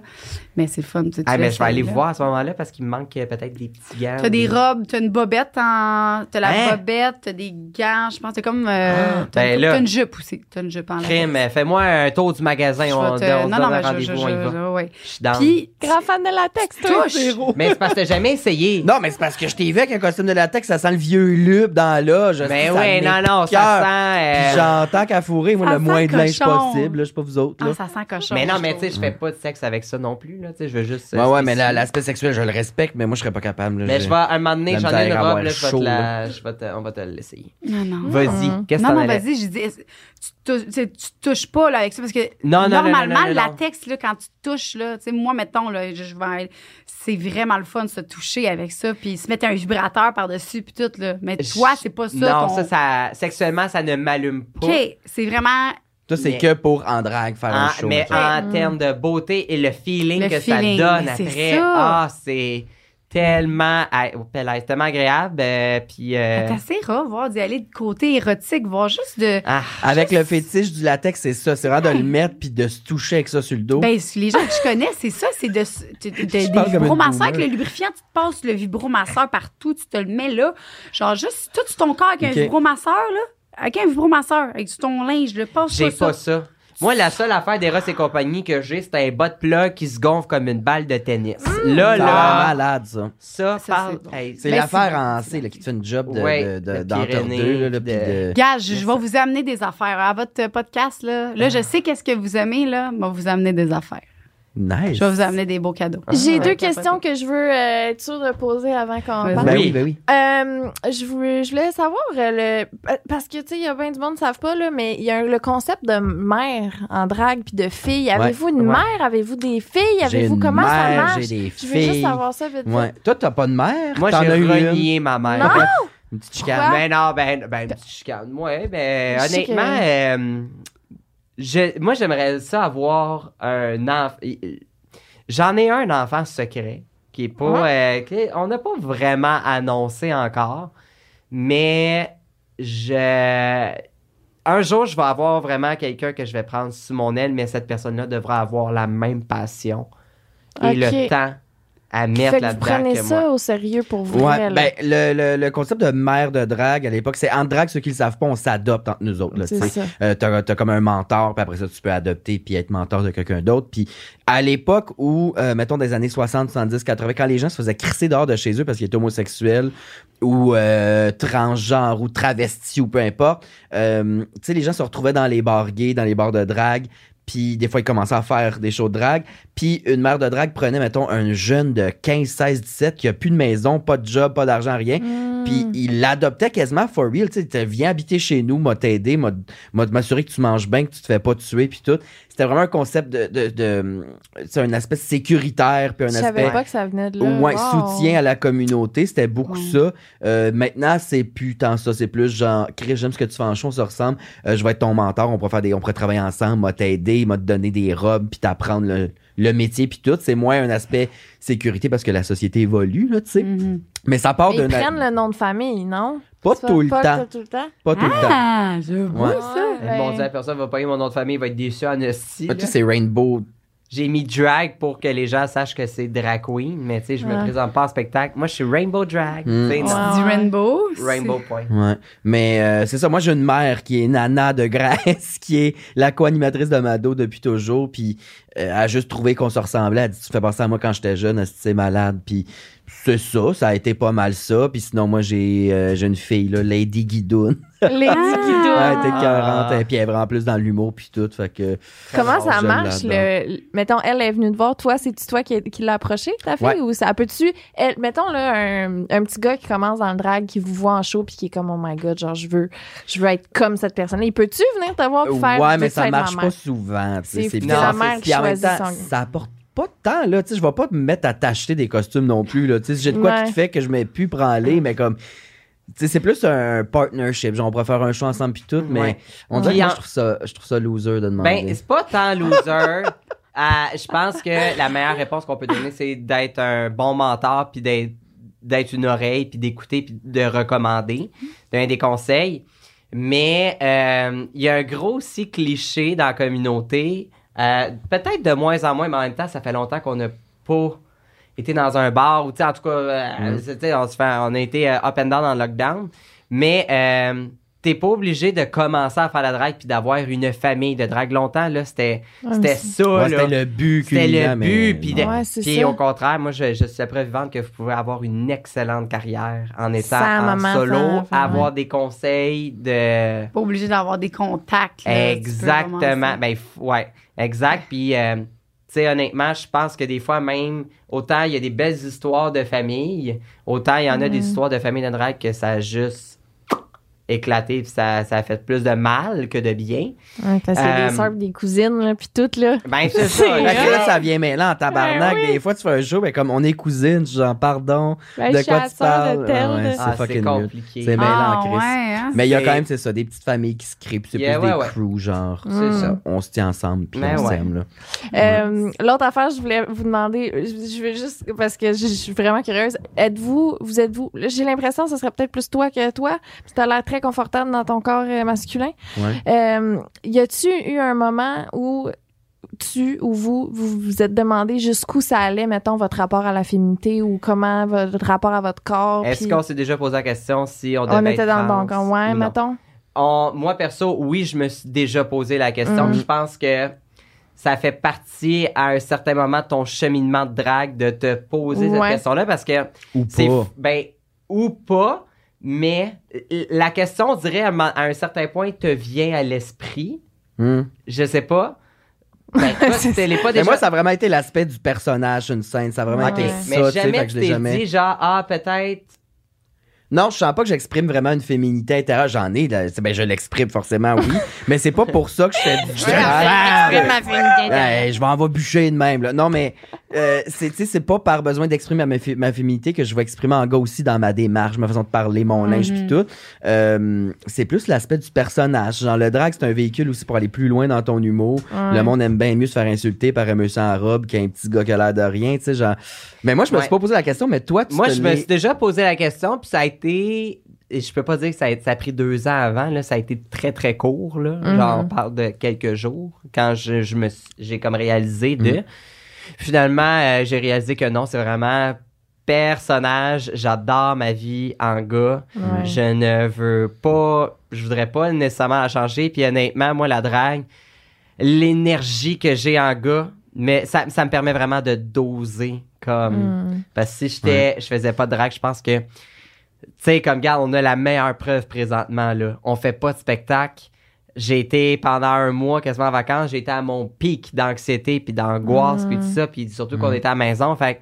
Mais c'est le fun. tu sais, tu
Ah, mais je vais
l'essayes,
aller
là.
voir à ce moment-là parce qu'il me manque euh, peut-être des petits gants.
T'as des robes, t'as une bobette en. T'as la
Hein?
bobette, t'as des gants, je pense. T'es comme. euh,
Ah,
t'as,
ben
une,
là.
t'as une jupe aussi. T'as une jupe en
Crime,
latex.
euh, fais-moi un tour du magasin,
Je
on,
vais te-
on se
Non,
donne
non, mais
un
je- je.
rendez-vous, on y
je-
va.
je- ouais.
Je suis down.
Puis,
Grand fan de la texte.
touche.
Mais c'est parce que j'ai
<laughs>
jamais essayé.
Non, mais c'est parce que je t'ai vu avec un costume de latex, ça sent le vieux lube dans l'âge.
mais Ben ouais, non, non, ça sent. euh,
Puis j'entends qu'à fourrer, moi,
Ça
le
sent
moins de linge
cochon.
possible, là, je sais pas vous autres, là.
Ah, ça sent cochon.
mais non,
je
mais tu
trouve.
sais, je fais pas de sexe avec ça non plus, là. Tu sais, je veux juste. euh,
ouais, ouais, mais
spécifier.
la- l'aspect sexuel, je le respecte, mais moi, je serais pas capable, là.
Mais je vais, un moment donné,
la
j'en ai
misère
une
à
robe,
avoir
là, je vais te
chaud,
la- je vais te- on va te l'essayer.
Non, non.
Vas-y, qu'est-ce que
Ah. non,
t'en
non,
allais-
vas-y, je dis, est-ce- tu tou- tu sais, tu te touches pas là, avec ça parce que
Non, non, non,
normalement,
non, non, non, non.
la texte, là, quand tu te touches, là, tu sais, moi, mettons, là, je, je vais aller- c'est vraiment le fun de se toucher avec ça, puis se mettre un vibrateur par-dessus, puis tout. Là. Mais toi, c'est pas ça.
Non,
ton-
ça, ça, sexuellement, ça ne m'allume pas.
OK, c'est
Euh.
vraiment
Toi, c'est
Mais-
que pour en drague faire
Ah,
un
En-
show.
mais
là.
en termes de beauté et le feeling
Le
que
feeling,
ça donne
mais c'est
après,
ça.
ah, c'est tellement, ah, oh, pelle, c'est tellement agréable. euh, puis, euh,
c'est assez rare voir d'y aller de côté érotique, voir juste de.
ah,
Avec le fétiche du latex, c'est ça. C'est vraiment de le mettre puis de se toucher avec ça sur le dos.
Ben, les gens que je connais, c'est ça, c'est de, s- de- de- des
Oh. parle comme une
vibromasseurs avec
boomer.
le lubrifiant, tu te passes le vibromasseur partout, tu te le mets là, genre juste tout sur ton corps avec
Ok.
un vibromasseur là, avec un vibromasseur, avec du- ton linge, le passe
j'ai
ça.
pas ça. Moi, la seule affaire des Ross et compagnie que j'ai, c'est un bas de plat qui se gonfle comme une balle de tennis. Là,
c'est
là,
malade, ça.
ça,
Ah! c'est
parle-
bon.
hey,
C'est
ben,
l'affaire en C là, qui te fait une job de, de,
Ouais,
de,
de
d'entre
Pyrénées,
deux, là, là,
puis
puis
de-
de-
Gage, je vais vous amener des affaires à votre podcast là. Là, je sais qu'est-ce que vous aimez là, moi vous amener des affaires.
Nice.
Je vais vous amener des beaux cadeaux.
J'ai
Ah.
deux questions que je veux euh, être sûre de poser avant qu'on
Vas-y.
parle.
Ben
Oui.
oui, ben oui.
Euh, je, voulais, je voulais savoir, euh, le, pa- parce que, tu sais, il y a bien du monde qui ne savent pas, là, mais il y a un- le concept de mère en drague puis de fille. Avez-vous une
ouais.
mère? Avez-vous des filles?
J'ai
Avez-vous
une
comment ça
mère,
marche?
j'ai des
Je veux juste
filles.
savoir ça vite.
Ouais. Toi, t'as pas de mère.
Moi, j'ai
t'en as eu une.
renié ma mère.
Non!
Une petite
Quoi?
chicane.
Ben non, ben, ben, une petite chicane. Ouais, ben,
Je sais que-
honnêtement, euh, je- moi, j'aimerais ça avoir un enfant. J'en ai un enfant secret qui est pas. euh, qui- on n'a pas vraiment annoncé encore. Mais je. Un jour, je vais avoir vraiment quelqu'un que je vais prendre sous mon aile, mais cette personne-là devra avoir la même passion et
Ok.
le temps à mettre
fait que vous
là-dedans
prenez
que moi.
ça au sérieux pour vous.
Ouais, ben, le, le, le concept de mère de drague à l'époque, c'est en drague, ceux qui le savent pas, on s'adopte entre nous autres. là, tu
c'est
sais.
ça.
Euh, t'as, t'as comme un mentor, puis après ça, tu peux adopter puis être mentor de quelqu'un d'autre. Puis à l'époque où, euh, mettons, des années 60, 70, 80, quand les gens se faisaient crisser dehors de chez eux parce qu'ils étaient homosexuels ou euh, transgenres ou travestis ou peu importe, euh, tu sais, les gens se retrouvaient dans les bars gays, dans les bars de drague. Puis des fois, ils commençaient à faire des shows de drague. Puis une mère de drague prenait, mettons, un jeune de 15, 16, 17 qui a plus de maison, pas de job, pas d'argent, rien. Puis
Mm.
il l'adoptait quasiment for real. Tu sais, t'as- viens habiter chez nous, m'a t'aider, m'a m'a m'assurer que tu manges bien, que tu te fais pas tuer, puis tout. C'était vraiment un concept de, de, de- c'est un aspect sécuritaire, puis un
Je
aspect
savais pas que ça venait de là.
au moins
Wow.
soutien à la communauté. C'était beaucoup
Ouais.
ça. Euh, maintenant, c'est plus tant ça. C'est plus genre, Chris, j'aime ce que tu fais en show, on se ressemble. Euh, je vais être ton mentor, on pourra, faire des, on pourra travailler ensemble, m'a t'aider, m'a te donner des robes, puis t'apprendre le, le métier, puis tout. C'est moins un aspect sécurité parce que la société évolue, là, tu sais.
Mhm.
Mais ça part
Mm. Mais Ils
d'un.
prennent le nom de famille, non?
Pas
C'est
tout le
pas
temps.
tout le temps.
Pas tout le temps.
Ah, je vois ça.
Ouais. ben,
Mon Dieu, la personne va payer mon nom de famille, va être déçue en esti,
Ah, tu
là.
sais, c'est Rainbow.
J'ai mis drag pour que les gens sachent que c'est drag queen, mais tu sais, je me
Ouais.
présente pas en spectacle. Moi, je suis rainbow drag.
Mm.
Tu sais, non.
Tu dis
Ouais.
rainbow. c'est-
Rainbow point.
Ouais. Mais euh, c'est ça, moi j'ai une mère qui est Nana de Grèce, <laughs> qui est la co-animatrice de Mado depuis toujours, puis euh, elle a juste trouvé qu'on se ressemblait. Elle a dit, tu fais penser à moi quand j'étais jeune, esti, c'est malade, puis c'est ça, ça a été pas mal ça. Puis sinon, moi j'ai euh, j'ai une fille, là, Lady Guidoun.
Lady
Ah! <laughs> Elle
Guido.
était 40,
Ah.
puis elle est vraiment plus dans l'humour, puis tout, fait que...
Comment
Oh,
ça
je
marche? Le, le- mettons, elle est venue te voir. Toi, c'est-tu toi qui, qui l'a approché, ta fille?
Ouais.
Ou ça peut-tu. elle- Mettons, là, un, un petit gars qui commence dans le drag, qui vous voit en show, puis qui est comme, oh my god, genre, je veux, je veux être comme cette personne-là. Il peut-tu venir te voir pour faire.
Euh, ouais,
veux-tu
mais
être
ça
ma
marche
mère?
pas souvent. tu sais,
C'est
C'est
fou,
bizarre.
c'est la mère
Puis
qui
en même
choisit
temps,
son-
Ça apporte pas de temps, là. Tu sais, je vais pas me mettre à t'acheter des costumes non plus, là. Tu sais, si j'ai de quoi
Ouais.
qui te fait que je m'ai pu branler, mais comme. Tu sais, c'est plus un partnership. Genre, on pourrait faire un show ensemble puis tout, mais
Ouais.
on dirait
Puis
que moi,
en-
je trouve ça, je trouve ça loser de demander.
Ben, c'est pas tant
<laughs>
loser. Ah, je pense que la meilleure réponse qu'on peut donner, c'est d'être un bon mentor, puis d'être d'être une oreille, puis d'écouter, puis de recommander, donner des conseils. Mais euh, il y a un gros aussi cliché dans la communauté, euh, peut-être de moins en moins, mais en même temps, ça fait longtemps qu'on n'a pas été dans un bar, ou tu sais, en tout cas, euh,
Mm.
tu sais, on, se fait- on a été euh, up and down en lockdown. Mais euh, t'es pas obligé de commencer à faire la drague puis d'avoir une famille de drague longtemps là c'était
Ouais, mais
c'était
c'est-
ça
Ouais,
là
c'était le but.
c'était
culminant,
le
mais
but puis,
non.
de-
Ouais, c'est
puis
ça.
au contraire moi je, je suis la preuve vivante que vous pouvez avoir une excellente carrière en étant
Sans
en
maman,
solo
sans enfant,
avoir des conseils de
Pas obligé d'avoir des contacts. là, tu peux
Exactement.
commencer.
Ben, f- ouais, exact. Puis, euh, tu sais, honnêtement, je pense que des fois, même, autant il y a des belles histoires de famille, autant il y en a des
Mm-hmm.
histoires de famille de drague que ça a juste éclaté, puis ça, ça a fait plus de mal que de bien.
Ouais, parce qu'il y a des
Euh,
sœurs, des cousines, là, puis tout, là.
Ben,
<laughs>
c'est
C'est
ça.
Fait que
là.
là, ça vient mêlant en tabarnak.
Ben oui.
Des fois, tu fais un show, mais comme on est cousines, genre, pardon.
Ben,
de
je suis
quoi
la
tu
sœur de
parles?
telle,
Ouais,
de-
c'est
Ah, c'est
fucking
compliqué.
C'est mêlant,
ah,
Chris.
ouais, hein?
Mais il y a quand
C'est-
même, c'est ça, des petites familles qui se créent, puis c'est
Yeah,
plus
ouais,
des
ouais.
crews, genre.
C'est
Mm.
ça.
On se tient ensemble, puis
Ben
on
ouais.
s'aime, là.
Euh, L'autre affaire, je voulais vous demander, je je veux juste, parce que je, je suis vraiment curieuse, êtes-vous, vous êtes-vous, là, j'ai l'impression que ce serait peut-être plus toi que toi, tu as l'air très confortable dans ton corps euh, masculin.
Ouais.
Euh, y a-tu eu un moment où tu ou vous vous vous êtes demandé jusqu'où ça allait, mettons, votre rapport à la féminité ou comment votre rapport à votre corps?
Est-ce
puis
qu'on s'est déjà posé la question si on devait
on était
être
dans le bon
trans
camp, ouais,
ou non?
mettons?
On- moi, perso, oui, je me suis déjà posé la question.
Mhm.
Je pense que ça fait partie à un certain moment de ton cheminement de drague de te poser
Ouais.
cette question-là parce que
Ou
c'est.
pas.
Ben, ou pas, mais la question, on dirait, à un moment- à un certain point, te vient à l'esprit.
Mm.
Je sais pas.
<laughs>
Ben, toi, tu t'es- l'es pas
Mais
déjà
moi, ça a vraiment été l'aspect du personnage sur une scène. Ça a vraiment
Ouais.
été
Ok,
ça,
mais
tu sais, fait
jamais
que
tu
je l'ai
t'es
jamais...
dit genre ah peut-être
Non, je sens pas que j'exprime vraiment une féminité intérieure. J'en ai, là. C'est- ben, je l'exprime forcément, oui. mais c'est pas pour ça que je fais du
J'exprime ma féminité.
Ouais, je vais en va bûcher de même. Là. Non, mais euh, c'est tu sais, c'est pas par besoin d'exprimer ma, fé- ma féminité que je vais exprimer en gars aussi dans ma démarche, ma façon de parler, mon linge, puis tout. Euh, c'est plus l'aspect du personnage. Genre, le drag, c'est un véhicule aussi pour aller plus loin dans ton humour.
Ouais.
Le monde aime bien mieux se faire insulter par un monsieur en robe qu'un petit gars qui a l'air de rien. tu sais, Genre... Mais moi, je me
Ouais.
suis pas posé la question, mais toi, tu
Moi,
te
je me
l'es-
suis déjà posé la question, puis ça a été. et Je peux pas dire que ça a, ça a pris deux ans avant, là, ça a été très très court. Là.
Mhm.
Genre, on parle de quelques jours quand je, je me suis- j'ai comme réalisé de. Finalement, euh, j'ai réalisé que non, c'est vraiment personnage. J'adore ma vie en gars.
Ouais.
Je ne veux pas, je voudrais pas nécessairement la changer. Puis honnêtement, moi, la drague, l'énergie que j'ai en gars, mais ça, ça me permet vraiment de doser comme.
Mm.
Parce que si j'étais, je faisais pas de drague, je pense que, tu sais, comme gars, on a la meilleure preuve présentement, là. On fait pas de spectacle. J'ai été pendant un mois quasiment en vacances, j'ai été à mon pic d'anxiété puis d'angoisse puis
Mm.
tout ça, puis surtout qu'on était à la maison. Fait que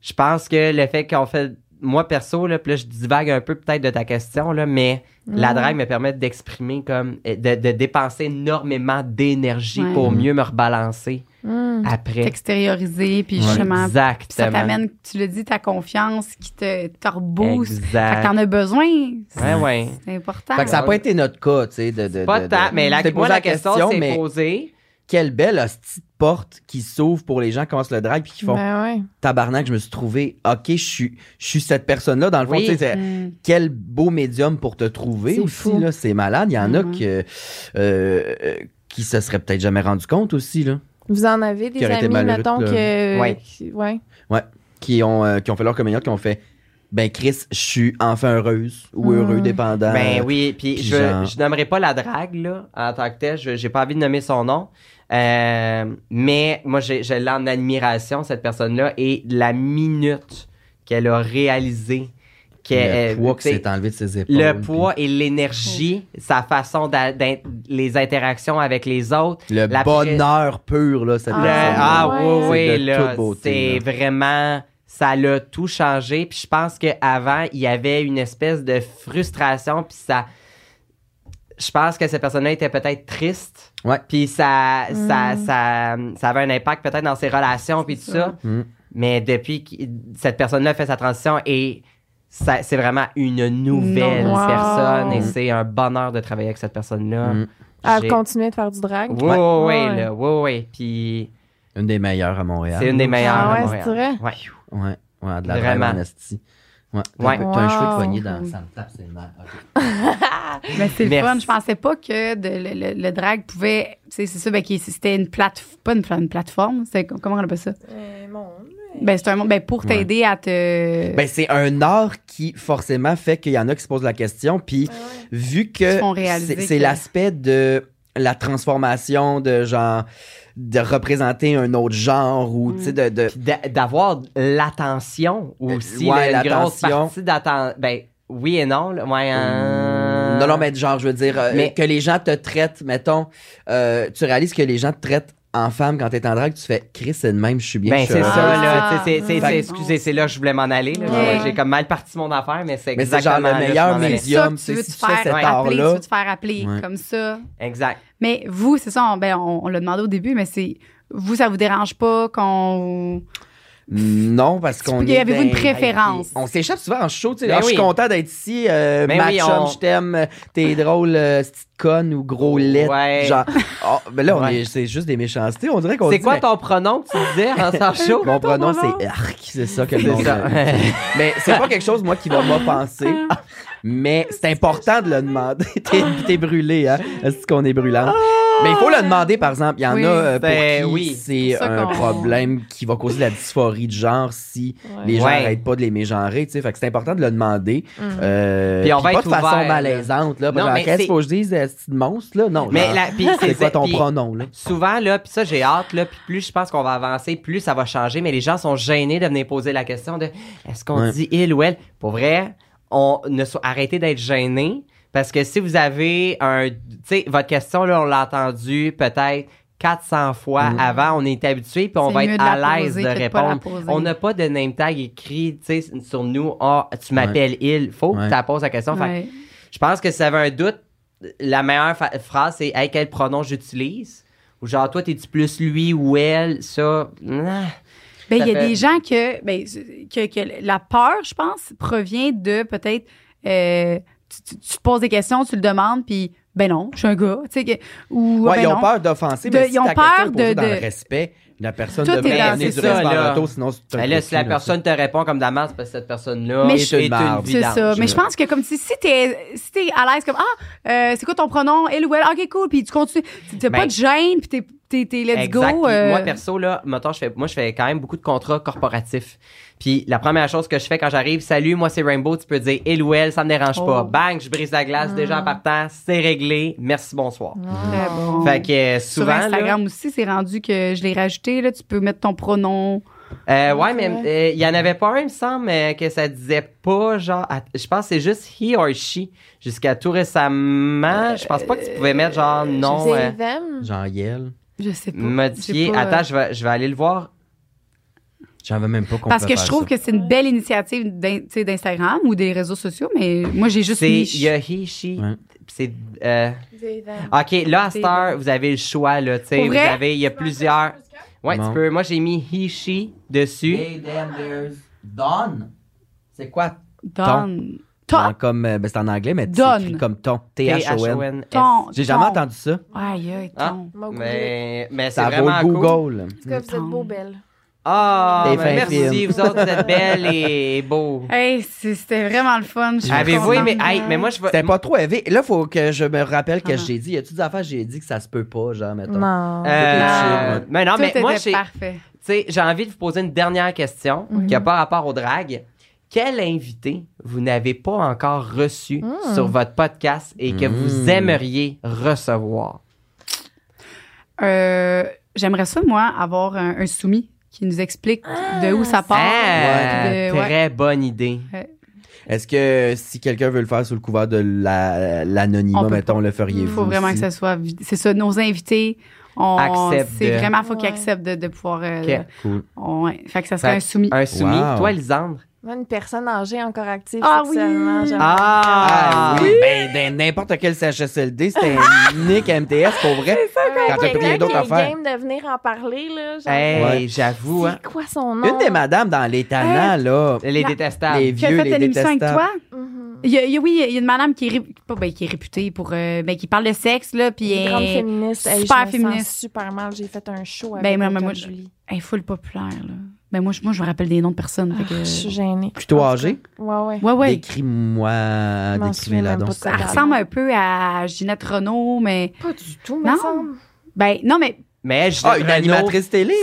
je pense que le fait qu'on fait, moi perso, là, puis là, je divague un peu peut-être de ta question, là, mais
Mm.
la drague me permet d'exprimer comme, euh, de, de dépenser énormément d'énergie
Ouais.
pour mieux me rebalancer
Mm.
après.
T'extérioriser, puis
Ouais.
justement,
Exactement.
puis ça t'amène, tu le dis, ta confiance qui te, te rebooste. Fait que
Exact.
t'en as besoin. C'est
Ouais, ouais.
c'est important.
Fait que ça n'a pas été notre cas, tu sais, de, de,
Pas
de-
de temps,
de-
mais la,
t'es
moi,
posé
la question, c'est
mais
posée.
quelle belle hostie de porte qui s'ouvre pour les gens qui commencent le drag puis qui font
Ben ouais.
tabarnak, je me suis trouvé, ok, je suis, je suis cette personne-là. Dans le fond,
Oui.
tu sais, c'est-
Mm.
quel beau médium pour te trouver
C'est
aussi,
fou.
là. C'est malade. Il y en a
Mhm.
que, euh, euh, qui se seraient peut-être jamais rendu compte aussi, là.
Vous en avez des
Qui aurait été
amis,
malheureux,
mettons,
là.
que.
Ouais.
qui- ouais.
Qui ont, euh, qui ont fait leur communion, qui ont fait, ben, Chris, je suis enfin heureuse ou
Mhm.
heureux, dépendant.
Hmm. Ben oui, puis
Euh, puis
je,
genre-
je nommerai pas la drague, là, en tant que telle. Je- J'ai pas envie de nommer son nom. Euh, mais moi, j'ai- je l'ai en admiration, cette personne-là, et la minute qu'elle a réalisé
le
qu'elle.
poids qui
euh, tu sais,
s'est enlevé de ses épaules.
le
puis
poids et l'énergie, sa façon, d'a- d'in- les interactions avec les autres,
Le
la
bonheur pur, là, cette
Ah,
Le-
personne-là.
ah
ouais.
oui,
C'est
oui,
de
là,
toute beauté,
c'est vraiment, ça l'a tout changé. Puis je pense qu'avant, il y avait une espèce de frustration, puis ça... Je pense que cette personne-là était peut-être triste.
Ouais.
Puis ça, ça,
Mm.
ça, ça avait un impact peut-être dans ses relations, puis tout
C'est
ça.
Mm.
Mais depuis que cette personne-là fait sa transition et... ça- C'est vraiment une nouvelle
Wow.
personne et
Mm.
c'est un bonheur de travailler avec cette personne-là.
Mm.
À
J'ai-
continuer de faire du drag.
Oui, oui, oui,
Ouais.
là, oui, oui. Puis
Une des meilleures à Montréal.
c'est une des meilleures.
Ah
à
ouais,
Montréal.
c'est vrai.
Ouais.
Ouais, ouais, de la
Vraiment.
Vraiment. honestie. Ouais. T'as-
Ouais.
T'as un cheveu de
Wow.
poignet dans ça me tape, c'est mal. Ok.
Mais c'est le
Merci.
fun. Je pensais pas que de- le, le- le drag pouvait. C'est c'est ça, ben, qui- c'était une plateforme. Pas une, pla- une plateforme. c'est- Comment on appelle ça? Ben, c'est un mot. Ben, pour t'aider à te.
Ben, c'est un art qui, forcément, fait qu'il y en a qui se posent la question. Puis, vu
Qui
que
font réaliser
c'est c'est
que-
l'aspect de la transformation de genre de représenter un autre genre ou
Mm.
tu sais de, de-
Puis d'a- d'avoir l'attention aussi.
Euh, Ouais,
là, une grosse
l'attention.
partie d'attention. Ben, oui et non. là. Ouais, hein. euh,
non non mais genre je veux dire euh,
Mais-
que les gens te traitent mettons euh, tu réalises que les gens te traitent en femme quand t'es en drague tu fais Chris c'est de même je suis bien
Ben,
je
c'est
suis
ça,
heureuse.
là.
Ah.
Tu sais, c'est- c'est-
Fait-
c'est- excusez, c'est là que je voulais m'en aller. là. Ouais,
Ouais.
J'ai comme mal parti mon affaire, mais c'est
Mais c'est
exactement
genre le
là que je
meilleur
m'en allais.
média.
ça
médium,
que
c'est
tu veux
si
te
tu fais
faire
cet
appeler,
art-là.
tu veux te faire appeler
Ouais.
comme ça.
Exact.
Mais vous, c'est ça, on, ben, on, on l'a demandé au début, mais c'est vous, ça vous dérange pas qu'on.
non parce qu'on
Puis,
est
Avez-vous une
dans-
préférence?
On s'échappe souvent en show, tu sais.
Ben
Ah, Je suis
oui.
content d'être ici. Euh,
Ben
ma
oui,
chum,
on-
je t'aime. euh, T'es drôle, euh, petite conne ou gros lait.
Ouais.
Genre, oh, ben là, on
Ouais.
est, c'est juste des méchancetés. On dirait qu'on
C'est
dit,
quoi
mais-
ton pronom que tu disais en
<laughs>
sort chaud?
Mon pronom,
pronom?
c'est arc. C'est ça que le
C'est
monde
ça.
a dit. Mais c'est pas quelque chose, moi, qui va m'offenser.
Ah.
Mais c'est important de le demander. <laughs> t'es, t'es brûlé, hein? Est-ce qu'on est brûlant? Mais il faut le demander, par exemple. Il y en
Ah. Oui.
a euh, pour
Ben
qui
oui.
c'est
C'est pour ça
un
qu'on-
problème qui va causer de la dysphorie de genre si les gens
Ouais. Mm.
n'arrêtent pas de les mégenrer, tu sais. Fait que c'est important de le demander. Euh,
Puis on va
pas
être
de façon
ouvert, là.
malaisante, là. pas
Non,
genre,
mais
qu'est-ce
c'est-
qu'il faut que je dise, euh, c'est de monstre, là? Non.
Mais
genre,
la- puis
c'est quoi ton
puis-
pronom, là?
Souvent, là, puis ça, j'ai hâte, là, puis plus je pense qu'on va avancer, plus ça va changer, mais les gens sont gênés de venir poser la question de est-ce qu'on
Ouais.
dit il ou elle? Pour vrai, on ne so- arrêtez d'être gênés, parce que si vous avez un, tu sais, votre question, là, on l'a entendu peut-être 400 fois
Mm.
avant. On est habitué, puis on
C'est
va
mieux
être
de la
à l'aise
poser
de
que de pas la
répondre.
poser.
on n'a pas de name tag écrit tu sais, sur nous. Ah, tu m'appelles il. Faut
Ouais.
que tu poses la question. Fait que
Ouais.
je pense que si t'avais un doute, la meilleure fa- phrase, c'est Hey, quel pronom j'utilise? Ou genre, toi, t'es-tu plus lui ou elle? Ça. nah.
Ben, il y a
Ça fait-
des gens que, ben, que, que la peur, je pense, provient de peut-être. euh, tu, tu- tu te poses des questions, tu le demandes, puis ben non, je suis un gars. Tu sais, que- ou,
Ouais,
ben
ils ont
non.
peur d'offenser,
De-
mais si
ils ont
ta
peur
question est
de-
posée dans le
de-
respect, la personne
Tout est
devrait
dans-
donner
c'est
du
ça,
respect en
là.
retour, sinon c'est un
Ben là, si la
cocu, là, ça.
personne te répond comme de la masse, c'est parce que cette personne-là
Mais
est,
je-
est une
marde.
C'est
vidange.
ça. Mais je pense que comme si, si t'es si t'es à l'aise comme Ah, euh, c'est quoi ton pronom? Elle ou elle? Ok, cool. Puis tu continues. Tu- T'as
Ben,
pas de gêne, puis t'es- t'es t'es let's
Exact.
go.
Puis
euh,
Moi, perso, là, mettons, je fais, moi, je fais quand même beaucoup de contrats corporatifs. Puis la première chose que je fais quand j'arrive, salut, moi, c'est Rainbow, tu peux dire il ou elle, ça me dérange
Oh. Ah.
pas. Bang, je brise la glace, déjà en partant, c'est réglé, merci, bonsoir.
Ah.
très bon.
Fait que euh, souvent.
Sur
là,
Instagram aussi, c'est rendu que je l'ai rajouté. Là, tu peux mettre ton pronom. Ah,
Euh, ouais, mais
Ouais.
euh, il y en avait pas un, il me semble, euh, que ça disait pas, genre, à- je pense que c'est juste he or she. Jusqu'à tout récemment,
Euh,
je pense pas que tu pouvais mettre, genre, non, euh,
They, them.
Jean Yel,
Je sais pas. J'ai
modifier.
pas, euh,
Attends, je vais, je vais aller le voir.
j'en veux même pas qu'on
euh, Parce
peut
que je
faire
trouve
ça.
que c'est une belle initiative d'in- tu sais, d'Instagram ou des réseaux sociaux, mais moi, j'ai juste
C'est,
mis...
il y a he, she.
Ouais.
C'est, euh,
They, them.
OK, là, à
C'est
cette heure, vous avez le choix, là, tu sais.
Pour
Vous
vrai?
avez, il y a plusieurs. Ouais,
Bon.
tu peux. Moi, j'ai mis he, she dessus.
Don. C'est quoi?
Donne.
Ton.
Ton.
Comme, euh, ben, c'est en anglais, mais c'est
Don.
écrit comme ton. T-H-O-N.
T-H-O-N-S.
Ton.
J'ai jamais
ton.
entendu ça.
Aïe, aïe, ton.
Ah.
Moi, Google.
Mais, mais c'est
Ça vaut
vraiment
le
cool.
Google.
En tout cas, vous êtes beau, belle.
Ah,
Des
ben,
fins
merci,
fines.
vous autres, vous êtes belles et beaux.
Hey, c'est- c'était vraiment le fun. je suis
Avez-vous
contente.
aimé? Hey, mais moi, je vais.
C'était pas trop élevé. Là, faut que je me rappelle que
Ah.
j'ai dit. Y a-tu des affaires que j'ai dit que ça se peut pas, genre, mettons?
Non.
Euh,
Non.
mais non,
Tout
mais moi,
était
j'ai
parfait.
tu sais, j'ai envie de vous poser une dernière question qui a pas rapport au drag. Quel invité vous n'avez pas encore reçu sur votre podcast et que
Mm.
vous aimeriez recevoir?
Euh, J'aimerais ça, moi, avoir un, un soumis qui nous explique de où ça part.
Ah,
puis de- ouais.
Très bonne idée.
Est-ce que si quelqu'un veut le faire sous le couvert de la- l'anonymat,
On peut
mettons, le
Il
feriez-vous?
faut vraiment
aussi?
que ça soit... vid- C'est ça, nos invités... On,
Accepte
c'est
de-
vraiment faut qu'ils
Ouais.
acceptent de, de pouvoir euh,
Ok.
Cool.
on- ouais. fait que ça serait
Fait-
un soumis
Un soumis.
Wow.
Toi, Lisandre?
Moi, une personne âgée encore active
Ah
sexuellement,
oui!
j'aime-
Ah,
Ah,
oui! Ben, dans n'importe quel CHSLD, c'était
Ah!
unique MTS pour vrai. Quand t'as pris
Quelqu'un qui
d'autres
est
affaires.
game de venir en parler, là. genre,
Hey,
Ouais.
j'avoue, hein.
C'est quoi son nom?
Une des madames dans les talents, là.
Les
La-
détestables.
Les
Qui a
vieux,
fait
les
une émission avec
détestables.
toi?
Mhm.
Il y a- il y a- oui, il y a une madame qui est, ré- pas- ben, qui est réputée pour. euh, ben, qui parle de sexe, là, puis
Une grande
elle
féministe. Hey,
super
je me
féministe.
Sens super mal. J'ai fait un show avec
Ben, moi,
Angel
moi, je-
Jolie.
elle est full populaire, là. Ben, moi, je, moi, je me rappelle des noms de personnes. fait que-
Ah, Je suis gênée.
Plutôt
En tout
âgée?
cas, Ouais, ouais.
ouais, ouais.
Décris-moi,
Je m'en
décrivez-la
souviens
donc.
même pas
Elle ressemble un peu à Ginette Renault, mais.
Pas du tout,
Non.
me semble.
Ben, non, mais.
Mais je
Ah, une animatrice télé,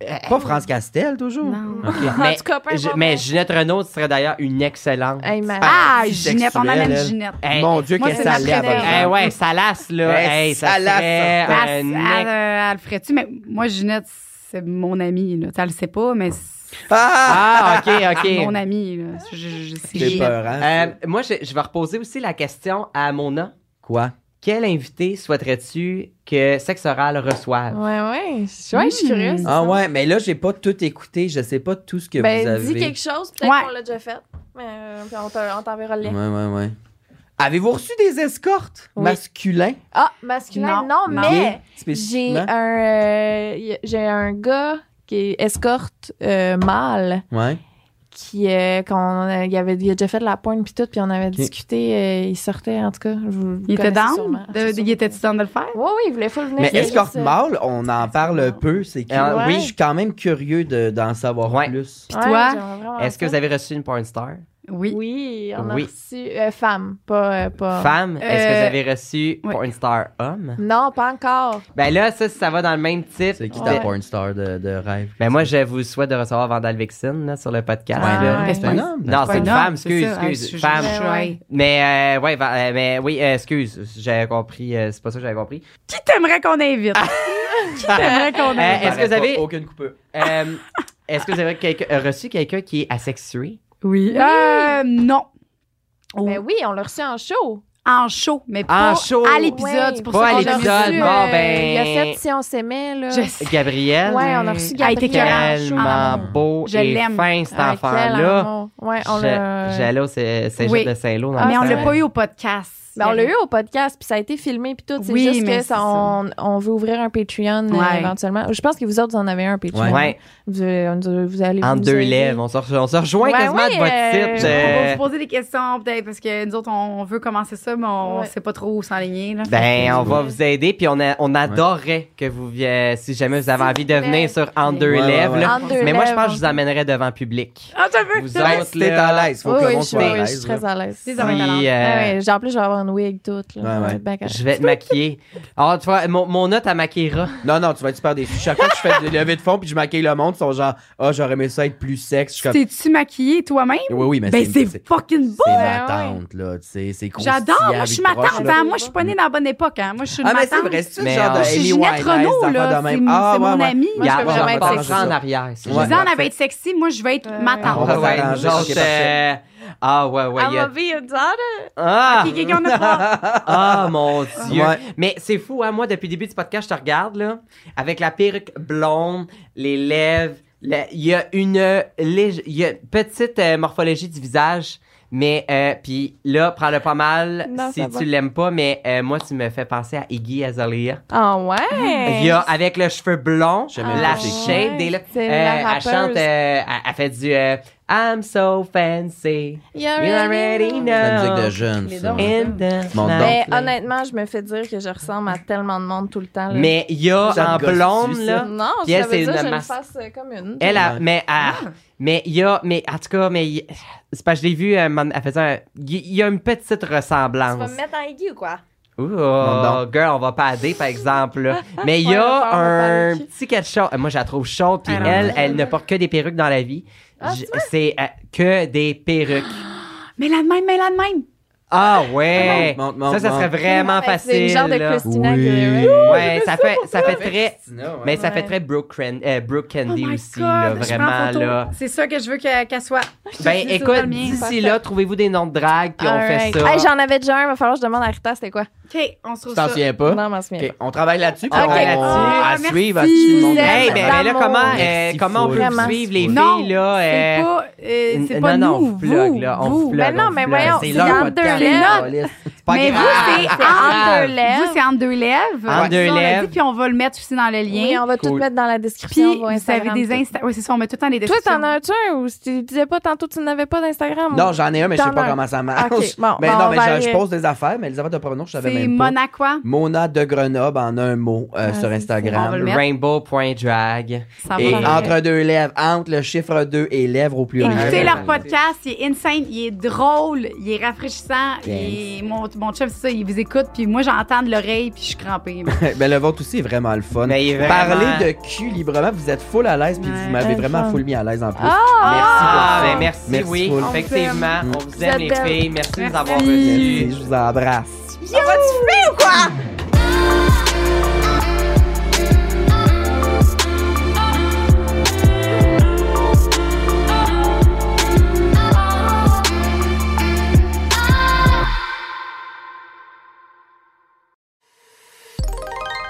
là? Pas France Castel, toujours?
Non.
Ah. Mais,
En tout cas, peu
je-
importe.
mais Ginette Renaud serait d'ailleurs une excellente.
Hey, ma-
Ah,
si
Ginette, on
sexuelle,
amène
elle.
Ginette.
Hey,
Mon Dieu,
moi,
qu'elle
c'est ma
s'allait
préférée.
Eh
avant.
ouais, salace, là.
Eh,
hey, ça
salace,
serait
Elle,
un
elle,
ex-
elle le ferait-tu? Mais moi, Ginette, c'est mon amie, là. Tu le sais pas, mais c'est
Ah!
Ah, OK,
mon
OK.
amie, là. Je- je- je- c'est
J'ai
Ginette.
peur, hein?
Euh, moi, je, je vais reposer aussi la question à Mona.
Quoi?
Quel invité souhaiterais-tu que Sexe Oral reçoive?
Ouais, ouais. Je ouais, je suis
Mm.
curieuse.
Ah ouais, mais là, j'ai pas tout écouté. Je sais pas tout ce que
Ben,
vous avez.
dis quelque chose, peut-être
Ouais.
qu'on l'a déjà fait. Mais, euh, puis on te- on t'enverra le lien.
Ouais, ouais, ouais. Avez-vous reçu des escortes
Oui.
masculins?
Ah,
Non,
masculin, non,
non.
mais j'ai
Spécifiquement?
un, euh, y- j'ai un gars qui est escorte euh, mâle
Ouais.
qui euh, qu'on euh, il avait il a déjà fait de la pointe puis tout puis on avait discuté euh, il sortait en tout cas je vous- vous
Il était
connaissez
down?
sûrement.
De- de- Il était-tu down de le faire?
Ouais oui, il voulait full venir.
Mais
je
escorte
sais.
mâle, on en parle peu. C'est qui?
Euh,
Oui,
ouais.
je suis quand même curieux de- d'en savoir
Ouais.
plus.
Puis
Ouais,
toi?
j'aimerais vraiment
Est-ce que
Ah, ça.
vous avez reçu une porn star?
Oui.
Oui, on a
Oui.
reçu euh, femme, pas euh, pas
Femme, est-ce que
Euh,
vous avez reçu
ouais.
porn star homme?
Non, pas encore.
Ben là, ça, ça va dans le même type.
C'est qui
Ouais.
ta porn star de, de rêve?
Ben moi, je vous souhaite de recevoir Vandal Vixen là, sur le podcast.
Ouais,
là.
ouais.
c'est
C'est un homme.
Non,
pas
Ah, c'est une
énorme,
femme,
c'est
excuse,
ça. Ah,
excuse,
je- je-
femme.
je-
Ben Ouais.
Mais, euh, ouais, va- euh, mais oui, euh, excuse, j'avais compris, euh, c'est pas ça que j'avais
<laughs>
compris.
Qui t'aimerait qu'on invite? Qui
Bah.
t'aimerait qu'on
<laughs> Euh,
invite?
est-ce que vous avez-
Aucune coupeur.
Euh, Est-ce que vous avez quelqu'un- reçu quelqu'un qui est asexué?
Oui. Euh, non. ben
Ben oui, on l'a reçu en show.
en show, mais pas
En show.
à l'épisode. C'est pour
Pas
ça
à
qu'on a
l'épisode,
reçu,
bon,
euh,
ben,
Il y a fait si on s'aimait, là.
Je sais.
Gabriel.
Ouais, on a reçu
Elle était Ah,
Gabriel.
Tellement beau
Je
et
l'aime.
fin, cet
Ah, quel
enfant-là.
amour. Ouais, on
J'a-
l'a.
J'allais au C- Cégep
Oui.
de Saint-Lô. dans
Ah,
le
Mais on
temps.
l'a pas eu au podcast.
Ben, on l'a eu au podcast, puis ça a été filmé, puis tout. C'est
Oui,
juste
mais
que
c'est ça.
ça, on, on veut ouvrir un Patreon euh,
Ouais.
éventuellement. Je pense que vous autres, vous en avez un Patreon.
Ouais,
Vous, euh, vous allez
en
nous
deux
aider.
lèvres. On se, re- on se rejoint
Ouais,
quasiment
ouais,
de votre
euh,
site.
On va
euh,
vous poser des questions, peut-être, parce que nous autres, on veut commencer ça, mais on
Ouais.
sait pas trop où s'enligner. là.
Ben, on va
Oui.
vous aider, puis on, a- on adorerait que vous vi- si jamais vous avez envie de venir sur En deux
Ouais, ouais,
lèvres.
ouais.
là.
En deux
Mais moi, je pense
lèvres.
que je vous amènerais devant public.
Ah, t'as vu?
Vous
t'as vu?
autres,
t'es
là,
à l'aise. Faut
Oui,
que
oui,
le monde
je, suis-
soit à
oui, je
l'aise.
suis
là.
très à l'aise.
C'est
Ouais,
ça. va être
Puis, euh,
Ah ouais, j'ai- en plus, je vais avoir une wig toute. Là,
Ouais, ouais.
Ça va être bien correct.
Je vais te maquiller. Ah, tu vois, mon, mon note à maquillera.
Non, non, tu vas être super déçu. Chaque fois que je fais des levées de fond puis je maquille le monde, ils sont genre, ah, j'aurais aimé ça être plus sexe. Je suis comme,
T'es-tu maquillée toi-même?
oui, oui, mais
Ben, c'est
c'est
fucking beau!
c'est ma
ouais.
tante, là. Tu sais, c'est croustillant,
J'adore! Moi, je suis ma
proche,
tante.
là.
hein. Moi, je suis pas née dans la bonne époque. hein. Moi, je suis une
Ah, mais c'est
tante.
vrai, c'est le
Mais
genre de
on-
Je suis
Amy
Ginette
Winehouse,
Renault,
d'enfant
là.
de
C'est
même. Ah,
c'est
ouais,
mon
ouais.
amie.
Moi, je veux
on
vraiment
en
être
parlera
sexy.
en arrière. si
Je
Ouais,
disais, on
parfait.
avait être sexy. Moi, je veux être ma
Ouais.
tante.
On va
Ah ouais,
s'arranger,
genre,
ok,
euh, ah ouais, ouais. il y a- Ah,
Ok, quelqu'un en a trois.
<laughs> ah, mon Dieu.
Ouais.
Mais c'est fou, hein, moi, depuis le début du podcast, je te regarde, là, avec la perruque blonde, les lèvres. la- Il y a une lége- il y a une petite euh, morphologie du visage, mais euh, puis là, prends-le pas mal
Non,
si
ça
tu
va.
l'aimes pas, mais euh, moi, tu me fais penser à Iggy Azalea.
Ah ouais!
Il y a avec le cheveu blond,
J'aimais
la
pas c'est qui.
shape des lèvres.
C'est
Euh,
la
elle chante,
rappeuse.
euh, elle, elle fait du euh, I'm so fancy.
You
You already
already know.
know.
La musique de jeune,
Les
ça.
dons.
In the
Mon
night.
don.
Mais honnêtement, je me fais dire que je ressemble à tellement de monde tout le temps. là.
Mais il y a
Ça te
en
gosse-tu,
blonde,
ça?
là.
Non,
Puis
je
elle, c'est
savais dire
une
que je le
masse-
fasse euh, comme une.
Elle, a,
Ouais.
mais, ah, mais il y a, mais en tout cas, mais il- c'est parce que je l'ai vu, euh, man- elle faisait un- il il y a une petite
Tu vas
ressemblance.
me mettre en aiguille ou quoi?
Ouh,
don.
girl, on va pader, par exemple. là. Mais il y
Ouais, on va
a
faire, on va
un
pader.
petit quelque chose. Moi, je la trouve chaude, puis
Ah, non,
elle,
non.
elle ne porte que des perruques dans la vie.
Ah,
Je-
c'est vrai?
C'est euh, que des perruques.
Mais la de même, mais la de même.
Ah ouais!
Monte, monte,
ça, ça serait
monte.
vraiment
Ouais, mais
facile.
C'est le genre de
là.
Christina
Oui.
Aguilera.
Ouais, ça fait, ça fait très.
Christina, ouais.
Mais ça fait
Ouais.
très Brooke, Cran- euh, Brooke
Oh
Candy
my
aussi, là,
God, je prends en
vraiment,
photo.
là.
C'est ça que je veux que- qu'elle soit.
Ben,
Je suis sur le
écoute,
mien.
d'ici là, trouvez-vous des noms de drague, puis on fait
Alright.
ça.
Hey, j'en avais déjà un, il va falloir que je demande à Rita c'était quoi.
OK, on se
Tu
retrouve
t'en
ça.
souviens pas?
Non, je m'en souviens
Ok, on travaille là-dessus. puis
Ok.
on-
Ah,
à
merci.
suivre, à suivre. mon
Vous
gars.
Hey,
êtes
ben, ben là,
d'amour.
comment, euh,
Merci,
comment on peut
Vraiment.
vous suivre, les
Non,
filles, là?
c'est
euh,
pas, euh, c'est
n-
pas
non,
nous,
non, on vlog,
vous,
là, on
vous.
vlog,
Ben non,
on
mais
vlog.
voyons,
C'est
c'est
leur
entre deux
podcast.
lèvres.
Alice.
C'est pas
mais vous,
grave.
c'est
C'est
entre
entre
deux lèvres.
deux lèvres.
Vous, c'est entre deux lèvres.
Entre deux
Ça, on l'a dit,
lèvres.
puis on va le mettre aussi dans le lien.
Oui, on va tout
Cool.
mettre dans la
Puis,
description. vos
vous avez
Instagram,
des
tout.
Insta. Oui, c'est ça, on met tout le temps les
Toi,
descriptions.
t'en as-tu un ou si tu disais pas tantôt tu n'avais pas d'Instagram?
Non, j'en ai un, mais je sais
T'en as
pas
un.
comment ça marche.
Ok, bon,
mais
bon,
non,
on
mais
va
je- je,
aller-
pose des affaires, mais Elisabeth de Provenot, je savais
C'est
même pas.
Monacois.
Mona de Grenoble en un mot euh,
Ah,
sur
c'est
ça, on va
Instagram.
le mettre.
Rainbow.drag.
Ça va.
Et
Ah,
entre deux lèvres, entre le chiffre 2 et lèvres au pluriel.
Écoutez
Ouais.
leur podcast, il est insane, il est drôle, il est rafraîchissant. il est- Mon, mon chum, c'est ça, il vous écoute, puis moi, j'entends de l'oreille, puis je suis crampée.
<laughs> ben, le vôtre aussi est vraiment le fun.
Mais Ben, il est vraiment-
Parlez de cul librement, vous êtes full à l'aise, puis
Ouais.
vous m'avez
Ouais,
vraiment
fun.
full mis à l'aise en plus.
Ah,
Merci
ben
pour
merci,
ça. Merci
oui,
full.
On
effectivement. On vous
Vous
aime,
êtes
les
belles.
filles. Merci de nous
Merci.
avoir reçus.
Merci, je vous embrasse.